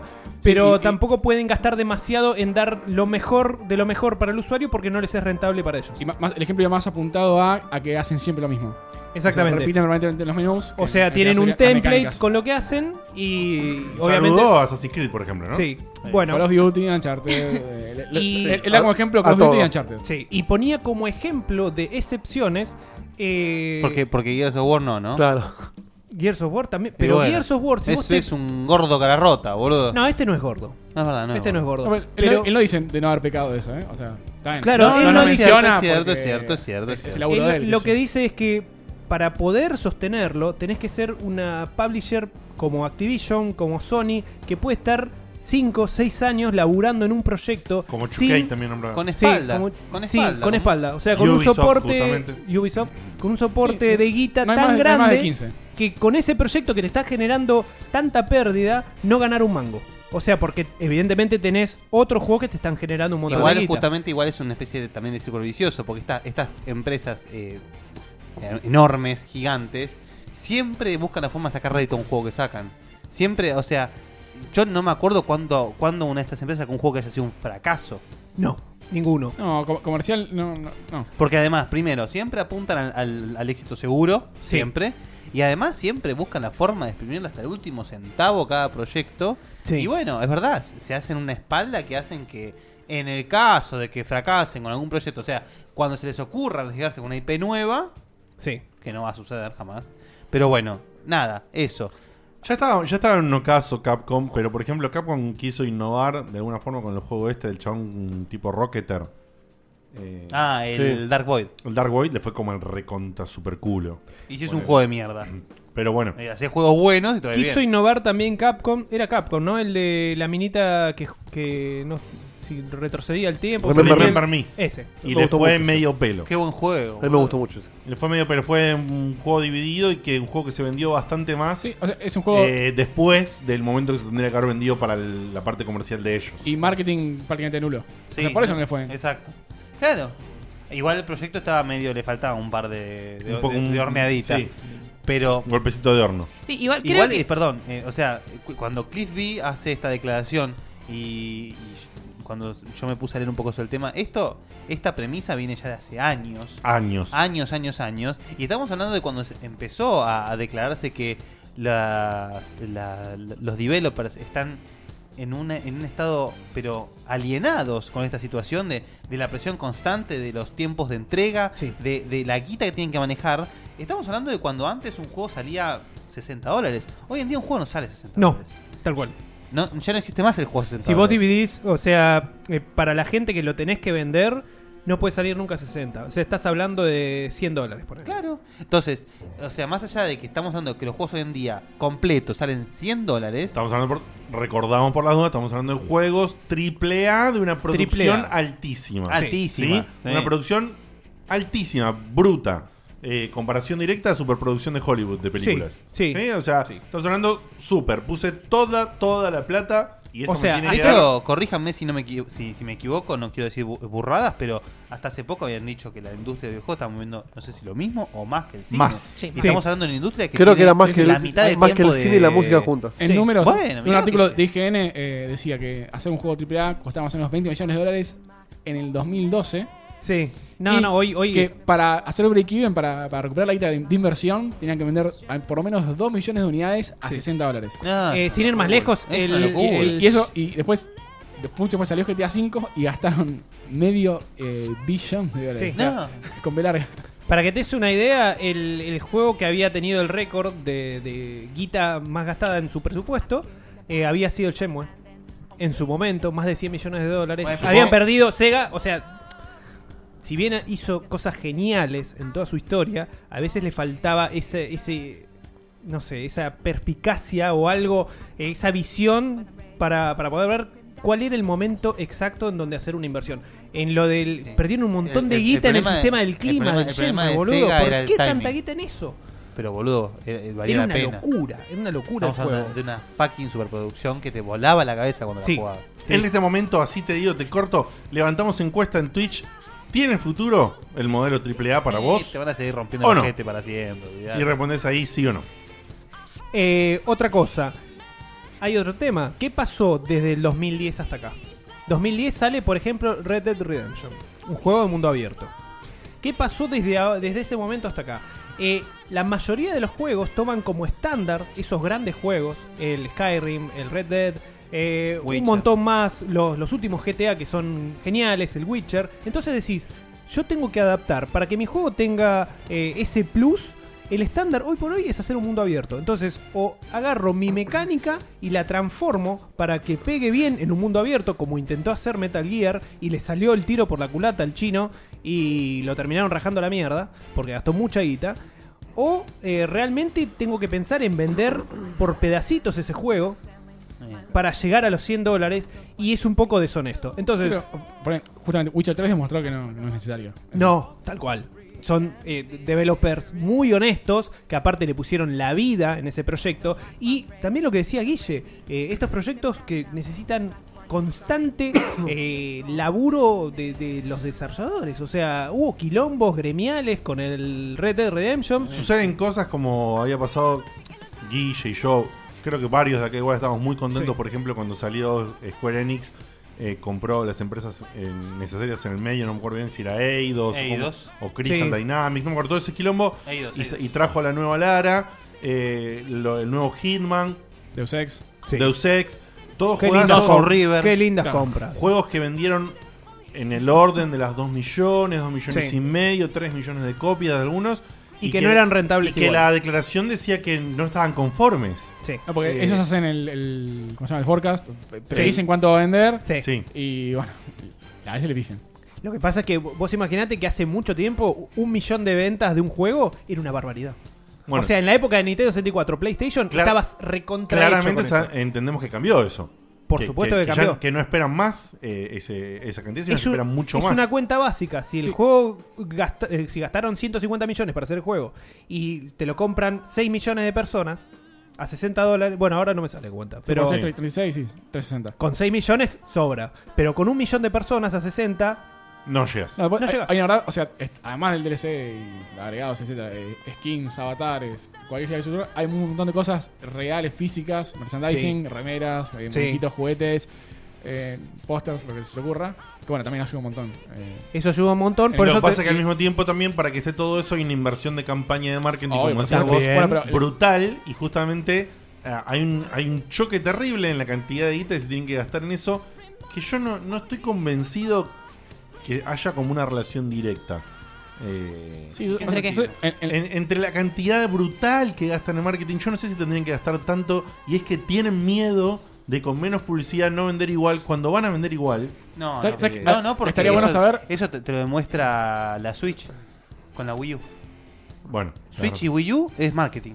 S3: Claro.
S7: pero
S3: Sí, y- y-
S7: tampoco pueden gastar demasiado en dar lo mejor de lo mejor para el usuario porque no les es rentable para ellos.
S4: Y ma- más- el ejemplo más apuntado a, a que hacen siempre lo mismo.
S7: Exactamente.
S4: O sea, repiten normalmente los menús.
S7: O
S4: que-
S7: sea,
S4: que
S7: tienen
S4: hacen
S7: un
S4: las
S7: template
S4: mecánicas.
S7: con lo que hacen y obviamente...
S1: Saludó a Assassin's Creed, por ejemplo, ¿no?
S7: Sí, bueno.
S4: Call of Duty, Uncharted. eh, le- le- Él da como ejemplo Call
S7: con
S4: of Duty y Uncharted.
S7: Sí, y ponía como ejemplo de excepciones. Eh,
S3: Porque, porque Gears of War no, ¿no?
S2: Claro.
S7: Gears of War también.
S3: Y
S7: Pero
S3: bueno,
S7: Gears of War, si
S3: eso
S7: vos te-
S3: es un gordo cara rota, boludo.
S7: No, este no es gordo.
S3: No, es verdad, no.
S7: Este no es gordo.
S4: No, pero él,
S7: Pero-
S4: él no dice de no haber pecado de eso, ¿eh? O sea, está bien.
S7: Claro, él
S4: lo
S7: no dice-
S4: menciona.
S3: es cierto,
S4: porque
S3: es cierto, es cierto, es
S4: Es el
S3: cierto.
S4: laburo
S7: Él-
S4: de él.
S7: lo que dice es que para poder sostenerlo, tenés que ser una publisher como Activision, como Sony, que puede estar 5 o 6 años laburando en un proyecto.
S1: Como 2K
S7: sin-
S1: también nombraba.
S3: Con espalda,
S7: Sí, como-
S3: con
S7: sí,
S3: espalda,
S7: con
S3: ¿no?
S7: espalda. O sea, con un
S1: Ubisoft,
S7: soporte.
S1: justamente.
S7: Ubisoft, con un soporte
S4: Sí,
S7: de guita
S4: no hay
S7: tan
S4: más de- no hay
S7: grande.
S4: más de 15.
S7: Que con ese proyecto que te está generando tanta pérdida, no ganar un mango. O sea, porque evidentemente tenés otros juegos que te están generando un montón de
S3: Igual,
S7: guita.
S3: justamente, igual es una especie de- también de círculo vicioso, porque esta- estas empresas eh, en- enormes, gigantes, siempre buscan la forma de sacar rédito a un juego que sacan. Siempre, o sea, yo no me acuerdo cuándo cuando una de estas empresas sacó un juego que haya sido un fracaso.
S7: No, ninguno.
S4: No, com- comercial, no, no. no.
S3: Porque además, primero, siempre apuntan al, al- al éxito seguro, siempre. Y además siempre buscan la forma de exprimirlo hasta el último centavo cada proyecto.
S7: Sí.
S3: Y bueno, es verdad, se hacen una espalda que hacen que en el caso de que fracasen con algún proyecto, o sea, cuando se les ocurra arriesgarse con una IP nueva,
S7: Sí.
S3: que no va a suceder jamás. Pero bueno, nada, eso.
S1: Ya estaba, ya estaba en un ocaso Capcom, pero por ejemplo, Capcom quiso innovar de alguna forma con el juego este del chabón tipo Rocketer. Eh,
S3: Ah, el Dark Void.
S1: El Dark Void le fue como el reconta super culo.
S3: Y si es un juego de mierda.
S1: Pero bueno.
S3: Eh, Hacés juegos buenos y todo
S7: Quiso
S3: bien.
S7: innovar también Capcom. Era Capcom, ¿no? El de la minita que, que no si retrocedía el
S1: Pues
S7: tiempo.
S2: Remember
S7: se metía-
S2: Me.
S1: Remember Me.
S7: Ese.
S1: Y
S2: Me
S1: le
S2: gustó
S1: fue
S2: mucho.
S1: medio pelo.
S3: Qué buen juego.
S2: A mí me gustó mucho ese.
S1: Le fue medio pelo. Fue un juego dividido y que un juego que se vendió bastante más.
S4: Sí, o sea, es un juego.
S1: eh, después del momento que se tendría que haber vendido para el- la parte comercial de ellos.
S4: y marketing prácticamente nulo.
S3: Sí,
S4: o sea, por eso no le fue.
S3: Exacto. Claro. Igual el proyecto estaba medio, le faltaba un par de, de,
S1: Un poco
S3: de-
S1: un-
S3: de horneadita.
S1: sí.
S3: Pero
S1: Un golpecito de horno.
S8: Sí, igual creo
S3: igual,
S8: que-
S3: eh, perdón, eh, o sea, cu- cuando Cliff B hace esta declaración y, y cuando yo me puse a leer un poco sobre el tema, esto, esta premisa viene ya de hace años.
S1: Años.
S3: Años, años, años. Y estamos hablando de cuando se empezó a, a declararse que las- la- los developers están en, una- en un estado, pero alienados con esta situación de, de la presión constante, de los tiempos de entrega,
S7: Sí.
S3: de, de la guita que tienen que manejar. Estamos hablando de cuando antes un juego salía 60 dólares. Hoy en día un juego no sale 60
S7: No,
S3: dólares.
S7: tal cual.
S3: No, ya no existe más el juego 60
S7: Si vos
S3: dólares.
S7: dividís, o sea, eh, para la gente que lo tenés que vender, no puede salir nunca 60. O sea, estás hablando de 100 dólares, por ejemplo.
S3: Claro. Entonces, o sea, más allá de que estamos hablando de que los juegos hoy en día completos salen 100 dólares,
S1: Estamos hablando, por, recordamos por las dudas, estamos hablando de juegos triple A de una producción
S3: Triple A.
S1: altísima.
S3: Altísima, sí.
S1: Una producción altísima, bruta. Eh, comparación directa a superproducción de Hollywood de películas.
S7: Sí, sí.
S1: O sea, estamos hablando super. Puse toda, toda la plata y esto
S7: O sea,
S1: me tiene
S3: De
S1: que dar.
S3: hecho, corríjanme si, no me, equi- si, si me equivoco, no quiero decir bu- burradas, pero hasta hace poco habían dicho que la industria del videojuego está moviendo, no sé si lo mismo o más que el cine.
S1: Más.
S8: Sí.
S3: Y estamos hablando de una industria que
S2: Creo que
S3: tiene
S2: era más que,
S3: la
S2: el,
S3: mitad de
S2: más que el
S3: tiempo
S2: cine
S3: de-
S2: y la música juntas.
S4: Eh, En
S7: Sí.
S4: números,
S3: Bueno,
S4: un
S3: mirá
S4: artículo
S3: lo
S4: de IGN eh, decía que hacer un juego AAA costaba más o menos 20 millones de dólares en el 2012.
S7: Sí. No,
S4: Y
S7: no, hoy, hoy
S4: Que para hacer break-even, para, para recuperar la guita de, de inversión, tenían que vender a- por lo menos 2 millones de unidades a
S7: Sí.
S4: 60 dólares.
S3: Ah,
S7: eh, sin ir más lejos,
S3: Es
S7: el,
S3: una locura.
S7: el-
S4: Y eso, y después, después mucho después salió GTA V y gastaron medio eh, billón de dólares.
S7: Sí.
S4: O sea,
S3: no,
S4: Con B larga.
S7: Para que te des una idea, el, el juego que había tenido el récord de, de guita más gastada en su presupuesto eh, había sido el Shenmue. En su momento, más de 100 millones de dólares.
S3: Bueno,
S7: Habían
S3: supongo-
S7: perdido Sega, o sea, si bien hizo cosas geniales en toda su historia, a veces le faltaba ese, ese no sé, esa perspicacia o algo, eh, esa visión para, para poder ver cuál era el momento exacto en donde hacer una inversión. En lo del...
S3: Sí.
S7: Perdieron un montón
S3: El-
S7: de
S3: el- el
S7: guita en el
S3: problema-
S7: sistema del
S3: el
S7: clima,
S3: problema-
S7: del
S3: el problema
S7: Shenmue,
S3: de
S7: boludo.
S3: Sega
S7: ¿Por
S3: era el
S7: qué
S3: timing.
S7: tanta guita en eso?
S3: pero boludo, era, eh, valía
S7: Era
S3: la
S7: una
S3: pena.
S7: locura, era una locura
S3: Estamos
S7: el
S3: hablando
S7: juego.
S3: de una fucking superproducción que te volaba la cabeza cuando
S1: Sí.
S3: la jugabas.
S1: En este momento, así te digo, te corto. Levantamos encuesta en Twitch. ¿Tiene futuro el modelo AAA para
S3: Eh,
S1: vos?
S3: te van a seguir rompiendo
S1: ¿O
S3: la
S1: no?
S3: gente para siempre. olvidate.
S1: Y respondés ahí sí o no.
S7: Eh, otra cosa, hay otro tema. ¿Qué pasó desde el 2010 hasta acá? 2010 sale, por ejemplo, Red Dead Redemption, un juego de mundo abierto. ¿Qué pasó desde, a- desde ese momento hasta acá? Eh, la mayoría de los juegos toman como estándar esos grandes juegos, el Skyrim, el Red Dead, eh, un
S3: Witcher.
S7: montón más, los, los últimos GTA que son geniales, el Witcher. Entonces decís, yo tengo que adaptar, para que mi juego tenga eh, ese plus, el estándar hoy por hoy es hacer un mundo abierto. Entonces, o agarro mi mecánica y la transformo para que pegue bien en un mundo abierto, como intentó hacer Metal Gear, y le salió el tiro por la culata al chino y lo terminaron rajando a la mierda, porque gastó mucha guita. O eh, realmente tengo que pensar en vender por pedacitos ese juego para llegar a los 100 dólares y es un poco deshonesto. Entonces,
S4: Sí, Poné, justamente, Witcher 3 demostró que no, que no es necesario.
S7: no, tal cual. Son eh, developers muy honestos que aparte le pusieron la vida en ese proyecto. Y también lo que decía Guille, eh, estos proyectos que necesitan constante eh, laburo de, de los desarrolladores. O sea, hubo quilombos gremiales con el Red Dead Redemption.
S1: Suceden cosas como había pasado Guille y yo. Creo que varios de acá igual estábamos muy contentos,
S7: Sí.
S1: por ejemplo, cuando salió Square Enix. eh, compró las empresas eh, necesarias en el medio, no me acuerdo bien si era Eidos, o-
S3: Eidos.
S1: O, Crystal
S3: Sí.
S1: Dynamics, no me acuerdo todo ese quilombo.
S3: Eidos,
S1: y,
S3: Eidos.
S1: se- y trajo la nueva Lara, eh, lo- el nuevo Hitman.
S4: Deus Ex.
S1: Deus Ex. Todos
S7: Qué
S1: juegazos.
S7: lindas com- qué lindas Claro. compras.
S1: Juegos que vendieron en el orden de las 2 millones, 2 millones
S7: Sí.
S1: y medio, 3 millones de copias de algunos.
S7: Y que no eran rentables
S1: Y que
S7: igual.
S1: la declaración decía que no estaban conformes.
S7: Sí.
S4: No, porque
S1: Eh,
S4: ellos hacen el, el- ¿Cómo se llama? El forecast. Te
S1: Sí.
S4: dicen cuánto va a vender.
S7: Sí.
S1: Sí.
S4: Y bueno, a veces le pifian.
S7: Lo que pasa es que vos imaginate que hace mucho tiempo un millón de ventas de un juego era una barbaridad.
S1: Bueno.
S7: o sea, en la época de Nintendo 64, PlayStation, estabas recontra hecho
S1: Claramente
S7: con
S1: sa-
S7: eso.
S1: entendemos que cambió eso.
S7: Por supuesto que
S1: ya-
S7: cambió.
S1: que no esperan más eh, ese- esa cantidad, sino que
S7: un-
S1: esperan mucho
S7: es
S1: más.
S7: una cuenta básica. Si el juego gasta- eh, si gastaron 150 millones para hacer el juego y te lo compran 6 millones de personas a 60 dólares, bueno, ahora no me sale cuenta, pero
S4: Pero 36, sí, 360.
S7: con 6 millones sobra, pero con un millón de personas a 60
S1: No llegas.
S4: No, pues,
S7: No
S4: hay-
S7: llegas.
S4: hay una verdad, o sea, es- además del DLC y agregados, etcétera, eh, skins, avatares, cualquier cosa que se- hay un montón de cosas reales, físicas, merchandising,
S7: Sí.
S4: remeras, eh,
S7: Sí.
S4: muñequitos, juguetes, eh, pósters, lo que se te ocurra. Que bueno, también ayuda un montón. eh.
S7: eso ayuda un montón, por
S1: lo
S7: eso
S1: que pasa
S7: te-
S1: es que al mismo tiempo también para que esté todo eso hay una inversión de campaña de marketing
S4: Obvio,
S1: como
S4: por
S1: decías
S4: supuesto.
S1: vos,
S4: Bueno, pero-
S1: brutal y justamente ah, hay, un, hay un choque terrible en la cantidad de guita que se tienen que gastar en eso que yo no, no estoy convencido que haya como una relación directa. Eh,
S4: Sí,
S1: ¿qué
S4: o sea, que-
S1: sentido?
S4: en- en-
S1: En- entre la cantidad brutal que gastan en marketing, yo no sé si tendrían que gastar tanto y es que tienen miedo de con menos publicidad no vender igual cuando van a vender igual.
S3: No,
S4: ¿Sabes-
S3: no,
S4: sabes
S3: eh,
S4: que-
S3: no, no, porque
S4: estaría bueno
S3: eso-
S4: saber-
S3: Eso te, te lo demuestra la Switch con la Wii U.
S1: Bueno,
S3: Switch y Wii U es marketing.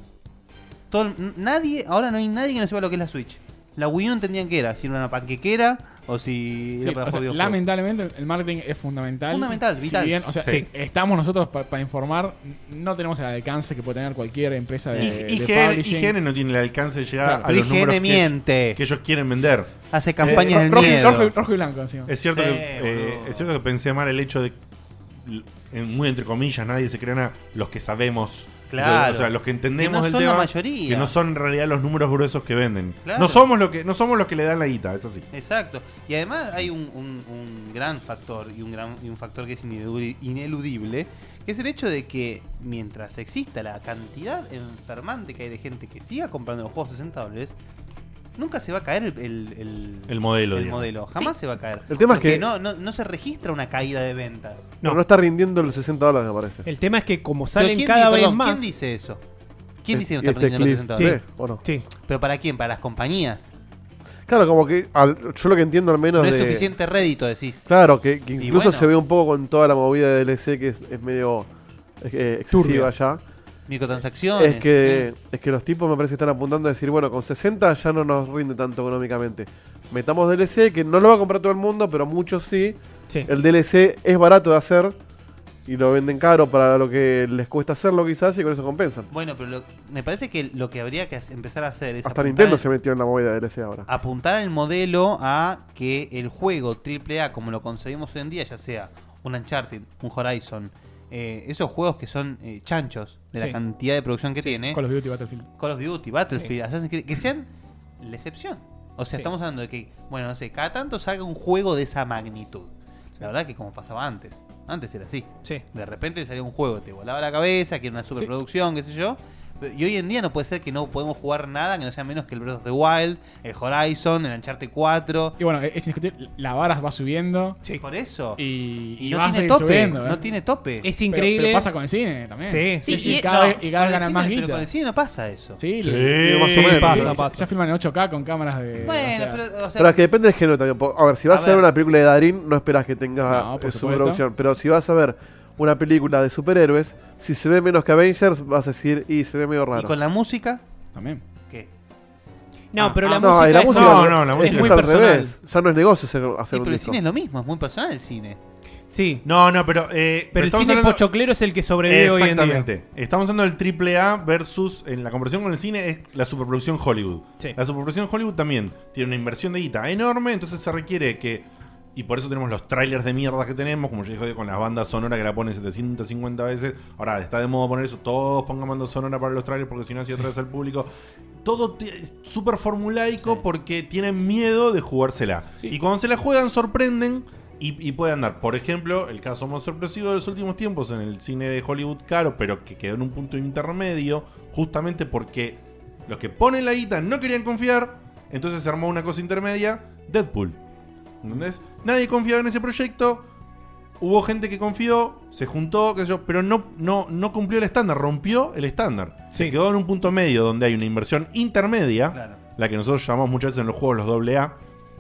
S3: Todo, el- n- nadie, ahora no hay nadie que no sepa lo que es la Switch. La Wii U no entendían qué era, si era una panquequera o si
S4: Sí, o
S3: era para
S4: sea,
S3: jugar videojuegos.
S4: lamentablemente el marketing es fundamental.
S3: Fundamental,
S4: Si
S3: vital.
S4: bien, o sea,
S3: Sí.
S4: estamos nosotros pa- para informar, no tenemos el alcance que puede tener cualquier empresa de, de
S1: Y- IGN,
S4: publishing.
S1: IGN no tiene el alcance de llegar
S4: Claro.
S1: a los
S4: IGN
S1: números que-
S3: E miente.
S1: Que, ellos quieren vender. Eh,
S3: Hace campañas del
S4: Rojo, y-
S3: miedo.
S4: rojo y- rojo y blanco encima.
S1: Es cierto,
S3: Sí,
S1: que, eh,
S3: boludo.
S1: es cierto que pensé mal el hecho de, l- en- muy entre comillas, nadie se crean a los que sabemos. O sea,
S3: Claro.
S1: o sea, los que entendemos
S3: Que no
S1: el
S3: son la
S1: tema,
S3: mayoría.
S1: Que no son en realidad los números gruesos que venden.
S3: Claro.
S1: No, somos lo que, no somos los que le dan la guita, es así.
S3: Exacto. Y además hay un, un- un gran factor y un gran y un factor que es ineludible, ineludible, que es el hecho de que mientras exista la cantidad enfermante que hay de gente que siga comprando los juegos a 60 dólares, nunca se va a caer el, el, el-
S1: El modelo,
S3: el
S1: digamos.
S3: modelo. Jamás se va a caer.
S2: El tema es
S3: Porque
S2: que-
S3: no, no, no se registra una caída de ventas.
S2: No. no está rindiendo los 60 dólares, me parece.
S7: el tema es que como
S3: Pero
S7: salen
S3: ¿quién
S7: cada
S3: di-
S7: vez
S3: perdón,
S7: más
S3: ¿Quién dice eso? ¿Quién dice que no
S2: Este
S3: está perdiendo los
S2: Cliff
S3: 60
S2: Bre,
S3: dólares?
S2: ¿o no?
S7: Sí.
S3: ¿Pero para quién? ¿Para las compañías?
S2: Claro, como que al- yo lo que entiendo al menos
S3: No es
S2: de-
S3: suficiente rédito, decís.
S2: Claro, que, que
S3: Y
S2: incluso
S3: bueno.
S2: se ve un poco con toda la movida de DLC que es, es medio eh, excesiva
S3: Turbia.
S2: ya.
S3: Microtransacciones. eh.
S2: Es que, es que los tipos me parece que están apuntando a decir, bueno, con 60 ya no nos rinde tanto económicamente. Metamos DLC, que no lo va a comprar todo el mundo, pero muchos sí.
S7: Sí.
S2: El DLC es barato de hacer y lo venden caro para lo que les cuesta hacerlo quizás y con eso compensan.
S3: Bueno, pero lo- me parece que lo que habría que hacer- empezar a hacer es
S2: Hasta
S3: apuntar
S2: Nintendo
S3: el-
S2: se metió en la movida DLC ahora.
S3: apuntar el modelo a que el juego AAA, como lo concebimos hoy en día, ya sea un Uncharted, un Horizon, eh, esos juegos que son eh, chanchos de la
S4: Sí.
S3: cantidad de producción que tiene.
S4: Call of Duty, Battlefield.
S3: Call of Duty, Battlefield,
S4: Sí.
S3: Assassin's Creed, que sean la excepción. O sea,
S4: Sí.
S3: estamos hablando de que, bueno, no sé, cada tanto salga un juego de esa magnitud. La verdad que como pasaba antes. Antes era así. De repente salía un juego, te volaba la cabeza, que era una superproducción, qué sé yo. Y hoy en día no puede ser que no podemos jugar nada que no sea menos que el Breath of the Wild, el Horizon, el Uncharted 4.
S4: Y bueno, es indiscutible, la vara va subiendo.
S3: Sí. Por eso.
S4: Y,
S3: Y
S4: y
S3: no
S4: va a
S3: tiene
S4: seguir
S3: tope,
S4: subiendo, ¿eh?
S3: no tiene tope. Es
S4: Pero-
S3: increíble.
S4: pero pasa con el cine también.
S3: Sí. Sí,
S4: y,
S3: y-
S4: cada, vez-
S3: no,
S4: y cada vez
S3: con el
S4: ganan más
S3: cine-
S4: guita.
S3: pero con el cine no pasa eso.
S4: Sí,
S3: Sí,
S4: le-
S2: más o menos.
S4: sí,
S2: Pasa,
S4: ya-
S2: pasa.
S4: Ya filman en 8K con cámaras de.
S3: Bueno,
S4: o sea,
S3: pero, o sea,
S2: Pero es que depende del género también. po- A ver, si vas a,
S3: A
S2: ver
S3: ver.
S2: una película de Darín, no esperas que tenga
S4: No, por
S2: eh, su
S4: supuesto.
S2: producción. Pero si vas a ver una película de superhéroes, si se ve menos que Avengers, vas a decir, y se ve medio raro.
S3: ¿Y con la música?
S4: También.
S3: ¿Qué? Ah.
S7: No, pero la
S2: no,
S7: música
S2: y la
S7: es-
S2: música
S7: No, no, la música
S2: es muy
S7: es al
S2: personal.
S7: revés.
S2: Ya no es negocio hacer, hacer
S3: Sí,
S2: un
S3: pero el
S2: disco.
S3: cine es lo mismo, es muy personal el cine.
S7: Sí.
S1: No, no, pero. eh,
S7: Pero el
S1: estamos
S7: cine pochoclero es el que sobrevive hoy en día.
S1: Exactamente. Estamos hablando del AAA versus. En la comparación con el cine es la superproducción Hollywood. La superproducción Hollywood también tiene una inversión de guita enorme, entonces se requiere que. Y por eso tenemos los trailers de mierda que tenemos, como yo dije, con las bandas sonoras que la ponen 750 veces. Ahora, está de moda poner eso, todos pongan banda sonora para los trailers porque si no, así atrás al público. Todo ti- es súper formulaico porque tienen miedo de jugársela. Y cuando se la juegan, sorprenden y, y puede andar. Por ejemplo, el caso más sorpresivo de los últimos tiempos en el cine de Hollywood caro, pero que quedó en un punto intermedio, justamente porque los que ponen la guita no querían confiar, entonces se armó una cosa intermedia, Deadpool. ¿Entendés? Nadie confiaba en ese proyecto. Hubo gente que confió, se juntó, qué sé yo, pero no, no, no cumplió el estándar, rompió el estándar. Se quedó en un punto medio donde hay una inversión intermedia, la que nosotros llamamos muchas veces en los juegos los AA,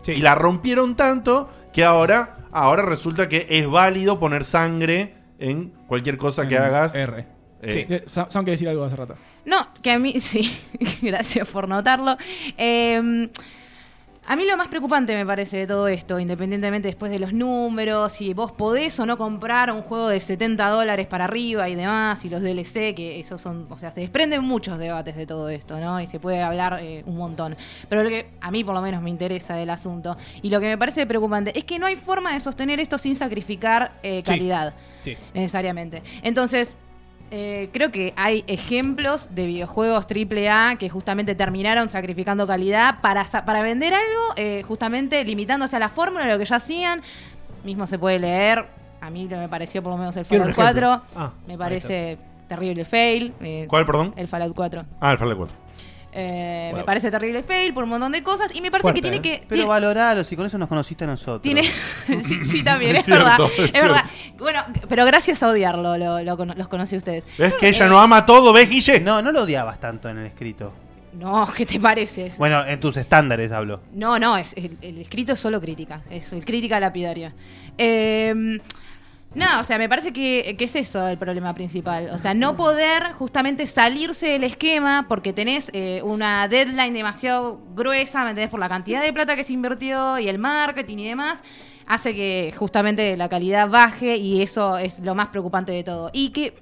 S1: y la rompieron tanto que ahora, ahora resulta que es válido poner sangre en cualquier cosa que
S4: En
S1: hagas.
S4: R.
S1: Eh,
S4: Sí. Sam, Sam quiere decir algo hace rato.
S8: No, que a mí, sí, gracias por notarlo. Eh, a mí lo más preocupante me parece de todo esto, independientemente después de los números, si vos podés o no comprar un juego de 70 dólares para arriba y demás, y los DLC, que esos son, o sea, se desprenden muchos debates de todo esto, ¿no? Y se puede hablar eh, un montón. Pero lo que a mí por lo menos me interesa del asunto, y lo que me parece preocupante, es que no hay forma de sostener esto sin sacrificar eh, calidad
S7: Sí.
S8: necesariamente. Entonces, eh, creo que hay ejemplos de videojuegos AAA que justamente terminaron sacrificando calidad para, sa- para vender algo, eh, justamente limitándose a la fórmula de lo que ya hacían. Mismo se puede leer, a mí lo que me pareció por lo menos el
S1: Quiero un
S8: Fallout 4,
S1: ejemplo. Ah,
S8: me parece terrible fail. eh,
S1: ¿Cuál, perdón?
S8: El Fallout 4.
S1: Ah, el Fallout 4.
S8: Eh,
S3: Wow.
S8: Me parece terrible fail por un montón de cosas y me parece que
S3: Fuerte,
S8: tiene
S3: ¿eh?
S8: que...
S3: Pero
S8: ti-
S3: valoralo, si con eso nos conociste a nosotros.
S8: tiene, sí, sí, también, es,
S3: Es cierto,
S8: verdad.
S3: es
S8: Es,
S3: cierto.
S8: verdad. Bueno, pero gracias a odiarlo lo- lo cono- los conocí a ustedes.
S1: ¿Ves que ella
S8: Eh,
S1: no ama todo, ves, Guille?
S3: No, no lo odiabas tanto en el escrito.
S8: No, ¿qué te parece?
S3: Bueno, en tus estándares hablo.
S8: No, no, es, el, el escrito es solo crítica. Es el crítica lapidaria. Eh, no, o sea, me parece que, que es eso el problema principal. O sea, no poder justamente salirse del esquema porque tenés eh, una deadline demasiado gruesa, ¿me entendés? Por la cantidad de plata que se invirtió y el marketing y demás, hace que justamente la calidad baje y eso es lo más preocupante de todo. Y que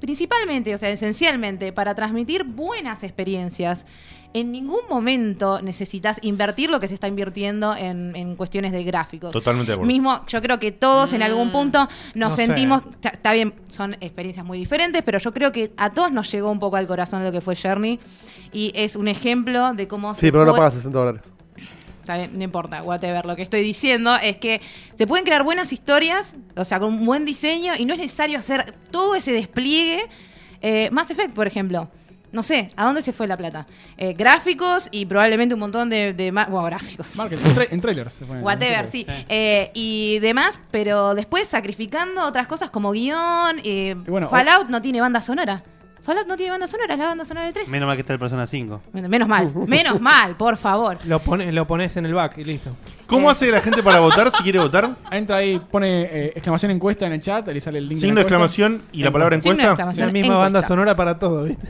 S8: principalmente, o sea, esencialmente, para transmitir buenas experiencias, en ningún momento necesitas invertir lo que se está invirtiendo en, en cuestiones de gráficos.
S1: Totalmente de acuerdo.
S8: Mismo, yo creo que todos en algún punto nos
S1: Mm, no sé.
S8: sentimos, ta- está bien, son experiencias muy diferentes, pero yo creo que a todos nos llegó un poco al corazón lo que fue Journey y es un ejemplo de cómo
S2: Sí,
S8: se
S2: pero no
S8: puede-
S2: pagas 60 dólares.
S8: Está bien, no importa, whatever. Lo que estoy diciendo es que se pueden crear buenas historias, o sea, con un buen diseño, y no es necesario hacer todo ese despliegue. Eh, Mass Effect, por ejemplo. No sé, ¿a dónde se fue la plata? Eh, gráficos y probablemente un montón de... de ma- bueno, gráficos.
S4: Marketing, Ah, en, tra- en trailers. se fue, en
S8: Whatever,
S4: trailers.
S8: sí. Eh, y demás, pero después sacrificando otras cosas como guión. eh,
S3: bueno,
S8: Fallout no tiene banda sonora. Fallout no tiene banda sonora, es la banda sonora del 3.
S3: Menos mal que está el Persona 5.
S8: Menos mal, menos mal, por favor.
S7: Lo, pones, lo pones en el back y listo.
S1: ¿Cómo hace la gente para votar si quiere votar?
S4: Eh. Entra ahí, pone eh, exclamación encuesta en el chat, ahí sale el link. de
S1: Signo
S4: la
S1: de
S4: encuesta.
S1: exclamación y la palabra
S7: Signo de
S1: encuesta.
S7: exclamación, La misma encuesta. banda sonora para todo, ¿viste?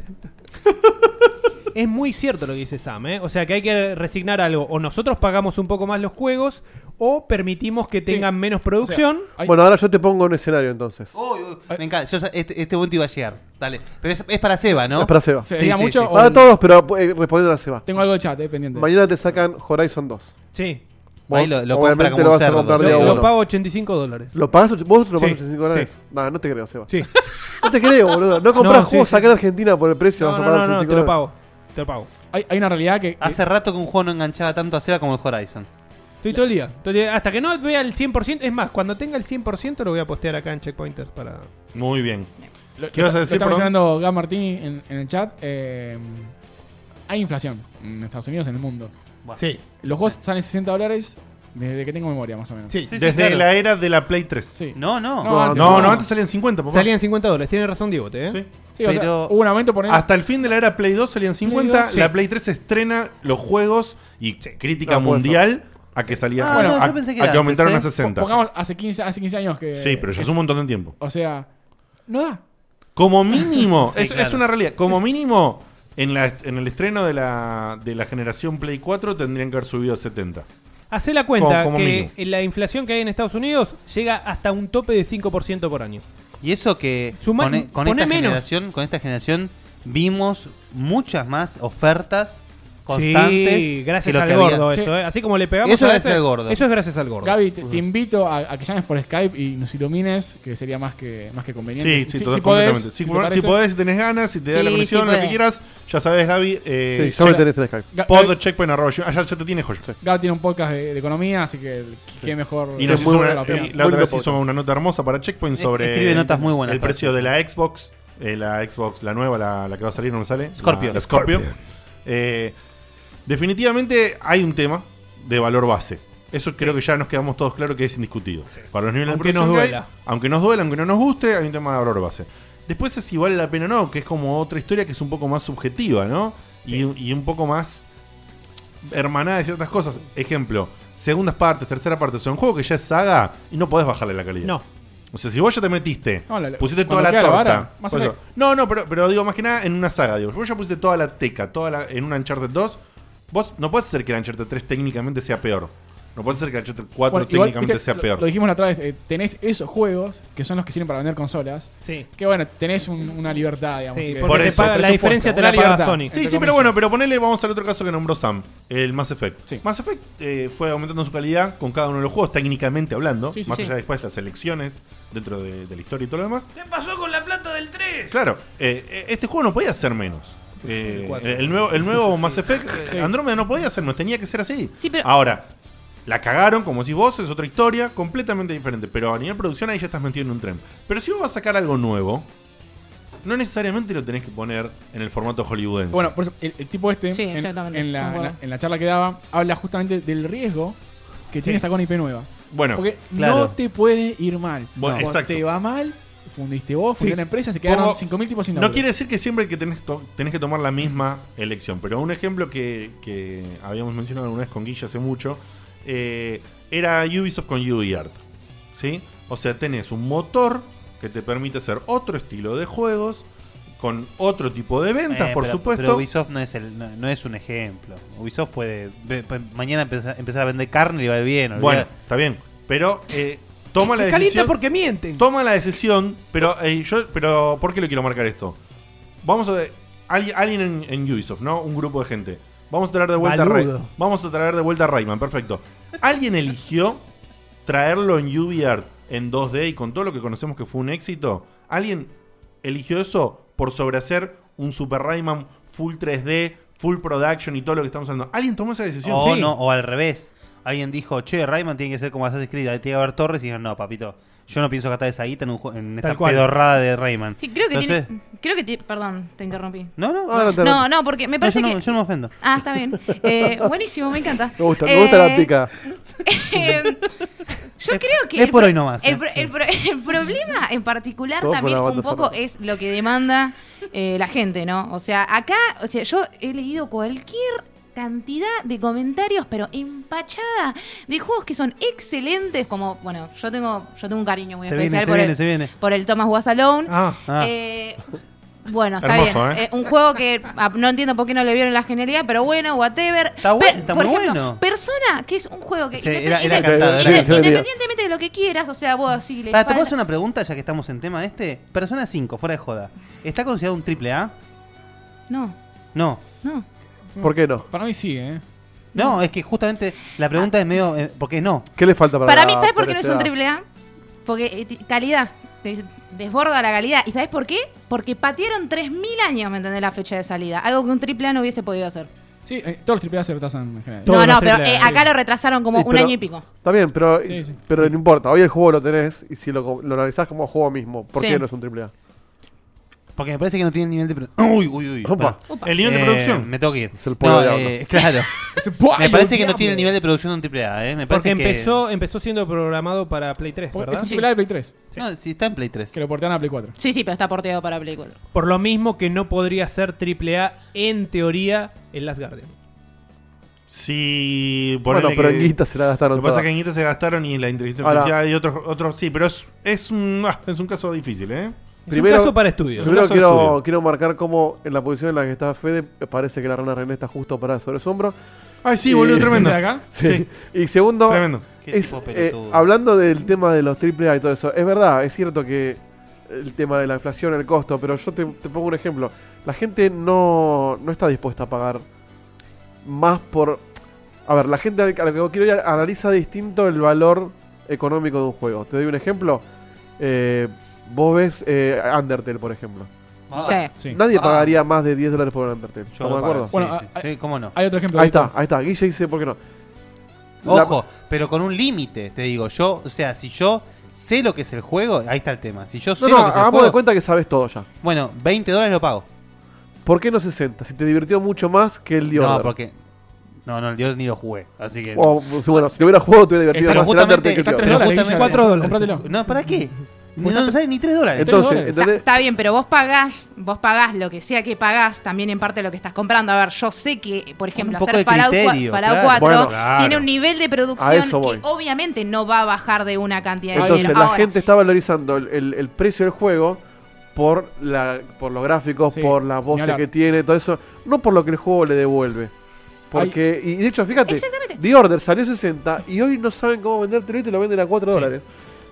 S7: es muy cierto lo que dice Sam, ¿eh? O sea que hay que resignar algo. O nosotros pagamos un poco más los juegos, o permitimos que tengan menos producción.
S2: Bueno, ahora yo te pongo un escenario entonces.
S1: Eh.
S3: Me encanta. Yo sa- este, este punto iba a llegar. Dale. Pero es, es para Seba, ¿no?
S2: Es para Seba.
S3: Sí, sí, sí.
S2: Para todos, pero eh, respondiendo a Seba.
S4: Tengo algo de chat, eh, pendiente.
S2: Mañana te sacan Horizon 2.
S7: Sí.
S2: Vos,
S3: Ahí lo- lo compra
S2: obviamente
S3: como
S2: lo
S3: un
S2: vas a
S3: cerdo.
S2: comprar
S3: Lo-
S2: día
S3: lo
S2: uno.
S7: pago 85 dólares.
S2: ¿Lo pagas? och- ¿Vos lo
S7: Sí,
S2: pagas 85 dólares?
S7: sí.
S2: No, no te creo, Seba.
S7: Sí.
S2: No te creo, boludo. No compras
S4: No, sí,
S2: juegos
S4: sí.
S2: acá en Argentina por el precio. vas a pagar 85 dólares.
S7: Te lo pago.
S4: Hay, hay una realidad que.
S3: Hace rato que un juego no enganchaba tanto a Seba como el Horizon.
S7: Estoy todo el día. todo el día. Hasta que no vea el 100%. Es más, cuando tenga el 100% lo voy a postear acá en Checkpointer para.
S1: Muy bien.
S4: Lo-
S1: ¿Qué
S4: lo-
S1: vas a
S4: lo
S1: decir,
S4: Está
S1: perdón?
S4: mencionando Gab Martini en, en el chat. eh, hay inflación en Estados Unidos, en el mundo.
S7: Sí.
S4: Los juegos salen 60 dólares desde que tengo memoria, más o menos.
S1: Desde la era de la Play 3.
S3: No, no.
S1: No, antes, no, no, antes salían 50, papá.
S7: Salían 50 dólares. Tiene razón Diego, ¿eh?
S1: Sí.
S4: Sí, o sea, hubo un aumento por
S1: Hasta el fin de la era Play 2 salían 50.
S4: Play 2,
S1: la
S4: sí.
S1: Play 3 estrena los juegos y crítica
S4: No, por eso.
S1: mundial a que salían.
S4: Bueno,
S1: a, a que aumentaron a 60.
S4: Pongamos hace 15, hace 15 años que.
S1: Sí, pero ya
S4: que-
S1: es un montón de tiempo.
S4: O sea, no da.
S1: Como mínimo,
S4: Sí,
S1: es,
S4: claro.
S1: es una realidad. Como mínimo, en, la, en el estreno de la, de la generación Play 4 tendrían que haber subido a 70.
S7: Hacé la cuenta
S1: Como- como
S7: que
S1: mínimo.
S7: la inflación que hay en Estados Unidos llega hasta un tope de 5% por año.
S3: Y eso que
S7: Suma-
S3: con, e- con
S7: poné
S3: esta
S7: menos.
S3: generación, con esta generación vimos muchas más ofertas constantes.
S7: Sí,
S3: que
S7: gracias
S3: lo
S7: al
S3: que había.
S7: gordo eso, ¿eh? Así como le pegamos
S3: Eso
S7: a
S3: es gracias
S7: ese,
S3: al gordo.
S7: Eso es gracias al gordo.
S4: Gaby, te, te invito a, a que llames por Skype y nos ilumines, que sería más que, más que conveniente.
S1: Sí, sí,
S4: Si-
S1: total-
S4: si podés,
S1: completamente.
S4: si
S1: Si,
S4: te
S1: podés, si
S4: parece.
S1: podés, si tenés ganas, si te da
S4: Sí,
S1: la conexión,
S4: sí
S1: lo que
S4: puede.
S1: quieras, ya sabes, Gaby. Eh,
S2: Sí, ya me tenés en Skype.
S4: Ga- Gaby-
S1: Podcheckpoint.arroba. Ah, ya, ya te tiene joya.
S4: Gaby tiene un podcast de, de economía, así que qué mejor.
S1: Y nos
S4: es
S1: hizo
S4: muy
S1: una-
S4: buena opinión.
S1: y la otra vez hizo una nota hermosa para Checkpoint sobre
S3: escribe notas muy buenas
S1: el
S3: para
S1: precio de la Xbox, eh, la Xbox, la nueva, la, la que va a salir, no me sale.
S3: Scorpio.
S1: La, la Scorpio.
S3: Scorpio.
S1: Eh, definitivamente hay un tema de valor base. Eso creo que ya nos quedamos todos claros que es indiscutido. Para los niveles
S7: Aunque
S1: de
S7: nos
S1: producción que hay,
S7: duela.
S1: aunque nos duela, aunque no nos guste, hay un tema de valor base. Después es si vale la pena o no, que es como otra historia que es un poco más subjetiva, ¿no? Y, y un poco más hermanada de ciertas cosas. Ejemplo, segundas partes, tercera parte. O sea, un juego que ya es saga y no podés bajarle la calidad.
S7: No.
S1: O sea, si vos ya te metiste,
S4: No, la- la-
S1: pusiste toda
S4: cuando
S1: la
S4: queda la
S1: torta.
S4: vara, más o
S1: por eso.
S4: menos.
S1: no, no, pero, pero digo más que nada en una saga, digo. Vos ya pusiste toda la teca, toda la, en una Uncharted 2. Vos no podés hacer que la Uncharted 3 técnicamente sea peor. No podés hacer que la Uncharted 4
S4: Bueno, igual,
S1: técnicamente
S4: viste,
S1: sea
S4: lo-
S1: peor.
S4: Lo, dijimos la otra vez, eh, tenés esos juegos que son los que sirven para vender consolas.
S7: Sí.
S4: Que bueno, tenés un- una libertad, digamos.
S7: Sí,
S4: que-
S7: porque Por te eso. paga- la
S4: presupuesto,
S7: diferencia te
S4: una
S7: la paga
S4: libertad,
S7: Sony.
S4: entre
S1: Sí, sí, pero
S4: comillas.
S1: bueno, pero ponele, vamos al otro caso que nombró Sam, el Mass Effect. Mass Effect eh, fue aumentando su calidad con cada uno de los juegos, técnicamente hablando,
S4: Sí, sí,
S1: más
S4: sí.
S1: allá de después las elecciones dentro de, de la historia y todo lo demás.
S6: ¿Qué pasó con la plata del 3?
S1: Claro, eh, eh, este juego no podía ser menos. Eh,
S6: El cuatro.
S1: el, nuevo, el nuevo Mass Effect, eh, Andrómeda no podía ser menos, tenía que ser así.
S6: Sí, pero-
S1: Ahora, la cagaron, como decís vos, es otra historia completamente diferente, pero a nivel producción ahí ya estás metido en un tren. Pero si vos vas a sacar algo nuevo, no necesariamente lo tenés que poner en el formato hollywoodense.
S4: Bueno, por eso, el, el tipo este,
S8: Sí,
S4: en,
S8: exactamente,
S4: en la, en,
S8: concuerdo.
S4: la, en la charla que daba, habla justamente del riesgo que tiene sacar una IP nueva.
S1: Bueno,
S4: Porque no
S1: claro.
S4: te puede ir mal.
S1: Bueno,
S4: No,
S1: exacto.
S4: te va mal, fundiste vos, fundiste
S1: Sí.
S4: la empresa, se quedaron
S1: Pongo-
S4: 5.000 tipos sin
S1: No
S4: laburo.
S1: quiere decir que siempre que tenés, to- tenés que tomar la misma elección, pero un ejemplo que, que habíamos mencionado alguna vez con Guilla hace mucho eh, era Ubisoft con UbiArt. ¿sí? O sea, tenés un motor que te permite hacer otro estilo de juegos con otro tipo de ventas,
S3: Eh,
S1: por
S3: pero-
S1: supuesto.
S3: Pero Ubisoft no es, el, no, no es un ejemplo. Ubisoft puede ve- pe- mañana empezar, empezar a vender carne y va bien. olvidá.
S1: Bueno, está bien. Pero eh, toma la
S7: Me calienta
S1: decisión.
S7: porque mienten.
S1: Toma la decisión, pero eh, yo, pero ¿por qué lo quiero marcar esto? Vamos a ver, alguien, alguien en, en Ubisoft, ¿no? Un grupo de gente. Vamos a traer de vuelta a Ray-
S7: Baludo.
S1: Vamos a traer de vuelta a Rayman, perfecto. Alguien eligió traerlo en UbiArt en 2D y con todo lo que conocemos que fue un éxito. Alguien eligió eso por sobrehacer un Super Rayman full 3D, full production y todo lo que estamos hablando. Alguien tomó esa decisión.
S3: O, Oh, no, o al revés. Alguien dijo, che, Rayman tiene que ser como Assassin's Creed, ahí tiene que haber torres. Y dijeron, no, papito, yo no pienso gastar esa guita en, un ju- en esta
S7: Tal cual.
S3: pedorrada de Rayman.
S8: Sí, creo que
S3: Entonces-
S8: tiene. Creo que ti- Perdón, te interrumpí.
S3: No, no,
S8: te- No, no, porque me parece
S3: yo
S8: que-
S3: yo no me ofendo.
S8: Ah, está bien. Eh, buenísimo, me encanta.
S2: Me gusta, me gusta la
S8: Eh,
S2: pica.
S8: Eh, yo creo que.
S3: es
S8: el
S3: por
S8: pro-
S3: hoy nomás,
S8: El,
S3: ¿eh?
S8: pro- el pro- el problema en particular
S3: Todo por
S8: también
S3: la
S8: un
S3: banda
S8: poco
S3: sonora.
S8: es lo que demanda eh, la gente, ¿no? O sea, acá, o sea, yo he leído cualquier cantidad de comentarios, pero empachada, de juegos que son excelentes, como, bueno, yo tengo, yo tengo un cariño muy
S3: Se
S8: especial
S3: viene, se Ah,
S8: por, Ah.
S3: viene,
S8: el,
S3: se viene.
S8: por el Thomas Was Alone.
S3: Ah, ah.
S8: Eh, Bueno, está
S1: Hermoso,
S8: bien.
S1: ¿eh?
S8: Eh, un juego que ah, no entiendo por qué no le vieron la genialidad, pero bueno, whatever. Está
S3: bueno, está muy bueno.
S8: Persona, que es un juego que
S3: Sí,
S8: independ-
S3: era- era
S8: indep-
S3: cantado, era
S8: inde-
S3: cantado.
S8: independientemente de lo que quieras, o sea, vos sí le
S3: Para, ¿Te puedo
S8: falta-
S3: hacer una pregunta ya que estamos en tema este? Persona 5, fuera de joda. ¿Está considerado un triple A?
S8: No,
S3: No.
S8: no.
S2: ¿Por qué no?
S4: Para mí sí, ¿eh?
S3: No, es que justamente la pregunta es medio. eh, ¿Por qué no?
S2: ¿Qué le falta
S8: Para, mí, ¿sabes por qué no es un triple A? Porque eh, t- calidad. te- Desborda la calidad. ¿Y sabes por qué? Porque patearon 3.000 años, ¿me entendés? La fecha de salida. Algo que un triple A no hubiese podido hacer.
S4: Sí, eh, todos los triple A se retrasan en general.
S8: no, no,
S4: Ah,
S8: pero eh, acá lo retrasaron como
S2: Sí,
S8: un
S2: pero-
S8: año y pico.
S2: Está bien, pero,
S4: Sí, sí.
S2: pero no importa. Hoy el juego lo tenés y si lo, co- lo analizás como juego mismo, ¿por
S8: Sí.
S2: qué no es un triple A?
S3: Porque me parece que no tiene nivel de. pro- Uy, uy, uy.
S2: Opa.
S3: pará.
S1: El nivel de
S3: Eh,
S1: producción.
S3: Me tengo que ir.
S2: Es el pueblo
S3: No,
S2: diablo.
S3: eh, claro.
S4: Es el pueblo
S3: me parece que no
S4: diablo.
S3: tiene el nivel de producción de un triple A, ¿eh? Me
S7: Porque
S3: parece que.
S7: empezó, empezó siendo programado para Play 3,
S4: Porque Es
S7: ¿verdad?
S4: un triple A de Play 3,
S3: No, si está en Play 3.
S4: que lo portean a Play 4.
S8: Sí, sí, pero está porteado para Play 4.
S7: Por lo mismo que no podría ser AAA en teoría en Last Guardian.
S1: Sí,
S2: Bueno,
S1: ponele
S2: pero
S1: que-
S2: en guita se la gastaron
S1: Lo que pasa
S2: toda.
S1: es que en guita se gastaron y la inteligencia
S2: Ahora-
S1: artificial y otros, otros sí, pero es, es, un, ah, es un caso difícil, ¿eh?
S7: Es un caso para estudios.
S2: Primero
S1: Caso de
S2: quiero,
S1: estudio.
S2: quiero marcar cómo en la posición en la que está Fede parece que la rana René está justo parada sobre su hombro.
S1: Ay, sí,
S2: Y-
S1: boludo, tremendo.
S4: ¿De acá?
S2: Sí.
S1: Sí.
S2: Y segundo,
S1: Tremendo.
S3: Qué
S2: es,
S3: tipo
S2: eh,
S3: pelotudo.
S2: hablando del tema de los AAA y todo eso, es verdad, es cierto que el tema de la inflación, el costo, pero yo te, te pongo un ejemplo. La gente no, no está dispuesta a pagar más por... A ver, la gente a la que quiero ir analiza distinto el valor económico de un juego. Te doy un ejemplo. Eh, vos ves eh, Undertale, por ejemplo.
S3: Ah,
S8: Sí.
S4: Sí.
S2: Nadie
S3: Ah.
S2: pagaría más de 10 dólares por Undertale.
S3: yo
S2: ¿Estamos
S3: lo
S2: de acuerdo?
S3: pago, sí,
S4: Bueno,
S3: sí.
S4: ah,
S3: Sí, ¿Cómo no?
S4: Hay otro ejemplo.
S2: Ahí
S4: Víctor.
S2: está, ahí está. Guille dice, ¿por qué no? La-
S3: Ojo, pero con un límite, te digo. Yo, o sea, si yo sé lo que es el juego, ahí está el tema. Si yo sé
S2: No,
S3: lo
S2: no,
S3: que es el
S2: hagamos
S3: juego,
S2: de cuenta que sabes todo ya.
S3: bueno, 20 dólares lo pago.
S2: ¿Por qué no 60? Si te divirtió mucho más que el Dior.
S3: No, porque. No, no, el Dios ni lo jugué. Así que. Eh,
S2: O, bueno, Oh, si lo hubiera jugado, te hubiera divertido
S3: Pero
S2: más el
S3: justamente-
S2: Undertale que el
S4: Está
S2: Dior.
S4: tres
S3: Pero
S4: dólares,
S3: justamente-
S4: Guille,
S7: Cuatro dólares.
S4: Cómprátelo.
S3: No, ¿para qué? No, no sabes ni 3 dólares.
S2: Entonces,
S4: dólares.
S8: Está,
S2: ¿entendés?
S8: está bien, pero vos pagás, vos pagás lo que sea que pagás, también en parte lo que estás comprando. A ver, yo sé que, por ejemplo,
S3: Un poco
S8: hacer
S3: de
S8: Fallout, cua-
S3: criterio,
S8: Fallout
S3: claro.
S8: 4
S2: Bueno,
S1: claro.
S8: tiene un nivel de
S2: A
S8: producción
S2: eso voy.
S8: que obviamente no va a bajar de una cantidad de
S2: Entonces,
S8: dinero.
S2: la
S8: Ahora,
S2: gente está valorizando el, el- el precio del juego por la por los gráficos,
S4: Sí,
S2: por las
S4: ni
S2: voces
S4: hablar.
S2: que tiene, todo eso. No por lo que el juego le devuelve. Porque, y de hecho, fíjate,
S8: Exactamente.
S2: The Order salió 60 y hoy no saben cómo vendértelo y te lo venden a 4
S3: Sí.
S2: dólares.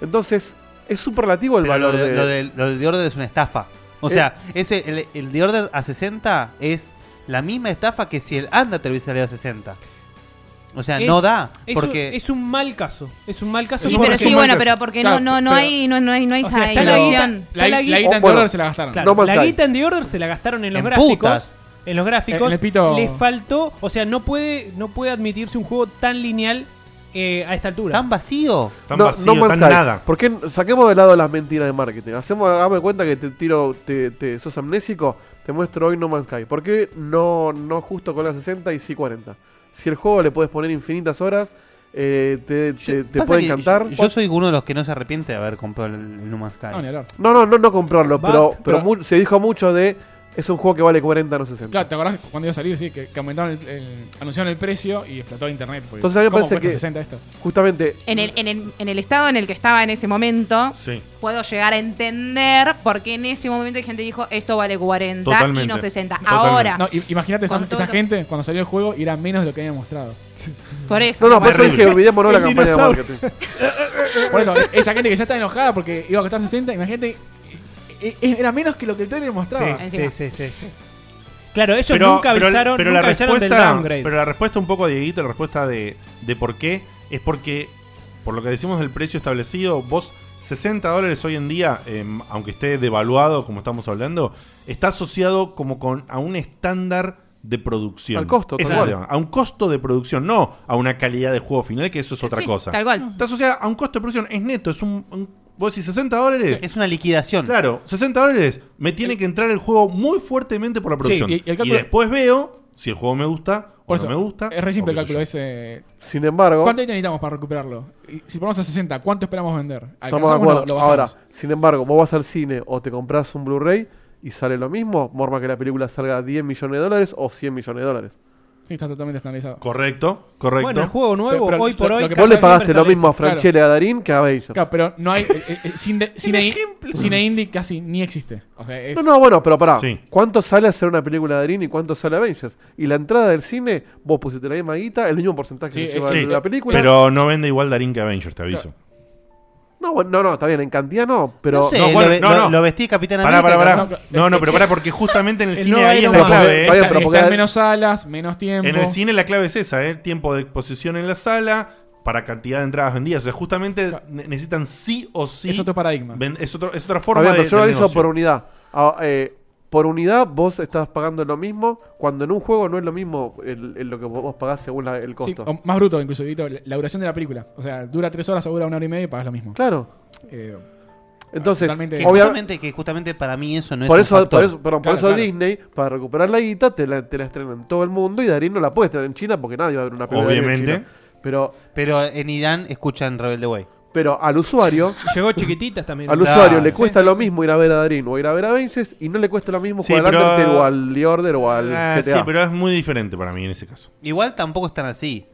S2: Entonces, es súper relativo el
S3: Pero
S2: valor
S3: lo, de,
S2: de...
S3: lo de- lo del The Order es una estafa. O
S2: Eh.
S3: sea, ese, el, el The Order a 60 es la misma estafa que si el Undertale hubiese salido a 60. O sea,
S7: Es-
S3: no da.
S7: es un-
S3: porque
S7: Es un mal caso. Es un mal caso.
S8: Sí,
S7: porque-
S8: pero sí, bueno, pero porque
S4: Claro,
S8: no, no, no
S4: pero-
S8: hay, no, no hay, no hay
S7: O sea,
S8: esa
S7: está la guita-
S8: inversión.
S7: está la
S4: La,
S7: guita-
S4: la guita en
S2: Oh, bueno.
S4: dólares se la gastaron.
S7: Claro,
S2: No Man's
S7: la
S2: Sky.
S7: guita en The Order se la gastaron en los
S3: En
S7: gráficos.
S3: putas.
S7: En los gráficos.
S4: En el pito-
S7: Le faltó. O sea, no puede, no puede admitirse un juego tan lineal eh, a esta altura.
S3: tan vacío.
S1: Tan
S2: No,
S1: vacío,
S2: no Man's
S1: tan
S2: Sky.
S1: nada.
S2: ¿Por qué n- saquemos de lado las mentiras de marketing? Hacemos, hagamos de cuenta que te tiro, te, te- sos amnésico, te muestro hoy No Man's Sky. ¿Por qué no, no justo con la 60 y sí 40? Si el juego le puedes poner infinitas horas, eh, te, te,
S3: Yo-
S2: te
S3: pasa
S2: puede
S3: que
S2: encantar.
S3: Yo, yo soy uno de los que no se arrepiente de haber comprado el, el No Man's Sky.
S4: No, Ah, ni hablar.
S2: No, no, no, no comprarlo,
S7: But-
S2: pero, pero
S4: pero-
S2: mu- se dijo mucho de es un juego que vale 40, no 60.
S4: Claro, ¿te acordás cuando iba a salir? Sí, que, que aumentaron el, el- anunciaron el precio y explotó internet. porque,
S2: Entonces, a mí me
S4: ¿cómo
S2: parece
S4: cuesta
S2: que-
S4: 60 esto?
S2: Justamente,
S8: En el, en, el, en el estado en el que estaba en ese momento,
S1: Sí.
S8: puedo llegar a entender por qué en ese momento hay gente que dijo esto vale 40 y no
S1: Totalmente.
S8: 60.
S1: Totalmente.
S8: Ahora,
S4: No, i- imagínate esa,
S8: Con todo
S4: esa
S8: lo-
S4: gente cuando salió el juego era menos de lo que habían mostrado.
S8: por eso.
S2: no, no, por
S8: bueno.
S2: eso dije, olvidémonos la
S1: El
S2: campaña de
S1: dinosaurio.
S2: marketing.
S4: Por eso, esa gente que ya está enojada porque iba a costar 60, imagínate, e- e- era menos que lo que el trailer mostraba.
S7: Sí,
S8: Encima.
S7: sí, sí, sí, sí. Claro, ellos nunca avisaron,
S1: pero
S7: nunca
S1: la
S7: avisaron
S1: respuesta,
S7: del downgrade.
S1: Pero la respuesta un poco, Dieguito, la respuesta de, de por qué es porque, por lo que decimos del precio establecido, vos 60 dólares hoy en día, em, aunque esté devaluado como estamos hablando, está asociado como con a un estándar de producción.
S2: Al costo,
S1: Ese
S2: tal
S1: es el
S2: cual.
S1: tema, A un costo de producción, no a una calidad de juego final, que eso es otra
S8: Sí,
S1: cosa.
S8: Tal cual.
S1: Está asociada a un costo de producción, es neto, es un... un- vos decís 60 dólares.
S3: Es una liquidación.
S1: Claro, 60 dólares. Me tiene que entrar el juego muy fuertemente por la producción.
S4: y- y
S1: y,
S4: el cálculo-
S1: después veo si el juego me gusta o
S4: Por
S1: no
S4: eso,
S1: me gusta.
S4: Es re simple
S1: o
S4: el
S1: qué
S4: cálculo
S1: sé yo.
S4: ese.
S2: Sin embargo,
S4: ¿Cuánto necesitamos para recuperarlo? Y si ponemos a 60, ¿cuánto esperamos vender?
S2: Estamos de
S4: ¿Alcanzamos o
S2: acuerdo.
S4: lo
S2: Ahora,
S4: bajamos?
S2: sin embargo, vos vas al cine o te compras un Blu-ray y sale lo mismo, morma que la película salga 10 millones de dólares o 100 millones de dólares.
S4: Sí, está totalmente estandarizado.
S1: Correcto, correcto.
S7: Bueno, el juego nuevo, hoy por hoy,
S2: Vos le pagaste lo mismo a Franchelle a Darín que a Bowser.
S4: Claro, pero no hay. eh, eh, eh, cine, cine- cine indie casi ni existe. O sea, es-
S2: No, no, bueno, pero pará.
S1: Sí.
S2: ¿Cuánto sale hacer una película de Darín y cuánto sale Avengers? Y la entrada del cine, vos pusiste la misma guita, el mismo porcentaje que lleva
S1: Sí,
S2: la película.
S1: Pero no vende igual Darín que Avengers, te aviso.
S2: No, bueno, no, no, está bien, en cantidad no, pero.
S1: No sé, No, bueno, lo ve- no, lo- no. lo vestí Capitán Pará, América, pará, pará. capaz- No, no, pero pará, porque justamente en el cine
S4: nuevo
S1: ahí es
S4: Iron
S1: la
S4: Man.
S1: clave,
S4: Está-
S1: eh.
S4: está- está en menos salas, menos tiempo.
S1: En el cine la clave es esa, ¿eh? Tiempo de exposición en la sala para cantidad de entradas vendidas. O sea, justamente ne- necesitan sí o sí.
S4: Es otro paradigma.
S1: ven- es, otro- es otra
S2: Está
S1: forma
S2: bien,
S1: de.
S2: pero yo lo
S1: de
S2: analizo
S1: negocio.
S2: por unidad. Ah, eh, por unidad vos estás pagando lo mismo, cuando en un juego no es lo mismo el- el lo que vos pagás según la- el
S4: Sí,
S2: costo.
S4: o más bruto, incluso, Dieguito, la- la duración de la película. O sea, dura tres horas o dura una hora y media y pagas lo mismo.
S2: Claro.
S4: Eh,
S2: Entonces,
S4: totalmente-
S3: Que
S2: obvia-
S3: justamente, que justamente para mí eso no
S2: por
S3: es un
S2: eso,
S3: factor.
S2: por eso, perdón, por eso Disney, para recuperar la guita, te la, te la estrena en todo el mundo y Darín no la puede estrenar en China porque nadie va a ver una película de Darín en China. Pero,
S3: pero en Irán escuchan Rebelde Way.
S2: Pero al usuario.
S7: Llegó chiquititas también.
S2: Al
S3: Claro,
S2: usuario le
S3: sí,
S2: cuesta lo mismo ir a ver a Darín o ir a ver a Vences y no le cuesta lo mismo
S1: Sí,
S2: jugar
S1: pero-
S2: al Undertale o al The Order o al
S1: Ah, sí,
S2: GTA.
S1: pero es muy diferente para mí en ese caso.
S3: Igual tampoco están así.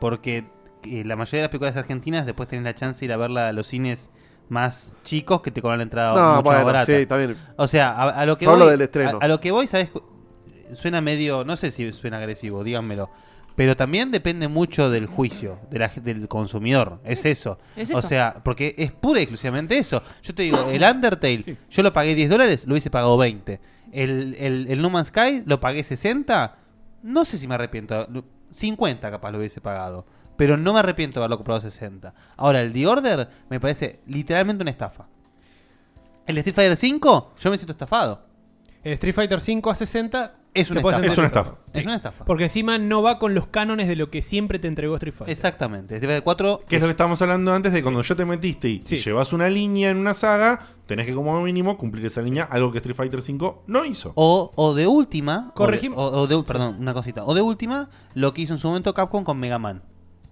S3: Porque eh, la mayoría de las películas argentinas después tenés la chance de ir a verla a los cines más chicos que te cobran la entrada
S2: No,
S3: mucho
S2: bueno,
S3: más barata.
S2: sí, está bien.
S3: O sea, a, a lo que
S2: Yo hablo
S3: voy,
S2: del estreno.
S3: A, a lo que voy, sabes, suena medio, no sé si suena agresivo, díganmelo. Pero también depende mucho del juicio de la- del consumidor. Es eso.
S12: Es
S3: O
S12: eso.
S3: sea, porque es pura y exclusivamente eso. Yo te digo, el Undertale, yo lo pagué 10 dólares, lo hubiese pagado 20. El, el, el No Man's Sky, lo pagué 60. No sé si me arrepiento. lo- 50 capaz lo hubiese pagado. Pero no me arrepiento de haberlo comprado 60. Ahora, el The Order me parece literalmente una estafa. El Street Fighter 5, yo me siento estafado.
S7: El Street Fighter 5 a 60
S3: Es una
S7: te podés
S3: estafa. Es
S7: sentir
S3: una
S7: estafado.
S3: estafa. Es una estafa.
S7: Porque encima no va con los cánones de lo que siempre te entregó Street Fighter.
S3: Exactamente. Street Fighter 4
S1: Que es lo que estábamos hablando antes de cuando ya te metiste y llevas una línea en una saga, tenés que como mínimo cumplir esa línea, algo que Street Fighter V no hizo.
S3: O, o de última.
S1: Corregim-
S3: O, o de, perdón, una cosita. O de última, lo que hizo en su momento Capcom con Mega Man.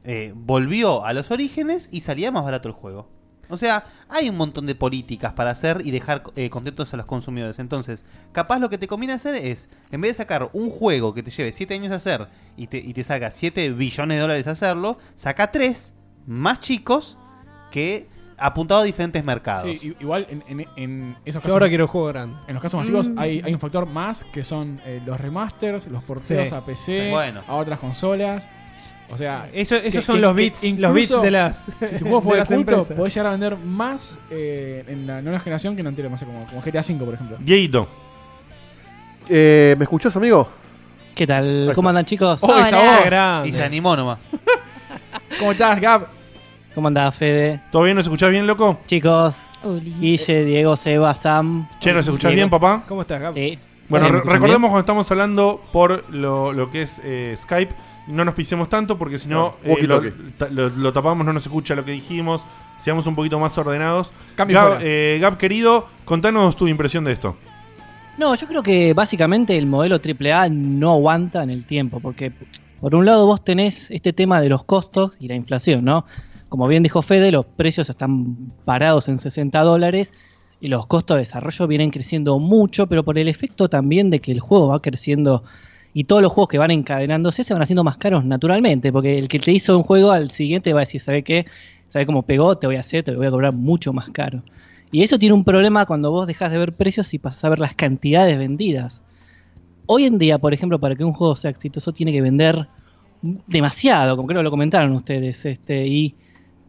S3: Eh, volvió a los orígenes y salía más barato el juego. O sea, hay un montón de políticas para hacer y dejar eh, contentos a los consumidores. Entonces, capaz lo que te conviene hacer es, en vez de sacar un juego que te lleve 7 años a hacer y te, y te saca 7 billones de dólares hacerlo, saca 3 más chicos que apuntado a diferentes mercados.
S4: Sí, i- igual en, en- en esos
S7: Yo ahora quiero juego grande.
S4: En los casos masivos
S7: Mm.
S4: hay, hay un factor más que son eh, los remasters, los porteos
S7: Sí.
S4: a PC,
S7: Sí. Bueno.
S4: a otras consolas. O sea,
S7: Eso- esos son los bits, los bits
S4: incluso
S7: de las-
S4: Si tu juego
S7: de
S4: fue de
S7: las
S4: culto,
S7: empresas.
S4: podés llegar a vender más eh, en la nueva generación que en la anterior, no sé, como, como GTA V, por ejemplo.
S1: Dieguito.
S2: Eh, ¿Me escuchás, amigo?
S13: ¿Qué tal? ¿Cómo andan, chicos?
S4: Oh, esa Hola. voz.
S3: Y se animó nomás.
S4: ¿Cómo estás, Gab?
S13: ¿Cómo andás, Fede?
S1: ¿Todo bien? ¿Nos escuchás bien, loco?
S13: Chicos, Guille, Diego, Seba, Sam.
S1: Che, ¿nos escuchás bien, papá?
S7: ¿Cómo estás, Gab?
S13: Sí.
S1: Bueno,
S13: Bien,
S1: re-
S13: ¿me escuchan
S1: recordemos cuando estamos hablando por lo, lo que es eh, Skype, no nos pisemos tanto porque si no
S2: No,
S1: eh,
S2: walkie
S1: lo,
S2: talkie.
S1: ta- lo- lo tapamos, no nos escucha lo que dijimos, seamos un poquito más ordenados.
S13: Cambio
S1: Gab,
S13: fuera.
S1: eh, Gab, querido, contanos tu impresión de esto.
S13: No, yo creo que básicamente el modelo AAA no aguanta en el tiempo, porque por un lado vos tenés este tema de los costos y la inflación, ¿no? Como bien dijo Fede, los precios están parados en 60 dólares y los costos de desarrollo vienen creciendo mucho, pero por el efecto también de que el juego va creciendo y todos los juegos que van encadenándose se van haciendo más caros naturalmente, porque el que te hizo un juego al siguiente va a decir, ¿sabe qué? ¿Sabe cómo pegó? Te voy a hacer, te lo voy a cobrar mucho más caro. Y eso tiene un problema cuando vos dejás de ver precios y pasás a ver las cantidades vendidas. Hoy en día, por ejemplo, para que un juego sea exitoso tiene que vender demasiado, como creo que lo comentaron ustedes, este, y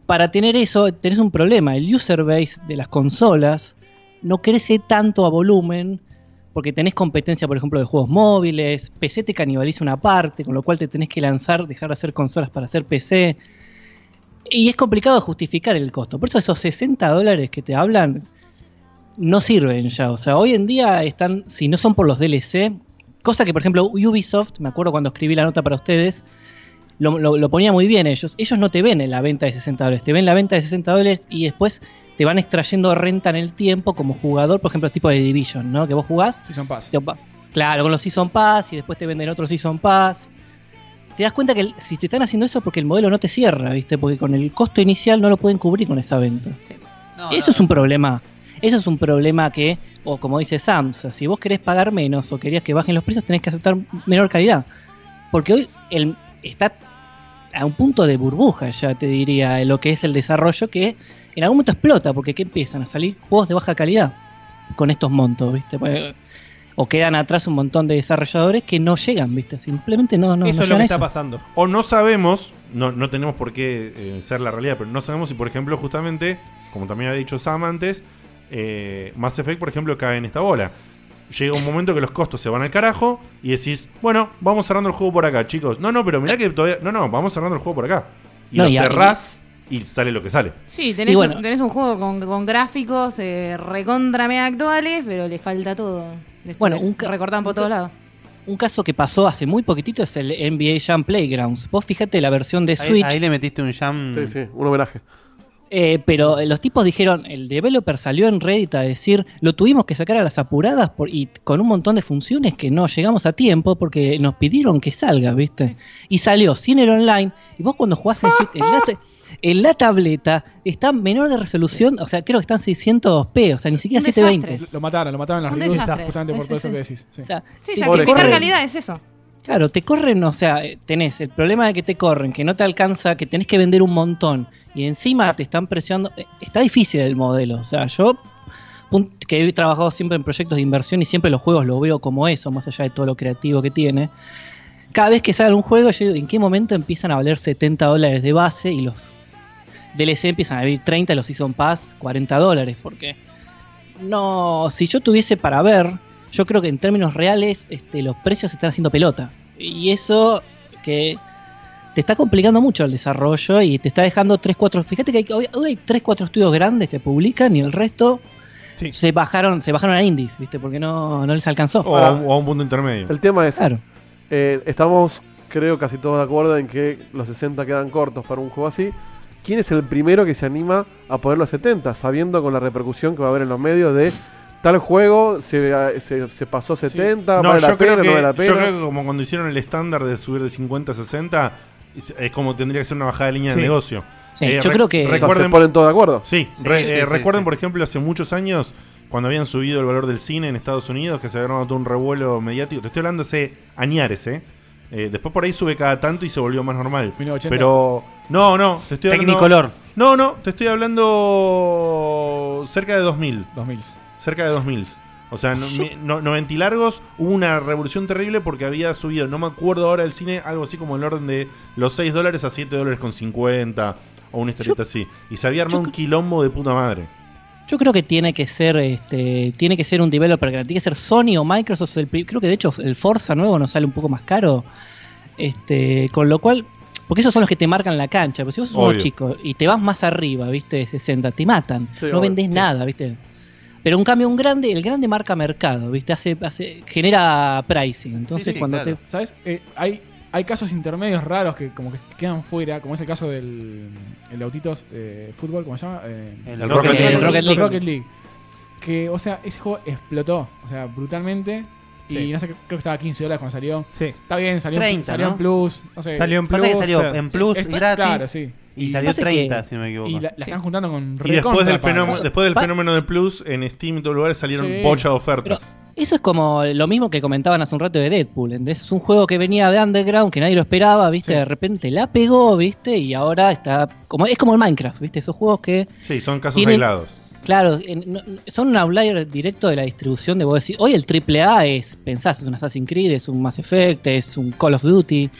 S13: para tener eso tenés un problema, el user base de las consolas no crece tanto a volumen porque tenés competencia, por ejemplo, de juegos móviles, PC te canibaliza una parte, con lo cual te tenés que lanzar, dejar de hacer consolas para hacer PC, y es complicado justificar el costo. Por eso esos 60 dólares que te hablan no sirven ya. O sea, hoy en día están, si no son por los DLC, cosa que por ejemplo Ubisoft, me acuerdo cuando escribí la nota para ustedes, lo, lo- lo ponía muy bien ellos. Ellos no te ven en la venta de 60 dólares, te ven la venta de 60 dólares y después te van extrayendo renta en el tiempo como jugador, por ejemplo, tipo de Division, ¿no? Que vos jugás.
S4: Season Pass.
S13: Claro, con los Season Pass y después te venden otro Season Pass te das cuenta que el- si te están haciendo eso es porque el modelo no te cierra, ¿viste? Porque con el costo inicial no lo pueden cubrir con esa venta. eso es un problema. Eso es un problema que, o como dice Samsa, si vos querés pagar menos o querías que bajen los precios, tenés que aceptar menor calidad. porque hoy el, está a un punto de burbuja, ya te diría, lo que es el desarrollo, que en algún momento explota, porque ¿qué empiezan a salir juegos de baja calidad con estos montos, ¿viste?
S12: Eh,
S13: Pues, o quedan atrás un montón de desarrolladores que no llegan, ¿viste? Simplemente no, no no llegan a eso.
S7: pasando.
S1: O no sabemos, no, no tenemos por qué eh, ser la realidad, pero no sabemos si, por ejemplo, justamente, como también ha dicho Sam antes, eh, Mass Effect, por ejemplo, cae en esta bola. Llega un momento que los costos se van al carajo y decís, bueno, vamos cerrando el juego por acá, chicos. No, no, pero mirá que todavía. No, no, vamos cerrando el juego por acá. Y
S13: No,
S1: lo
S13: y a-
S1: cerrás y sale lo que sale.
S8: Sí, tenés,
S1: Y bueno.
S8: un, tenés un juego con, con gráficos eh, recontra mega actuales, pero le falta todo. Después
S13: Bueno, un ca-
S8: recortan por todos lados.
S13: Un caso que pasó hace muy poquitito es el NBA Jam Playgrounds. Vos fíjate la versión de
S3: Ahí-
S13: Switch.
S3: ahí le metiste un jam. Sí, sí,
S2: un homenaje.
S13: Eh, pero los tipos dijeron, el developer salió en Reddit a decir, lo tuvimos que sacar a las apuradas por- y con un montón de funciones que no llegamos a tiempo porque nos pidieron que salga, ¿viste? Y salió sin el online y vos cuando jugás en, en la, ta- en la tableta está menor de resolución, o sea, creo que están 600p, o sea, ni siquiera
S8: Un
S13: 720.
S8: desastre.
S4: Lo mataron, lo mataron en las
S8: Un
S4: reviews
S8: desastre.
S4: justamente por todo eso que decís. Sí.
S13: O sea,
S8: Sí,
S13: te
S8: sacrificar
S13: corren-
S8: calidad es eso.
S13: Claro, te corren, o sea, eh, tenés el problema de que te corren, que no te alcanza, que tenés que vender un montón y encima te están presionando. eh, Está difícil el modelo, o sea, yo pun- que he trabajado siempre en proyectos de inversión y siempre los juegos los veo como eso, más allá de todo lo creativo que tiene. Cada vez que sale un juego, yo digo, ¿en qué momento empiezan a valer 70 dólares de base y los DLC empiezan a valer 30, los Season Pass 40 dólares? Porque no, si yo tuviese para ver, yo creo que en términos reales este, los precios se están haciendo pelota. Y eso que te está complicando mucho el desarrollo y te está dejando 3, 4... Fíjate que hay, hoy, hoy hay 3, 4 estudios grandes que publican y el resto se bajaron se bajaron a indies, ¿viste? Porque no, no les alcanzó.
S1: O, a un- o a un punto intermedio.
S2: El tema es,
S13: Claro.
S2: eh, estamos creo casi todos de acuerdo en que los 60 quedan cortos para un juego así. ¿Quién es el primero que se anima a poner los 70? Sabiendo con la repercusión que va a haber en los medios de tal juego se, eh, se- se pasó 70,
S1: No,
S2: vale
S1: yo,
S2: la pena,
S1: creo que,
S2: no vale la
S1: yo
S2: pena.
S1: creo que como cuando hicieron el estándar de subir de 50 a 60, es, es como tendría que ser una bajada de línea
S2: Sí.
S1: de negocio. Eh,
S2: Sí, yo
S1: rec-
S2: creo que- O sea, ¿se
S1: recuerden,
S2: ponen todos de acuerdo?
S1: Sí,
S2: Sí,
S1: re-
S2: sí,
S1: eh,
S2: sí,
S1: recuerden
S2: sí.
S1: por ejemplo hace muchos años cuando habían subido el valor del cine en Estados Unidos, que se había notado un revuelo mediático. Te estoy hablando hace añares, ¿eh? Eh, después por ahí sube cada tanto y se volvió más normal.
S4: 1980.
S1: Pero no, no, te estoy hablando
S4: Tecnicolor.
S1: No, no, te estoy hablando cerca de 2000.
S4: 2000.
S1: Cerca de 2000. O sea, no, mi- no- 90 y largos hubo una revolución terrible porque había subido, no me acuerdo ahora el cine, algo así como el orden de los 6 dólares a 7 dólares con 50 o una historieta así. Y se había armado un quilombo de puta madre.
S13: Yo creo que tiene que ser este, tiene que ser un developer grande, tiene que ser Sony o Microsoft, el pri- creo que de hecho el Forza nuevo nos sale un poco más caro. Este, con lo cual, porque esos son los que te marcan la cancha, pero si vos sos
S12: Obvio.
S13: uno chico y te vas más arriba, ¿viste? De 60, te matan,
S12: Sí,
S13: no
S12: obvio,
S13: vendés
S12: sí.
S13: nada, ¿viste? Pero un cambio un grande, el grande marca mercado, ¿viste? Hace, hace genera pricing, entonces cuando te
S4: ¿Sabes? Eh, hay, hay casos intermedios raros que como que quedan fuera, como es el caso del el de autitos eh, fútbol, ¿cómo se llama? Eh,
S13: El El Rocket Rocket League. League.
S4: El
S13: Rocket League.
S4: Rocket League. Que, o sea, ese juego explotó, o sea, brutalmente. Y
S7: Sí.
S4: no sé, creo que estaba a 15 dólares cuando salió. Está bien, salió, en-
S7: 30,
S4: salió
S7: ¿no?
S4: en Plus. no sé.
S7: Salió en Pasa que Plus, salió claro. en Plus
S4: Está-
S7: gratis
S4: Claro, sí.
S7: y salió Pasa que- 30, si no me equivoco.
S4: Y la, la están juntando con
S1: Y después
S4: recontra
S1: del,
S4: paga.
S1: fenómeno, después del fenómeno de Plus, en Steam y todos lugares salieron
S13: Sí.
S1: bocha de ofertas.
S13: Eso es como lo mismo que comentaban hace un rato de Deadpool. ¿entendés? Es un juego que venía de underground, que nadie lo esperaba, ¿viste? De repente la pegó, ¿viste? Y ahora está. como Es como el Minecraft, ¿viste? Esos juegos que.
S1: Sí, son casos
S13: tienen-
S1: aislados.
S13: Claro, en- no- son un outlier directo de la distribución de vos decís. Hoy el AAA es, pensás, es un Assassin's Creed, es un Mass Effect, es un Call of Duty.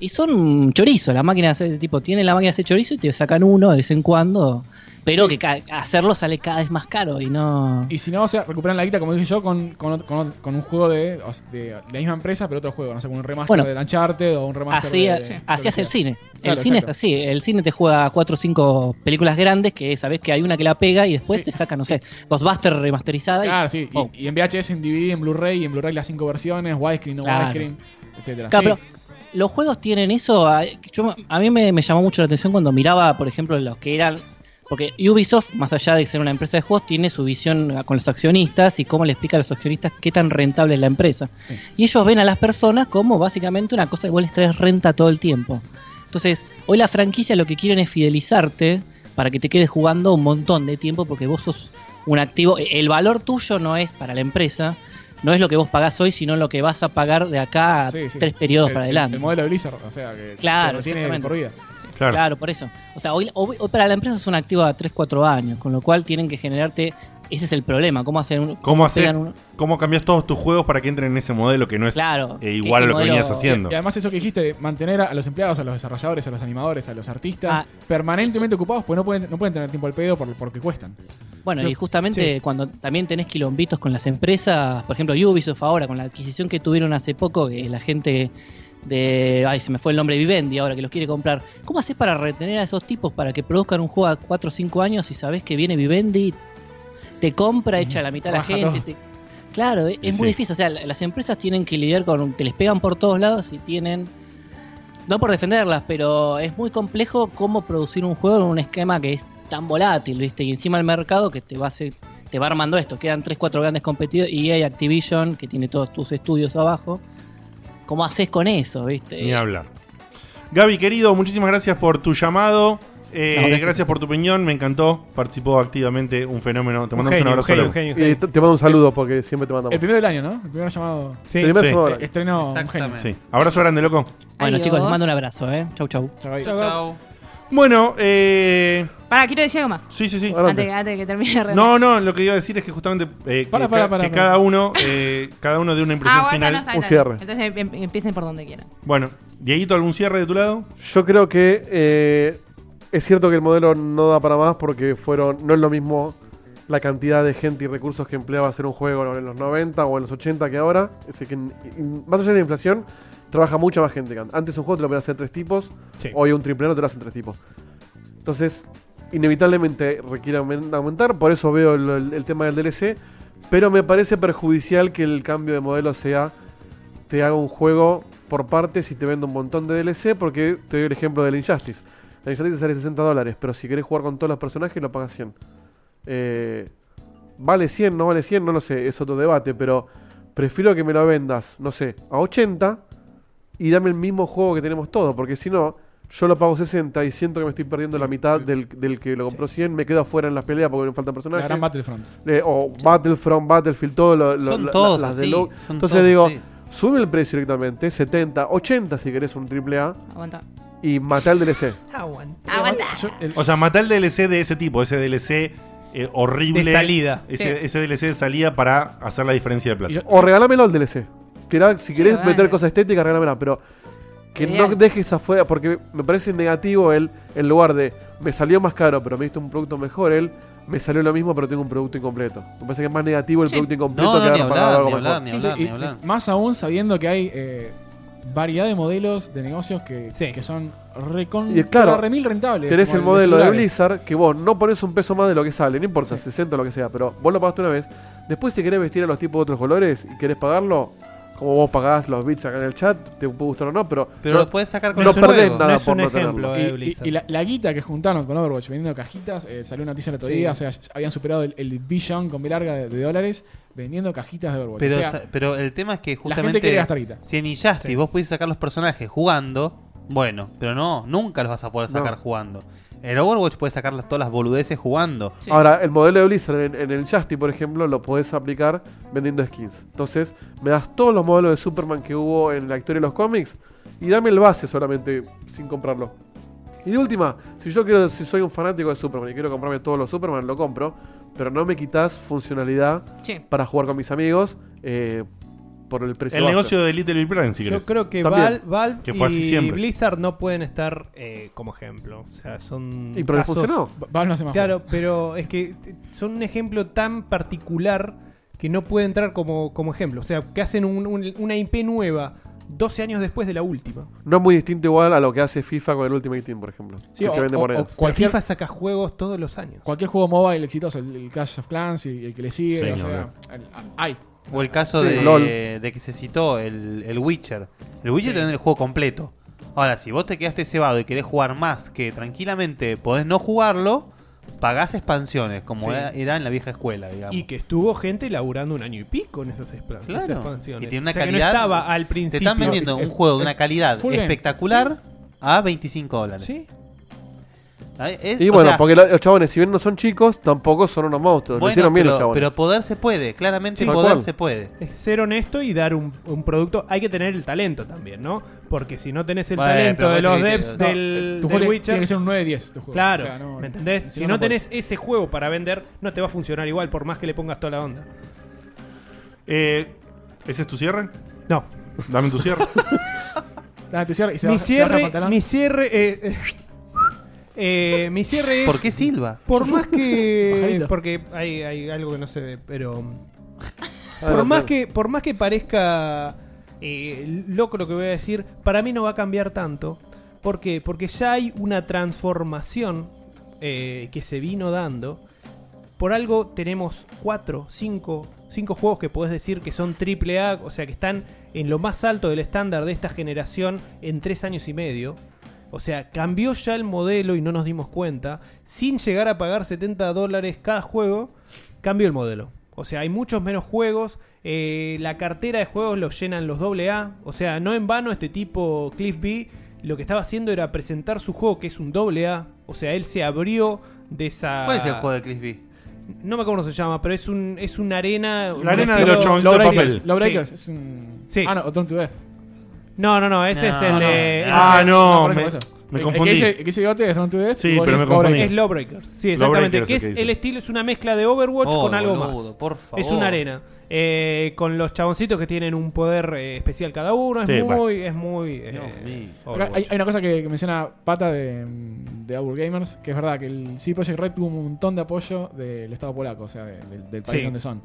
S13: Y son chorizo, las máquinas de ese tipo. Tienen la máquina de hacer chorizo y te sacan uno de vez en cuando. Pero que ca- hacerlo sale cada vez más caro y no.
S4: Y si no, o sea, recuperan la guita, como dije yo, con, con, ot- con ot- con un juego de, o sea, de- de la misma empresa, pero otro juego, no sé, con un remaster
S13: Bueno.
S4: de Uncharted o un remaster
S13: Así,
S4: de.
S13: sí.
S4: de
S13: así
S4: lo
S13: es
S4: que
S13: el
S4: sea.
S13: cine.
S4: Claro,
S13: el cine
S4: exacto.
S13: es así. El cine te juega cuatro o cinco películas grandes que sabes que hay una que la pega y después te saca, no sé, Ghostbusters remasterizada. y-
S4: Claro, sí. y- Y, en VHS, en DVD, en Blu-ray, y en Blu-ray las cinco versiones, widescreen, no
S13: Claro.
S4: widescreen, etcétera.
S13: Claro,
S4: Sí.
S13: pero los juegos tienen eso. a- yo- a mí me, me llamó mucho la atención cuando miraba, por ejemplo, los que eran. Porque Ubisoft, más allá de ser una empresa de juegos, tiene su visión con los accionistas y cómo le explica a los accionistas qué tan rentable es la empresa.
S4: Sí.
S13: Y ellos ven a las personas como básicamente una cosa que vos les traes renta todo el tiempo. Entonces, hoy la franquicia lo que quieren es fidelizarte para que te quedes E, jugando un montón de tiempo porque vos sos un activo. El valor tuyo no es para la empresa, no es lo que vos pagás hoy, sino lo que vas a pagar de acá a
S4: Sí, sí.
S13: ah, tres periodos
S4: El-
S13: para
S4: el-
S13: adelante.
S4: El modelo de Blizzard, o sea, que
S13: Claro,
S4: que lo tiene
S13: exactamente.
S4: por vida.
S13: Claro. por eso. O sea, hoy, hoy- hoy para la empresa es un activo a 3, 4 años, con lo cual tienen que generarte. Ese es el problema. ¿Cómo hacer un.
S1: ¿Cómo, haces,
S13: pegan un-
S1: ¿Cómo cambias todos tus juegos para que entren en ese modelo que no es
S13: Claro, Este
S1: eh, igual a lo que
S13: modelo-
S1: venías haciendo?
S4: Y además eso que dijiste, de mantener a los empleados, a los desarrolladores, a los animadores, a los artistas
S13: Ah.
S4: permanentemente ocupados, pues no pueden, no pueden tener tiempo al pedo por, porque cuestan.
S13: Bueno,
S4: Yo-
S13: y justamente
S4: sí.
S13: cuando también tenés quilombitos con las empresas, por ejemplo, Ubisoft ahora, con la adquisición que tuvieron hace poco, que la gente de. Ay, se me fue el nombre Vivendi ahora que los quiere comprar. ¿Cómo haces para retener a esos tipos para que produzcan un juego a 4 o 5 años y sabés que viene Vivendi, te compra, echa a la mitad a la
S4: Baja
S13: gente?
S4: todo.
S13: te- Claro, es, es
S4: Y sí.
S13: muy difícil. O sea, la- las empresas tienen que lidiar con. Te les pegan por todos lados y tienen. No por defenderlas, pero es muy complejo cómo producir un juego en un esquema que es tan volátil, ¿viste? Y encima el mercado que te va a hacer- te va armando esto. Quedan 3, 4 grandes competidores. EA, Activision, que tiene todos tus estudios abajo. ¿Cómo haces con eso, viste?
S1: Ni hablar. Gaby, querido, muchísimas gracias por tu llamado. Eh,
S13: No,
S1: gracias.
S13: gracias.
S1: por tu opinión, me encantó. Participó activamente, un fenómeno. Te
S2: Un
S1: mandamos un,
S2: genio,
S1: abrazo.
S2: un genio,
S1: Lau.
S2: un genio, un genio. Y Eh, te- te mando un saludo, porque siempre te mandamos.
S4: El primero del año, ¿no? El primero llamado.
S1: Sí. El primero llamado del
S4: Eh,
S1: año.
S4: Estreno un genio.
S1: Exactamente. Sí. Abrazo grande, loco.
S13: Bueno,
S8: Adiós.
S13: chicos, les mando un abrazo, ¿eh? Chau, chau.
S1: Bueno, eh.
S8: Para, quiero decir algo más.
S1: Sí, sí, sí.
S8: Antes, antes de que termine de revelar.
S1: No, no, lo que iba a decir es que justamente eh,
S4: Para,
S1: que,
S4: para,
S1: ca-
S4: para,
S1: que
S4: para.
S1: cada uno eh, cada uno dé una impresión
S8: Ah, bueno,
S1: final.
S8: no, está bien, está bien. Entonces em- em- empiecen por donde quieran.
S1: Bueno, Dieguito, ¿algún cierre de tu lado?
S2: Yo creo que eh, es cierto que el modelo no da para más porque fueron no es lo mismo la cantidad de gente y recursos que empleaba hacer un juego en los 90 o en los 80 que ahora. Es decir, que en- en- más allá de la inflación, trabaja mucha más gente. que antes. Antes un juego te lo podían hacer tres tipos, hoy un triple A no te lo hacen tres tipos. Entonces, inevitablemente requiere aumen- aumentar, por eso veo el, el- el tema del DLC, pero me parece perjudicial que el cambio de modelo sea te haga un juego por partes y te vendo un montón de DLC, porque te doy el ejemplo del Injustice. La Injustice sale 60 dólares, pero si querés jugar con todos los personajes lo pagas 100. Eh, vale 100, no vale 100, no lo sé, es otro debate, pero prefiero que me lo vendas, no sé, a 80 y dame el mismo juego que tenemos todos, porque si no, yo lo pago 60 y siento que me estoy perdiendo la mitad del, del que lo compró 100, me quedo afuera en las peleas porque me faltan personajes.
S4: gran Battlefront.
S2: Eh, o Battlefront, Battlefield, todo lo, lo-
S4: Son
S2: la-
S4: todos
S2: las
S4: así,
S2: deluxe.
S4: son
S2: Entonces
S4: todos
S2: digo,
S4: así.
S2: sube el precio directamente, 70, 80 si querés un triple A
S8: Aguanta.
S2: y mata el DLC.
S7: Aguanta.
S1: O sea, matar el DLC de ese tipo, ese DLC eh, horrible.
S7: De salida.
S1: Ese,
S7: Sí.
S1: ese DLC de salida para hacer la diferencia de plata.
S2: O regálamelo al DLC. Tirá- si
S1: Sí,
S2: querés
S1: vale.
S2: meter cosas estéticas, regálamela, pero que
S1: Ideal.
S2: no dejes afuera, porque me parece negativo el en lugar de me salió más caro, pero me diste un producto mejor, él me salió lo mismo, pero tengo un producto incompleto. Me parece que es más negativo el
S4: Sí.
S2: producto incompleto
S4: No, no,
S2: que
S4: ni
S2: haber pagado algo
S4: hablar,
S2: mejor.
S4: Sí, sí, y- y Más aún sabiendo que hay eh, variedad de modelos de negocios que, que son recon,
S2: Y claro,
S4: remil rentables.
S2: tenés
S4: como
S2: el modelo de
S4: celulares.
S2: Blizzard que vos no pones un peso más de lo que sale, no importa, 60 o lo que sea, pero vos lo pagaste una vez. Después, si querés vestir a los tipos de otros colores y querés pagarlo, como vos pagás los bits acá en el chat, te puede gustar o no, pero.
S7: Pero
S2: no,
S7: lo podés sacar con
S2: No
S7: ese
S2: perdés
S7: juego,
S2: nada
S7: no es
S2: por
S7: un
S2: no
S7: ejemplo,
S2: tenerlo.
S7: eh.
S4: Y- y,
S7: Blizzard.
S4: y la, la guita que juntaron con Overwatch vendiendo cajitas, eh, salió una noticia el otro
S7: Sí.
S4: día, o sea, habían superado el, el billón con B larga de, de dólares vendiendo cajitas de Overwatch.
S3: Pero,
S4: O sea,
S3: sa- pero el tema es que
S4: La gente
S3: justamente
S4: quiere gastar guita.
S3: si en Injustice vos pudiste sacar los personajes jugando, bueno, pero no, nunca los vas a poder sacar
S2: No.
S3: jugando. En Overwatch puedes sacar las- todas las boludeces jugando.
S2: Ahora, el modelo de Blizzard en, en el Justy, por ejemplo, lo podés aplicar vendiendo skins. Entonces, me das todos los modelos de Superman que hubo en la historia de los cómics y dame el base solamente sin comprarlo. Y de última, si yo quiero, si soy un fanático de Superman y quiero comprarme todos los Superman, lo compro, pero no me quitas funcionalidad
S8: Sí.
S2: para jugar con mis amigos eh, por el precio.
S1: El
S2: base.
S1: negocio de Little Big Planet, si
S7: Yo
S1: querés.
S7: creo que
S2: También.
S7: Val- Valve
S1: Que fue así
S7: y
S1: siempre.
S7: Blizzard no pueden estar eh, como ejemplo. O sea, son.
S2: Y pero les
S7: casos-
S2: funcionó.
S4: Valve no hace más
S7: Claro, pero es que t- son un ejemplo tan particular que no puede entrar como, como ejemplo. O sea, que hacen un- un- una IP nueva 12 años después de la última.
S2: No es muy distinto igual a lo que hace FIFA con el Ultimate Team, por ejemplo. que te vende monedas.
S7: cualquier FIFA saca juegos todos los años.
S4: Cualquier juego mobile exitoso, el, el Clash of Clans y el que le sigue,
S3: Sí,
S4: o
S3: no,
S4: sea, el- hay.
S3: O el caso
S4: Sí,
S3: de,
S4: LOL.
S3: de que se citó, el, el Witcher. El Witcher
S4: Sí.
S3: tiene el juego completo. Ahora, si vos te quedaste cebado y querés jugar más que tranquilamente podés no jugarlo, pagás expansiones, como
S7: Sí.
S3: era, era en la vieja escuela, digamos.
S7: Y que estuvo gente laburando un año y pico en esas, expla-
S3: Claro.
S7: esas expansiones.
S3: Y tiene una
S7: O sea, que no
S3: calidad.
S7: estaba al principio.
S3: Te están vendiendo un juego de una calidad
S7: Full game.
S3: espectacular a 25 dólares.
S7: Sí.
S3: Es-
S2: y
S3: o
S2: bueno,
S3: sea,
S2: porque lo- los chabones, si bien no son chicos, tampoco son unos monstruos. lo
S3: Bueno,
S2: hicieron bien
S3: pero-
S2: los chabones.
S3: pero poder se puede, claramente
S2: Tal
S3: poder
S2: cual.
S3: se puede.
S7: Es ser honesto y dar un, un producto. Hay que tener el talento también, ¿no? Porque si no tenés el
S3: Bueno,
S7: talento
S3: pero
S7: de los
S3: parece que-
S7: devs
S3: no, eh,
S7: del,
S4: tu
S7: del
S4: juego
S7: Witcher.
S4: tiene que ser un 9-10 tu este juego.
S7: Claro,
S4: O sea, no-
S7: ¿me entendés?
S4: si
S7: Si
S4: no,
S7: no,
S4: no
S7: tenés ese juego para vender, no te va a funcionar igual, por más que le pongas toda la onda.
S1: Eh, ¿Ese es tu cierre?
S7: No.
S1: Dame tu cierre.
S4: Dale, tu cierre y se
S7: mi
S4: baja- se baja el
S7: cierre,
S4: pantalón.
S7: mi cierre, eh, eh, eh, mi cierre es.
S3: ¿Por qué silba?
S7: Por más que,
S3: Pajarito.
S7: porque hay, hay algo que no se ve, pero
S3: Ah,
S7: por más
S3: claro.
S7: que, por más que parezca eh, loco lo que voy a decir, para mí no va a cambiar tanto, ¿por qué? Porque ya hay una transformación eh, que se vino dando. Por algo tenemos 4, 5, 5 juegos que podés decir que son triple A, o sea que están en lo más alto del estándar de esta generación en 3 años y medio. O sea, cambió ya el modelo y no nos dimos cuenta. Sin llegar a pagar 70 dólares cada juego, cambió el modelo. O sea, hay muchos menos juegos. eh, la cartera de juegos los llenan los AA. O sea, no en vano este tipo, Cliff B, lo que estaba haciendo era presentar su juego, que es un AA. O sea, él se abrió de esa...
S3: ¿Cuál es el juego de Chris B?
S7: No me acuerdo cómo se llama, pero es un es una arena... un
S1: La arena de
S7: estilo-
S1: los chaboncitos
S4: Law
S1: de
S4: Breakers,
S1: papel.
S4: Law
S7: Sí.
S4: Breakers, es un-
S7: Sí.
S4: Ah, no, Return to Death.
S7: No, no, no, ese es el de... ese
S1: Ah,
S7: es el-
S1: no,
S4: por eso,
S1: me-
S4: por eso.
S1: me
S4: El-
S1: confundí.
S4: El que hice- el que hice bigote es Return to Death.
S1: Sí,
S4: y vos
S1: pero
S4: decís
S1: me confundí.
S4: Lawbreakers.
S7: Es Lawbreakers. Sí,
S1: Law
S7: exactamente.
S1: Breakers
S7: que
S1: es
S7: es,
S1: el que dice.
S7: el estilo, es una mezcla de Overwatch
S3: Oh,
S7: con algo
S3: boludo,
S7: más.
S3: por favor.
S7: Es una arena. Eh, con los chaboncitos que tienen un poder eh, especial cada uno. Es
S1: Sí,
S7: muy,
S1: bueno.
S7: es muy. eh,
S4: Acá
S7: Overwatch.
S4: hay, hay una cosa que, que menciona Pata de, mm, de Outward Gamers, que es verdad que el CD Projekt Red tuvo un montón de apoyo del Estado polaco, o sea, de- del, del país
S7: Sí.
S4: donde son.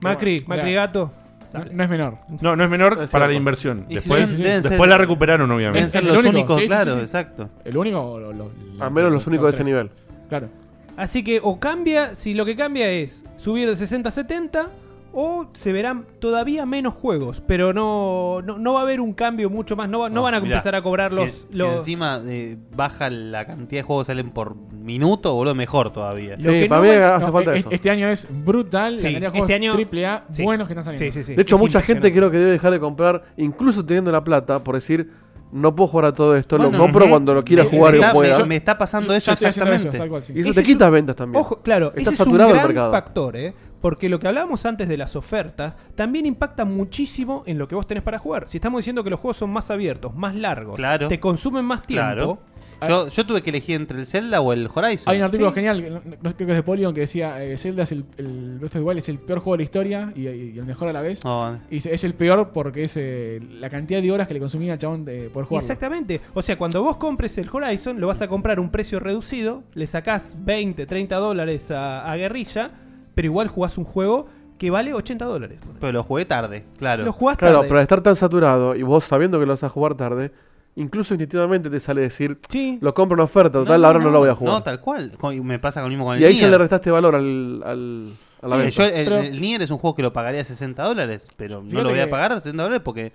S7: Macri,
S4: Que bueno,
S7: Macri
S4: o sea,
S7: Gato.
S4: no, no es menor.
S1: No, no es menor
S2: Es
S1: para
S2: cierto.
S1: la inversión.
S2: Y si
S1: Después,
S2: son-
S1: después
S2: deben
S3: ser-
S1: la recuperaron,
S3: Deben
S1: obviamente.
S3: ser los únicos, claro, exacto.
S4: ¿El único o lo- lo- lo-
S2: Al menos los únicos de ese
S4: tres.
S2: nivel.
S4: Claro.
S7: Así que o cambia, si lo que cambia es subir de 60 a 70, o se verán todavía menos juegos. Pero no, no, no va a haber un cambio mucho más. No, va- no, van a
S3: Mirá,
S7: empezar a cobrar
S3: si-
S7: los.
S3: Si,
S7: los-
S3: encima eh, baja la cantidad de juegos que salen por minuto, boludo, mejor todavía.
S2: Lo Sí, que para no mí
S3: Ah,
S2: me- hace
S4: No,
S2: falta
S4: e-
S2: eso.
S4: Este año es brutal la
S7: Sí,
S4: cantidad de
S7: este
S4: juegos
S7: año-
S4: triple A
S7: sí.
S4: buenos que están saliendo.
S7: Sí, sí, sí.
S2: De hecho,
S7: Es
S2: mucha gente
S7: impresionante.
S2: creo que debe dejar de comprar, incluso teniendo la plata, por decir, no puedo jugar a todo esto, lo
S3: Bueno,
S7: ¿eh?
S2: compro
S3: ujú.
S2: cuando lo quiera
S3: Me-
S2: jugar y
S3: me
S2: lo
S3: está-
S2: pueda.
S3: me- me está pasando
S4: Yo- yo
S3: eso
S4: estoy haciendo
S3: exactamente.
S4: eso, tal cual, sí.
S2: Y eso te
S7: Ese es
S2: quita
S7: un-
S2: ventas también.
S7: Ojo, claro,
S2: Está
S7: ese es un
S2: saturado el
S7: gran
S2: mercado.
S7: factor, ¿eh? Porque lo que hablábamos antes de las ofertas también impacta muchísimo en lo que vos tenés para jugar. Si estamos diciendo que los juegos son más abiertos, más largos,
S3: Claro.
S7: te consumen más tiempo.
S3: Claro. Yo, yo tuve que elegir entre el Zelda o el Horizon.
S4: Hay un artículo
S7: Sí.
S4: genial, que no- no- creo que es de Polygon, que decía eh, Zelda es el, el Breath of the Wild es el peor juego de la historia y, y el mejor a la vez.
S3: Oh,
S4: Y dice, es el peor porque es eh, la cantidad de horas que le consumía al chabón de, por jugar.
S7: Exactamente. O sea, cuando vos compres el Horizon, lo vas a comprar a un precio reducido, le sacás 20, 30 dólares a, a guerrilla, pero igual jugás un juego que vale 80 dólares.
S3: pero lo jugué tarde, claro.
S7: Lo jugás
S2: Claro,
S7: tarde.
S2: pero al estar tan saturado y vos sabiendo que lo vas a jugar tarde, incluso instintivamente te sale decir,
S7: Sí.
S2: lo compro en oferta, total, ahora no, lo voy a jugar.
S3: No, tal cual. Co- y Me pasa lo mismo con
S2: y
S3: el
S2: ahí ya
S3: Nier.
S2: le restaste valor al, al- a la
S3: Sí,
S2: venta.
S3: yo- el,
S4: Pero-
S3: el Nier es un juego que lo pagaría 60 dólares, pero no
S4: Fíjate
S3: lo voy a
S4: que-
S3: pagar 60 dólares porque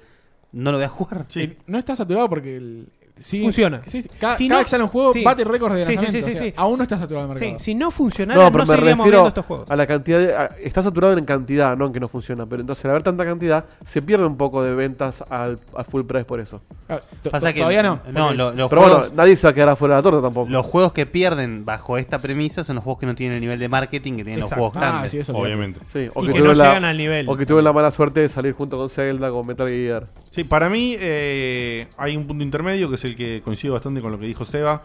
S3: no lo voy a jugar. Eh,
S1: Sí.
S4: No está saturado porque el- sigue-
S7: Funciona.
S4: sí, sí. cada,
S7: Si
S4: cada
S7: no-
S4: que sale un juego
S7: sí.
S4: bate récords de
S7: Sí, sí,
S4: lanzamiento.
S7: sí, sí,
S4: o sea,
S7: sí.
S4: Aún no está saturado el
S7: Sí,
S4: mercado.
S7: si no funcionara,
S2: No,
S7: no,
S2: pero me
S7: seguiríamos
S2: refiero
S7: viendo estos juegos.
S2: a la cantidad de, a- está saturado en cantidad, no en que no funciona, pero entonces al haber tanta cantidad se pierde un poco de ventas al, al full price por eso.
S4: Ah, to-
S3: Pasa
S4: to-
S3: que-
S4: todavía no.
S3: no,
S4: porque
S3: lo-
S4: es-
S3: lo- Los
S2: pero
S3: juegos-
S2: bueno, nadie se va a quedar afuera de la torta tampoco.
S3: Los juegos que pierden bajo esta premisa son los juegos que no tienen el nivel de marketing que tienen
S7: Exacto.
S3: los juegos
S4: Ah,
S3: grandes.
S4: sí, eso
S1: Obviamente.
S2: Sí,
S7: Y que
S2: tuve
S7: no llegan al nivel.
S2: O que tuve la mala suerte de salir junto con Zelda, con Metal Gear.
S1: Sí, para mí eh, hay un punto intermedio que es el que coincido bastante con lo que dijo Seba.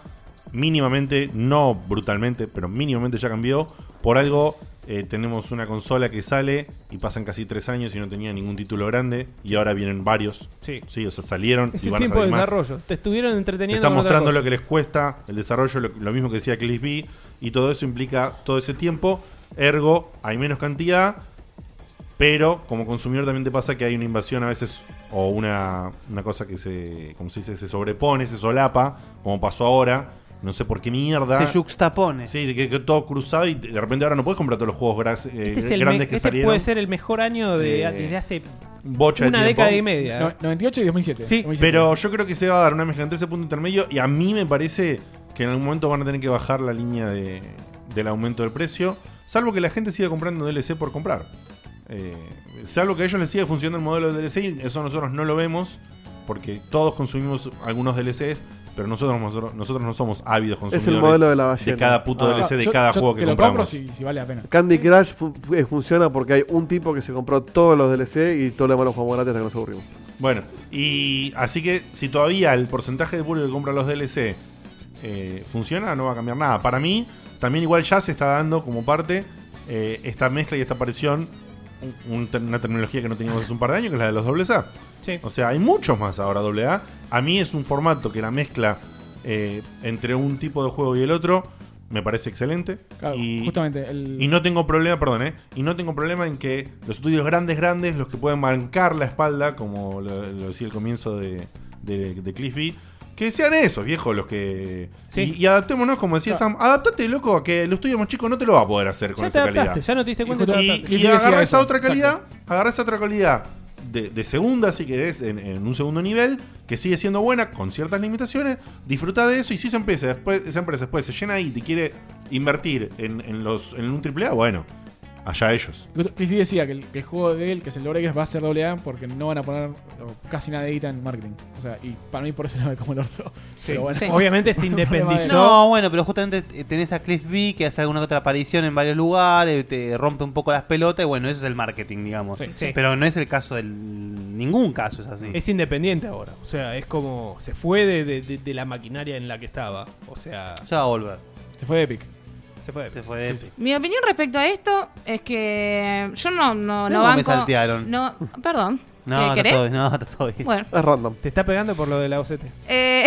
S1: Mínimamente, no brutalmente, pero mínimamente ya cambió. Por algo eh, tenemos una consola que sale y pasan casi tres años y no tenía ningún título grande y ahora vienen varios.
S7: Sí.
S1: Sí, o sea, salieron
S7: Es
S1: y
S7: el
S1: van a
S7: tiempo de
S1: salir más.
S7: desarrollo. Te estuvieron
S1: Te
S7: entreteniendo.
S1: están
S7: con otra
S1: mostrando
S7: cosa.
S1: lo que les cuesta, el desarrollo, lo, lo mismo que decía Cliff B, y todo eso implica todo ese tiempo. Ergo, hay menos cantidad, pero como consumidor también te pasa que hay una invasión a veces o una, una cosa que se, como se dice, se sobrepone, se solapa, como pasó ahora. No sé por qué mierda.
S3: Se juxtapone.
S1: Sí, de que, que todo cruzado y de repente ahora no puedes comprar todos los juegos gras- eh,
S7: Este, es el me-
S1: grandes que
S7: este
S1: salieron.
S7: puede ser el mejor año de,
S1: Eh,
S7: desde hace
S1: Bocha de
S7: una
S1: tiempo.
S7: década y media.
S4: no- 98 y 2007.
S7: Sí,
S4: 2007.
S1: Pero yo creo que se va a dar una mezcla entre ese punto intermedio y a mí me parece que en algún momento van a tener que bajar la línea de- del aumento del precio, salvo que la gente siga comprando DLC por comprar. Eh, salvo que a ellos les siga funcionando el modelo de DLC y eso nosotros no lo vemos porque todos consumimos algunos DLCs Pero nosotros, nosotros, nosotros no somos ávidos
S2: el
S1: consumidores.
S2: modelo de la ballena.
S1: cada puto
S2: Ah.
S1: DLC, de
S2: Yo-
S1: cada
S2: yo
S1: juego
S4: te
S1: que
S4: lo
S1: compramos.
S4: compro si, si vale la pena.
S2: Candy Crush fu- fu- eh, funciona porque hay un tipo que se compró todos los DLC y todos los demás los jugamos gratis hasta que nos aburrimos.
S1: Bueno, y así que si todavía el porcentaje de público que compra los DLC eh, funciona, no va a cambiar nada. Para mí, también igual ya se está dando como parte eh, esta mezcla y esta aparición, un- un ter- una terminología que no teníamos hace un par de años, que es la de los AA. O sea, hay muchos más ahora AA. A mí es un formato que la mezcla eh, entre un tipo de juego y el otro me parece excelente.
S4: Claro,
S1: y,
S4: justamente, el-
S1: y no tengo problema, perdón, ¿eh? Y no tengo problema en que los estudios grandes, grandes, los que pueden bancar la espalda, como lo, lo decía el comienzo de, de, de Cliffy, que sean esos, viejos, los que. Y, y adaptémonos, como decía Sam, adaptate, loco, a que el estudio más chico no te lo va a poder hacer con
S7: Ya te
S1: esa calidad.
S7: adaptaste, ya no te diste cuenta.
S1: Y,
S7: te
S1: y
S7: adaptaste.
S1: agarrá esa otra calidad, agarrá esa otra calidad de, de segunda, si querés, en, en un segundo nivel, que sigue siendo buena, con ciertas limitaciones, disfruta de eso y si esa empresa después, esa empresa después se llena ahí y te quiere invertir en, en los, en un AAA, bueno, allá ellos.
S4: Cliffy decía que el, que el juego de él, que es el Lorex, va a ser doble A porque no van a poner o, casi nada de guita en marketing. O sea, y para mí por eso no ve como el orto. Pero bueno.
S3: No, bueno, pero justamente eh, tenés a Cliff B que hace alguna otra aparición en varios lugares, te rompe un poco las pelotas y bueno, eso es el marketing, digamos.
S7: Sí, sí.
S3: Pero no es el caso del. Ningún caso es así.
S7: Es independiente ahora. O sea, es como. Se fue de, de- de- de la maquinaria en la que estaba. O sea.
S3: Ya va a volver.
S4: Se fue de Epic.
S7: Se fue de Epic.
S3: Se fue de Epic.
S8: Mi opinión respecto a esto es que yo no, no, no
S3: No, me
S8: banco.
S3: saltearon.
S8: No, perdón.
S3: No,
S8: ¿Qué
S3: está
S8: querés?
S3: todo bien, no, está todo bien.
S8: Bueno.
S2: Es random.
S7: Te está pegando por lo de la OCT.
S8: Eh,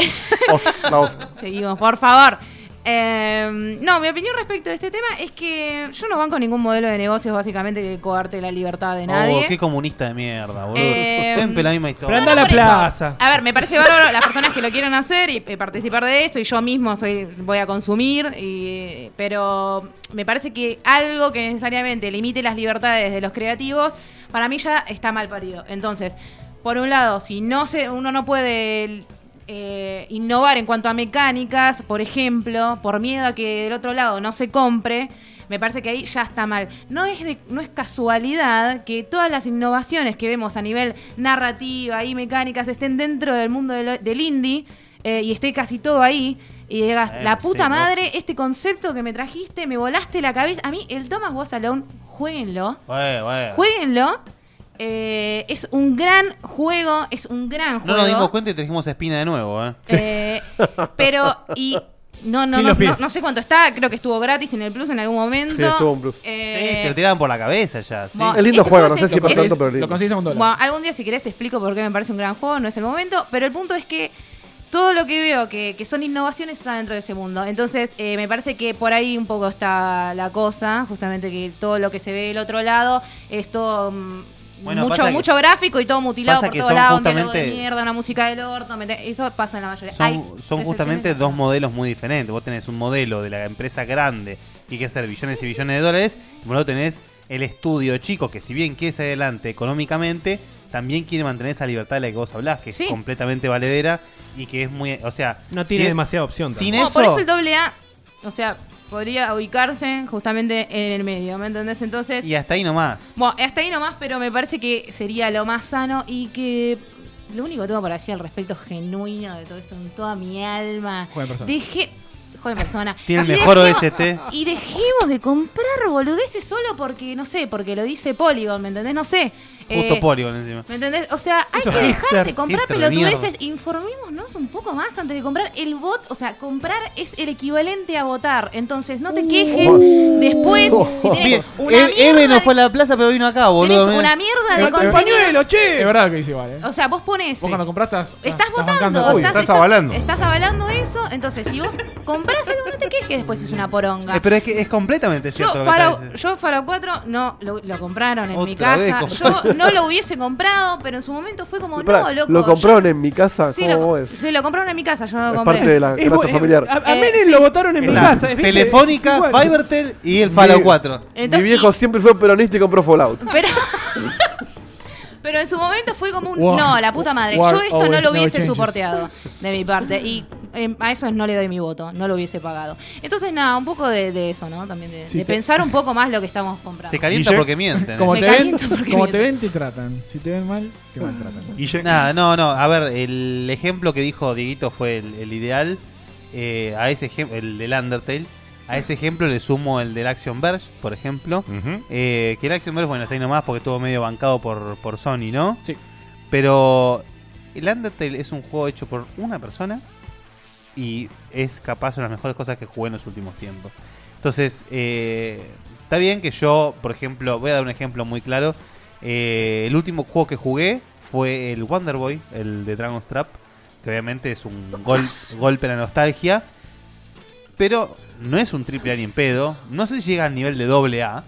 S2: La off.
S8: Seguimos, por favor. Eh, no, mi opinión respecto a este tema es que yo no banco ningún modelo de negocios básicamente que coarte la libertad de nadie.
S3: Oh, qué comunista de mierda, boludo.
S8: Eh,
S3: Siempre la misma historia.
S7: Pero anda a la plaza.
S8: A ver, me parece bárbaro las personas que lo quieren hacer y eh, participar de eso y yo mismo soy, voy a consumir, y- pero me parece que algo que necesariamente limite las libertades de los creativos, para mí ya está mal parido. Entonces, por un lado, si no se, uno no puede eh, innovar en cuanto a mecánicas, por ejemplo, por miedo a que del otro lado no se compre, me parece que ahí ya está mal. No es, de- no es casualidad que todas las innovaciones que vemos a nivel narrativa y mecánicas estén dentro del mundo del, del indie eh, y esté casi todo ahí. Y digas,
S12: Eh,
S8: la puta
S12: sí, vos-
S8: madre, este concepto que me trajiste, me volaste la cabeza. A mí, el Thomas Was Alone, jueguenlo.
S3: Bueno, bueno.
S8: Jueguenlo. Eh, es un gran juego, es un gran
S3: No
S8: juego.
S3: nos dimos cuenta y trajimos a Espina de nuevo, ¿eh?
S8: Eh, pero, y no, no,
S3: Sin
S8: no,
S3: los pies.
S8: no- no sé cuánto está, creo que estuvo gratis en el Plus en algún momento.
S3: Sí, estuvo en Plus.
S8: Eh,
S3: Te lo tiraban por la cabeza ya. ¿sí?
S8: Bueno, Es lindo ese juego, juego no sé es- si para tanto,
S2: pero lindo.
S4: Lo conseguís a un dólar.
S8: Bueno, algún día si querés explico por qué me parece un gran juego, no es el momento, pero el punto es que todo lo que veo que, que son innovaciones está dentro de ese mundo. Entonces, eh, me parece que por ahí un poco está la cosa, justamente que todo lo que se ve del otro lado es todo... mm,
S3: Bueno,
S8: mucho
S3: pasa que-
S8: mucho gráfico y todo mutilado
S3: pasa
S8: por
S3: que
S8: todos
S3: son
S8: lados, un diálogo de
S3: justamente-
S8: mierda, una música del orto, me te- eso pasa en la mayoría. Hay
S3: Son, son justamente
S8: excepciones.
S3: dos modelos muy diferentes. Vos tenés un modelo de la empresa grande que quiere hacer billones y billones de dólares, y por otro tenés el estudio chico que si bien quiere ser adelante económicamente, también quiere mantener esa libertad de la que vos hablás, que
S8: Sí.
S3: es completamente valedera y que es muy... O sea...
S7: No tiene
S3: si-
S7: demasiada opción
S3: Sin
S8: Como
S3: eso...
S8: por eso el doble A, o sea, podría ubicarse justamente en el medio, ¿me entendés? Entonces,
S3: Y hasta ahí nomás.
S8: Bueno, hasta ahí nomás, pero me parece que sería lo más sano y que lo único que tengo para decir al respecto genuino de todo esto, en toda mi alma.
S3: Joven persona.
S8: Deje. Joven persona.
S3: Tiene el
S8: Y
S3: mejor
S8: dejemos-
S3: OST.
S8: Y dejemos de comprar boludeces solo porque, no sé, porque lo dice Polygon, ¿me entendés? No sé.
S3: Justo
S8: Eh,
S3: Polygon encima.
S8: ¿Me entendés? O sea, hay
S3: Esos
S8: que dejar de
S3: hipsters,
S8: comprar
S3: hipster de
S8: pelotudeces.
S3: mierda.
S8: Informémonos un poco más antes de comprar el bot. O sea, comprar es el equivalente a votar. Entonces, no te quejes después si tenés
S3: Bien,
S8: una
S3: Eve- Eve no fue a la plaza, pero vino acá, boludo.
S8: Tenés una
S3: mirá.
S8: mierda de contenido.
S4: che! Es verdad que dice igual, eh.
S8: O sea, vos pones.
S4: Vos cuando compraste estás,
S8: Estás votando.
S4: bancando.
S8: Estás avalando eso. Entonces, si vos compras algo, no te quejes después es una poronga.
S3: Eh, pero es que es completamente cierto
S8: yo,
S3: lo que está
S8: Faro,
S3: diciendo.
S8: yo Faro 4 no lo, lo compraron en mi
S3: Otra vez
S8: casa.
S3: comprado.
S8: Yo no lo hubiese comprado, pero en su momento fue como,
S2: Pará,
S8: no, loco.
S2: lo
S8: yo-
S2: compraron en mi casa,
S8: Sí,
S2: ¿cómo
S8: lo,
S2: es?
S8: sí, lo compraron en mi casa, yo no lo
S2: Es
S8: compré. Eh,
S2: parte de la plata familiar.
S7: eh, A, a Menem lo votaron en mi
S2: Está.
S7: casa. ¿viste?
S3: Telefónica,
S7: Es igual.
S3: Fivertel y el Fallout
S2: Mi-
S3: 4.
S8: Entonces-
S2: mi viejo siempre fue peronista y compró Fallout.
S8: Pero, pero en su momento fue como un
S2: War-
S8: no, la puta madre.
S2: War
S8: Yo esto no
S2: always
S8: lo
S2: never
S8: hubiese
S2: changes.
S8: soporteado de mi parte. Y eh, a eso no le doy mi voto, no lo hubiese pagado. Entonces, nada, un poco de, de eso, ¿no? También de,
S4: Sí,
S8: de
S4: te-
S8: pensar un poco más lo que estamos comprando.
S3: Se calienta
S4: Guille.
S3: porque mienten.
S4: Como,
S8: Me
S4: te ven,
S8: caliento porque
S4: como
S8: mienten.
S4: te ven, te tratan. Si te ven mal, te maltratan.
S3: Nada, no, no. A ver, el ejemplo que dijo Dieguito fue el, el ideal. Eh, a ese ejem- el del Undertale. A ese ejemplo le sumo el del Action Verge, por ejemplo. Eh, que el Action Verge, bueno, está ahí nomás porque estuvo medio bancado por, por Sony, ¿no?
S4: Sí.
S3: Pero el Undertale es un juego hecho por una persona y es capaz una de las mejores cosas que jugué en los últimos tiempos. Entonces, eh, está bien que yo, por ejemplo, voy a dar un ejemplo muy claro. Eh, el último juego que jugué fue el Wonder Boy, el de Dragon's Trap, que obviamente es un gol- golpe a la nostalgia, pero no es un triple A ni en pedo. No sé si llega al nivel de doble A,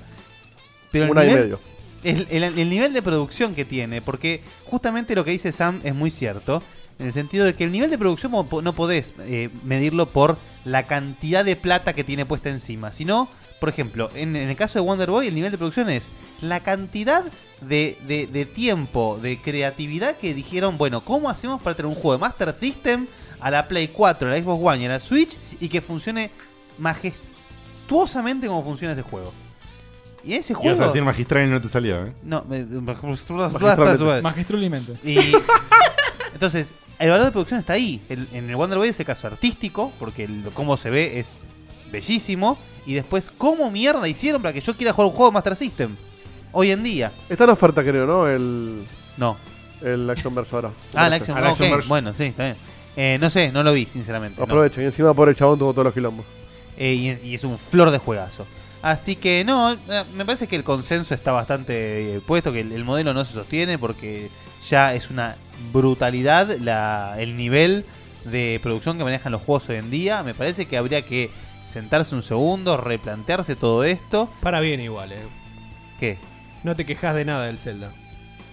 S3: pero el
S2: Un A y
S3: nivel-
S2: medio.
S3: el, el- el nivel de producción que tiene, porque justamente lo que dice Sam es muy cierto, en el sentido de que el nivel de producción mo- po- no podés eh, medirlo por la cantidad de plata que tiene puesta encima, sino, por ejemplo, en, en el caso de Wonder Boy, el nivel de producción es la cantidad de, de- de tiempo, de creatividad que dijeron, bueno, ¿cómo hacemos para tener un juego de Master System a la Play 4, a la Xbox One y a la Switch y que funcione majestuosamente como funciona este juego? Y ese
S1: Y vas
S3: juego...
S1: a decir magistral y no te salió, ¿eh?
S3: No, me- majestuosa-
S1: Magistralmente.
S4: Magistralmente.
S3: Y entonces, el valor de producción está ahí. El- en el Wonder Boy es el caso artístico, porque el- cómo se ve es bellísimo. Y después, ¿cómo mierda hicieron para que yo quiera jugar un juego de Master System? Hoy en día.
S2: Está en oferta, creo, ¿no? El.
S3: No.
S2: El Action Verse ahora.
S3: Ah, el Action,
S2: Verse.
S3: ok, Bueno, sí, está bien. Eh, no sé, no lo vi, sinceramente. no.
S2: Aprovecho, y encima por el chabón tuvo todos los quilombos.
S3: Eh, y, y es un flor de juegazo. Así que no, eh, me parece que el consenso está bastante eh, puesto, que el, el modelo no se sostiene porque ya es una brutalidad la- el nivel de producción que manejan los juegos hoy en día. Me parece que habría que sentarse un segundo, replantearse todo esto.
S7: Para bien igual, eh.
S3: ¿Qué?
S7: No te quejas de nada del Zelda.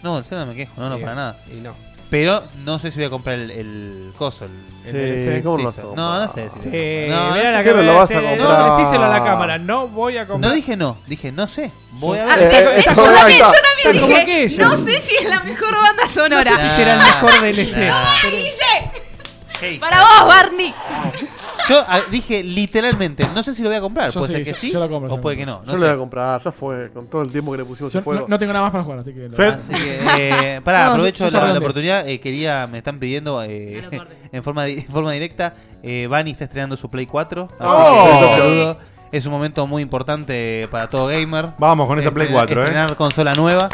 S3: No, el Zelda me quejo, no, no,
S7: Bien,
S3: para nada.
S7: y no.
S3: Pero no sé si voy a comprar el, el coso, el,
S2: Sí,
S3: el DLC.
S2: ¿cómo lo vas a
S3: so- no,
S2: comprar?
S3: no sé. si
S7: Sí,
S3: voy a comprar. no,
S7: mirá
S3: sé
S7: la
S3: si-
S7: cara
S2: lo
S7: de
S2: vas a
S7: este-
S2: comprar.
S7: No, decíselo a la cámara, no voy a comprar.
S3: No dije no, dije no sé. Voy a
S7: Ah,
S3: ver.
S7: te- Eh, te-
S8: Yo también, yo
S7: Está
S8: también
S7: como
S8: dije,
S7: aquello.
S8: no sé si es la mejor banda sonora.
S7: No sé si será el mejor DLC.
S8: ¡Toma,
S3: Pero-
S8: Guille!
S3: Hey.
S8: Para vos, Barney.
S3: Yo ah, dije literalmente, no sé si lo voy a comprar.
S2: Yo
S3: puede
S2: sí,
S3: ser que
S2: yo-
S3: sí
S2: yo lo
S4: compro,
S3: o puede que no.
S2: Yo
S3: no
S2: lo
S3: sé.
S2: voy a comprar, ya fue, con todo el tiempo que le pusimos
S4: Yo
S2: el
S4: no,
S2: juego.
S4: no tengo nada más para jugar, así que. lo-
S3: Así que, eh, pará,
S4: No, yo-
S3: aprovecho
S4: yo ya
S3: la- la,
S4: hablé.
S3: oportunidad. eh, quería, me están pidiendo eh, en, forma di- en forma directa. Eh, Bani está estrenando su Play 4. Así
S1: ¡Oh!
S3: que, un saludo. Es un momento muy importante para todo gamer.
S1: Vamos con esa Play 4, ¿eh?
S3: Este, Estrenar consola nueva.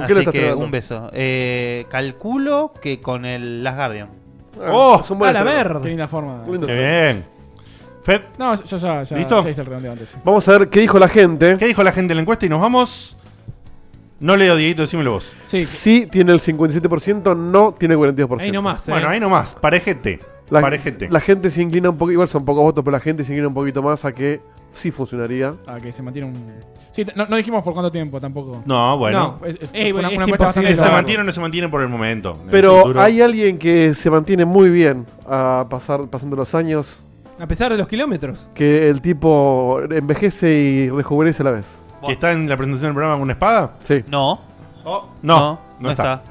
S3: ¿Con
S1: qué
S3: qué
S1: lo estás
S3: que
S1: estrenando?
S3: un beso. Eh, calculo que con el Last Guardian.
S1: ¡Oh!
S2: son buenos estrenos.
S4: Ah, Qué linda forma.
S2: Qué lindo
S1: ¡Qué
S2: estrenos.
S1: bien! Fed,
S4: No, yo ya, ya,
S1: ¿Listo?
S4: ya hice el redondeo antes.
S2: Vamos a ver qué dijo la gente.
S1: ¿qué dijo la gente en la encuesta? Y nos vamos. No leo, Dieguito, decímelo vos.
S4: Sí.
S2: Sí tiene el 57%, no tiene el 42%.
S7: Ahí nomás, eh.
S1: Bueno, ahí nomás. Parejete.
S2: La,
S1: Parejete.
S2: la gente se inclina un poco, igual son pocos votos, pero la gente se inclina un poquito más a que sí funcionaría.
S4: Ah, que se mantiene un. Sí, t- no, no dijimos por cuánto tiempo tampoco.
S1: No, bueno.
S4: No, es- es-
S7: Ey,
S4: fue una-
S7: Eh, es
S4: una apuesta
S7: imposible
S4: bastante
S1: ¿Se
S4: larga.
S1: mantiene o no se mantiene por el momento? En el
S2: Pero
S1: futuro.
S2: hay alguien que se mantiene muy bien a pasar, pasando los años,
S7: A pesar de los kilómetros.
S2: que el tipo envejece y rejuvenece a la vez.
S1: ¿Que está en la presentación del programa con una espada? Oh,
S2: Sí.
S3: No.
S1: No, no, está.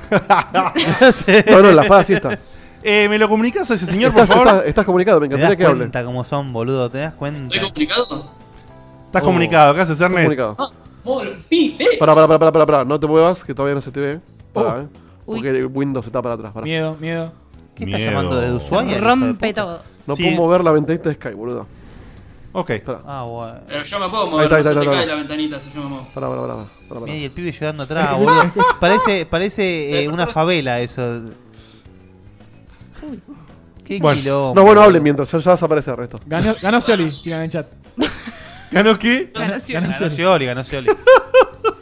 S2: No, no, la espada sí está.
S1: Eh, ¿Me lo comunicas a ese señor, por
S2: Estás,
S1: favor?
S2: estás- estás comunicado, me
S3: ¿Te das
S2: encantaría que hable.
S3: cuenta cómo son, boludo? ¿Te das cuenta?
S1: Estás
S3: Oh.
S1: comunicado. ¿Qué haces, Ernest?
S2: Comunicado.
S12: Oh, Ah,
S2: Eh, Pará, pará, pará, pará, pará, pará, no te muevas, que todavía no se te ve. Pará, eh.
S8: Uy.
S2: Porque el Windows está para atrás. pará.
S4: Miedo, miedo.
S3: ¿Qué estás
S1: Miedo.
S3: llamando desde Ushuaia? hijo de
S8: Rompe
S3: puta?
S8: todo.
S2: No
S1: Sí.
S2: puedo mover la ventanita de Sky, boludo.
S1: Ok.
S2: Pará,
S3: Ah, bueno.
S12: Pero yo me puedo
S2: Ahí
S12: mover,
S2: está, ahí
S12: no
S2: está,
S12: se
S2: ahí
S12: te cae
S2: está.
S12: la ventanita, se llama
S2: pará, pará, pará, pará, pará.
S3: Mirá, y el pibe llorando atrás, boludo. Parece, parece eh, una favela eso. Qué
S1: Bueno.
S3: quilombo.
S2: No, bueno, hable mientras, ya, ya desaparece el resto.
S4: Ganó, ganó Scioli, tiran en el chat.
S1: ¿Ganó qué?
S3: Ganó Scioli, ganó Scioli.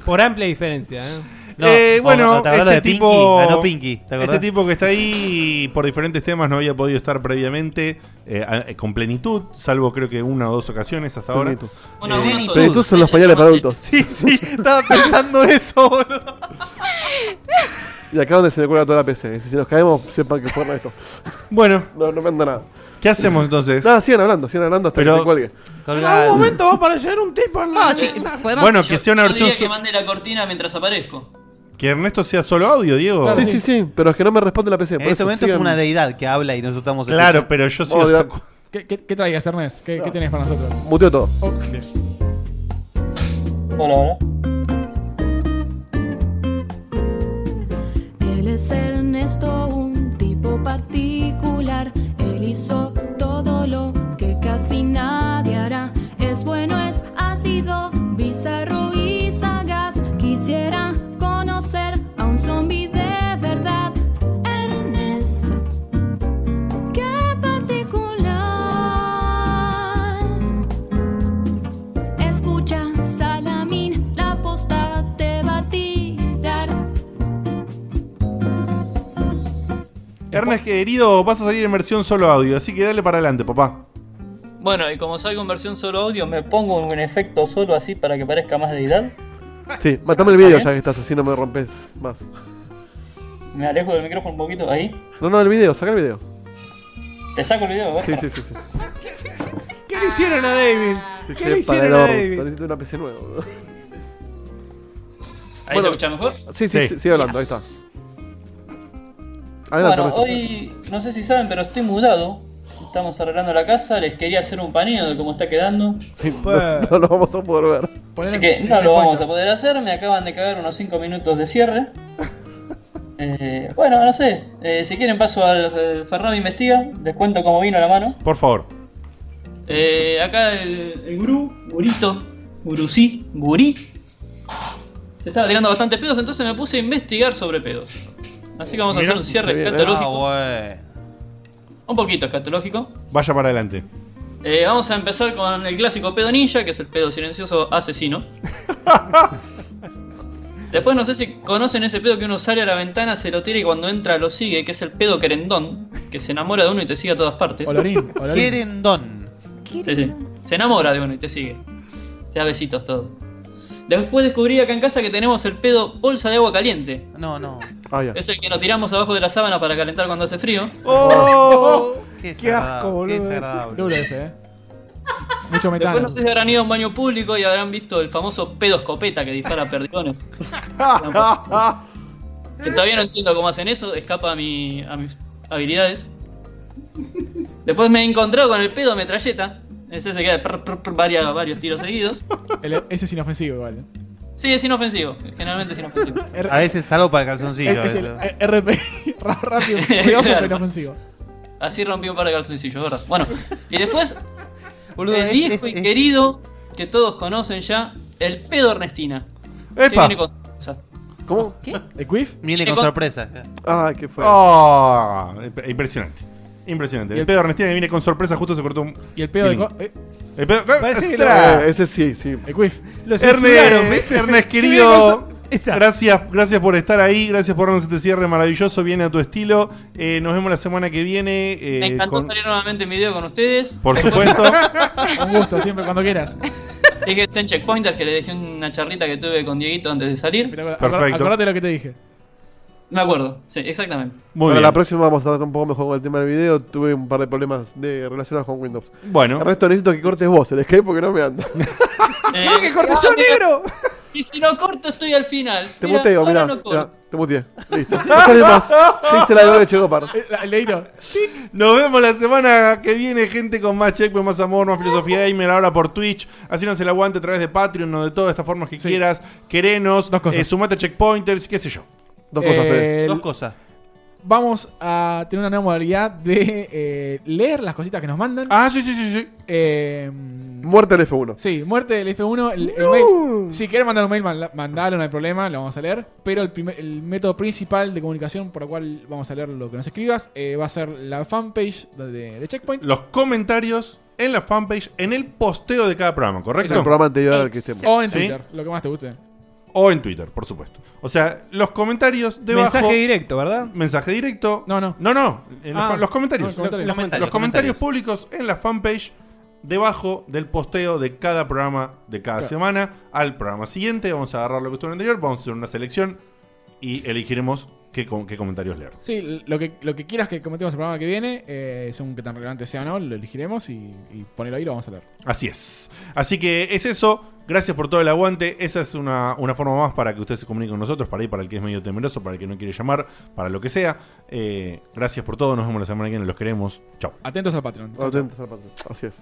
S7: Por amplia diferencia, eh.
S3: No,
S1: Eh,
S3: o-
S1: bueno,
S3: o te acordás
S1: este
S3: de Pinky,
S1: tipo,
S3: ganó Pinky, ¿te acordás?
S1: este tipo que está ahí por diferentes temas no había podido estar previamente eh, a- eh, con plenitud, salvo creo que una o dos ocasiones hasta
S2: Plenitud.
S1: ahora. Eh,
S3: Plenitud.
S2: Pero estos son los pañales para adultos.
S3: Sí, sí, estaba pensando eso, boludo.
S2: Y acá donde se me cuelga toda la PC. Si nos caemos, sepan que fueron esto.
S1: bueno,
S2: No, no me anda nada.
S1: ¿qué hacemos entonces?
S2: Nada, sigan hablando, sigan hablando hasta
S1: Pero-
S2: que se cuelgue.
S3: Colgá.
S7: va a aparecer un tipo en
S8: No, sí, podemos-
S1: Bueno, que sea una
S12: Yo
S1: versión
S12: diría que
S1: su-
S12: mande la cortina mientras aparezco.
S1: Que Ernesto sea solo audio, Diego.
S2: sí, sí, sí, pero es que no me responde la PC.
S3: En este momento es como una deidad que habla y nosotros estamos
S1: Claro,
S3: escuchando.
S1: pero yo sigo
S2: Odio.
S1: hasta cu-
S4: ¿Qué, qué, qué traías, Ernest? ¿Qué, qué tenés para nosotros?
S2: Muteo todo.
S12: Hola.
S14: Él es Ernesto, un tipo particular. Él hizo todo lo que casi nadie hará. Es bueno, es ácido, bizarro y sagaz. Quisiera conocer a un zombi de verdad. Ernest, qué particular. Escucha, Salamín, la posta te va a tirar.
S1: Ernest, querido, vas a salir en versión solo audio, así que dale para adelante, papá.
S12: Bueno, y como salgo en versión solo audio, me pongo un efecto solo así para que parezca más deidad.
S2: Sí, matame el
S3: ¿eh?
S2: video
S12: bien?
S2: ya que estás así, no me rompes más.
S12: Me alejo del micrófono un poquito, ahí.
S2: No, no, el video, saca el video.
S12: Te saco el video, a ver.
S2: Sí, sí, sí. sí.
S7: ¿Qué le hicieron a David? ¿Qué
S2: Sí,
S7: le hicieron
S2: para
S7: a
S2: el orto,
S7: David?
S2: Necesito una PC nueva. boludo.
S12: Ahí
S2: Bueno,
S12: se escucha mejor.
S2: Sí, sí, sí, sigue hablando, ahí está. Adelante,
S12: Bueno,
S2: Ernesto.
S12: hoy no sé si saben, pero estoy mudado. Estamos arreglando la casa, les quería hacer un paneo de cómo está quedando.
S2: Sí,
S12: Pues-
S2: no, no lo vamos a poder ver.
S12: Así que no lo vamos a poder hacer, me acaban de cagar unos 5 minutos de cierre. Eh, bueno, no sé, eh, si quieren paso al eh, Fernando Investiga, les cuento cómo vino la mano.
S1: Por favor.
S12: Eh, acá el, el gurú, gurito, gurusí, gurí, se estaba tirando bastante pedos, entonces me puse a investigar sobre pedos. Así que vamos a
S1: Mirá,
S12: hacer un cierre
S1: se ve.
S12: escatológico. Un poquito escatológico.
S1: Vaya para adelante.
S12: Eh, vamos a empezar con el clásico pedo ninja, que es el pedo silencioso asesino. Después no sé si conocen ese pedo que uno sale a la ventana, se lo tira y cuando entra lo sigue, que es el pedo querendón, que se enamora de uno y te sigue a todas partes.
S4: Olorín, olorín.
S12: Querendón. Se enamora de uno y te sigue. Te da besitos todo. Después descubrí acá en casa que tenemos el pedo bolsa de agua caliente.
S3: No, no.
S2: Ah, ya.
S12: Es el que nos tiramos abajo de la sábana para calentar cuando hace frío.
S3: Oh. Qué,
S12: Qué asco,
S3: asco,
S12: boludo.
S3: Qué desagradable.
S4: Duro ese, eh.
S12: Después
S4: Mucho metano.
S12: no sé si habrán ido a un baño público y habrán visto el famoso pedo escopeta que dispara perdigones. que todavía no entiendo cómo hacen eso, escapa a, mi, a mis habilidades. Después me he encontrado con el pedo metralleta. Ese se queda prr, prr, prr, varias- varios tiros seguidos.
S4: El- ese es inofensivo, igual.
S12: Sí, es inofensivo. Generalmente es inofensivo.
S3: A veces salgo para el calzoncillo.
S4: Es, es el
S3: eh.
S4: eh, RP ra- rápido, curioso,
S12: Claro.
S4: pero inofensivo.
S12: Así rompí un par de calzoncillos, ¿verdad? Bueno, y después,
S3: Boludo,
S12: el
S3: es-
S12: viejo
S3: es-
S12: y
S3: es-
S12: querido que todos conocen ya, el pedo Ernestina. Que
S3: ¡Epa!
S12: viene con sorpresa.
S2: ¿Cómo?
S4: ¿El quiff?
S3: Viene
S12: ¿Qué
S3: con
S12: con-
S3: sorpresa.
S2: Ah, qué fue.
S1: Ah, imp- impresionante. Impresionante.
S2: Y
S1: El
S2: el-
S1: pedo de Ernestina viene con sorpresa, justo se cortó un.
S4: Y el pedo de
S1: Miren.
S4: co- eh.
S1: El pedo.
S4: Parece que
S1: ¡Extra!
S2: Eh, ese sí, sí.
S4: El quiff.
S1: Ernest, Ernest, querido. Gracias, gracias por estar ahí, gracias por darnos este cierre maravilloso, viene a tu estilo. Eh, nos vemos la semana que viene. eh,
S12: Me encantó
S1: con-
S12: salir nuevamente en video con ustedes.
S1: Por supuesto.
S4: Un gusto, siempre, cuando quieras.
S12: Fíjense en Checkpointers que le dejé una charlita que tuve con Dieguito antes de salir.
S4: Acor- Acordate lo que te dije.
S12: Me acuerdo, sí, exactamente.
S2: bueno, la próxima vamos a tratar un poco mejor con el tema del video. Tuve un par de problemas de relacionados con Windows.
S1: Bueno.
S2: El resto necesito que cortes vos el Skype porque no me anda.
S12: ¡Creo Eh, que corté yo, negro! Y si no corto, estoy al final.
S2: Te
S12: Mira,
S2: muteo,
S12: ahora
S2: mirá.
S12: no corto.
S2: ya, te muteé. Listo. No sale más. Se hice la droga de Checopar.
S1: Nos vemos la semana que viene, gente, con más checkpoint, más amor, más filosofía gamer, ahora por Twitch. Así nos el aguante a través de Patreon o de todas estas formas que quieras. Querenos, eh, sumate a checkpointers, qué sé yo. Eh,
S2: Dos
S4: cosas, Fede.
S3: Eh, Dos cosas.
S4: Vamos a tener una nueva modalidad de eh, leer las cositas que nos mandan. Eh,
S1: Ah, sí, sí, sí, sí.
S2: Muerte al F1.
S4: Sí, muerte del F1. El, el mail- si querés mandar un mail, manda- mandalo, no hay problema, lo vamos a leer. Pero el, primer- el método principal de comunicación por el cual vamos a leer lo que nos escribas eh, va a ser la fanpage de, de- de Checkpoint.
S1: Los comentarios en la fanpage, en el posteo de cada programa, ¿correcto?
S2: En el programa anterior al que estemos.
S4: O en
S1: ¿Sí?
S4: Twitter, lo que más te guste.
S1: O en Twitter, por supuesto. O sea, los comentarios debajo.
S7: Mensaje directo, ¿verdad?
S1: Mensaje directo.
S4: No, no.
S1: No, no. en los,
S7: Ah.
S1: los comentarios.
S7: No, los comentarios.
S1: Los,
S7: Los comentarios,
S1: comentarios públicos en la fanpage debajo del posteo de cada programa de cada
S4: Claro.
S1: semana al programa siguiente. Vamos a agarrar lo que estuvo en el anterior, vamos a hacer una selección y elegiremos qué, com- qué comentarios leer.
S4: Sí, lo que, lo que quieras que comentemos el programa que viene, eh, según que tan relevante sea o no, lo elegiremos y, y ponelo ahí y lo vamos a leer.
S1: Así es. Así que es eso. Gracias por todo el aguante. Esa es una, una forma más para que ustedes se comuniquen con nosotros, para ir para el que es medio temeroso, para el que no quiere llamar, para lo que sea. Eh, gracias por todo. Nos vemos la semana que viene. Los queremos. Chao.
S4: Atentos al Patreon.
S2: Atentos al Patreon. Así es.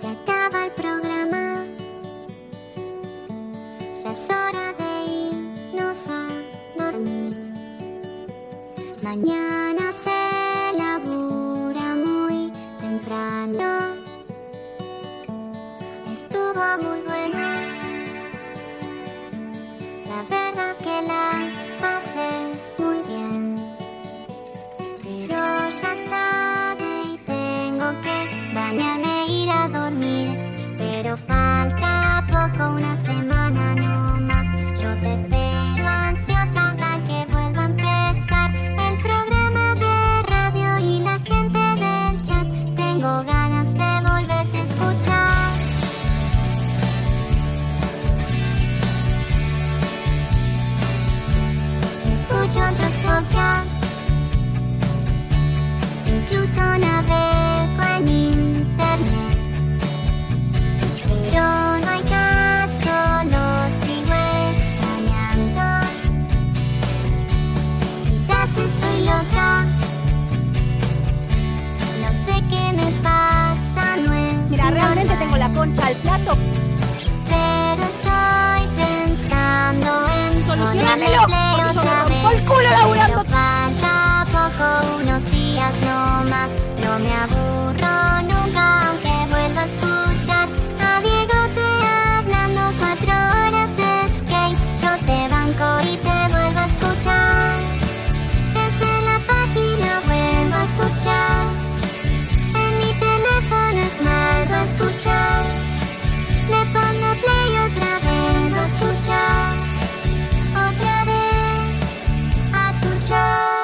S15: Se acaba el programa. Ya es hora de irnos a dormir. Mañana se labura muy temprano. Estuvo muy bueno. La verdad que la pasé muy bien. Pero ya es tarde y tengo que bañarme e ir a dormir. Pero falta poco, una semana no más. Yo te espero ansiosa hasta que vuelva a empezar el programa de radio y la gente del chat. Tengo ganas de volverte a escuchar. Escucho otros podcasts. Incluso navego en internet. Pero no hay caso, lo sigo extrañando. Quizás estoy loca. No sé qué me pasa, no es. Mira, realmente tengo la concha al plato. Pero estoy pensando en
S9: Solucionámelo, porque yo me rompo el culo laburando.
S15: pero falta poco, unos días no más. No me aburro nunca, aunque vuelva a escuchar a Diego te hablando cuatro horas de skate. Yo te banco y te vuelvo a escuchar. Desde la página vuelvo a escuchar. En mi teléfono es malo escuchar. Le pongo play otra vez a escuchar. Otra vez a escuchar.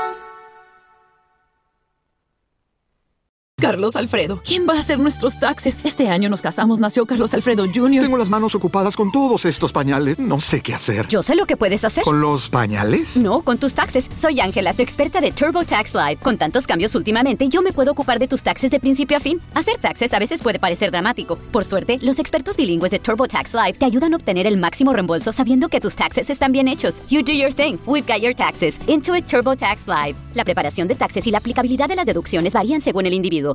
S16: Carlos Alfredo, ¿quién va a hacer nuestros taxes? Este año nos casamos, nació Carlos Alfredo Jr.
S17: Tengo las manos ocupadas con todos estos pañales. No sé qué hacer.
S18: Yo sé lo que puedes hacer.
S17: ¿Con los pañales?
S18: No, con tus taxes. Soy Ángela, tu experta de TurboTax Live. Con tantos cambios últimamente, yo me puedo ocupar de tus taxes de principio a fin. Hacer taxes a veces puede parecer dramático. Por suerte, los expertos bilingües de TurboTax Live te ayudan a obtener el máximo reembolso sabiendo que tus taxes están bien hechos. You do your thing. We've got your taxes. Intuit TurboTax Live. La preparación de taxes y la aplicabilidad de las deducciones varían según el individuo.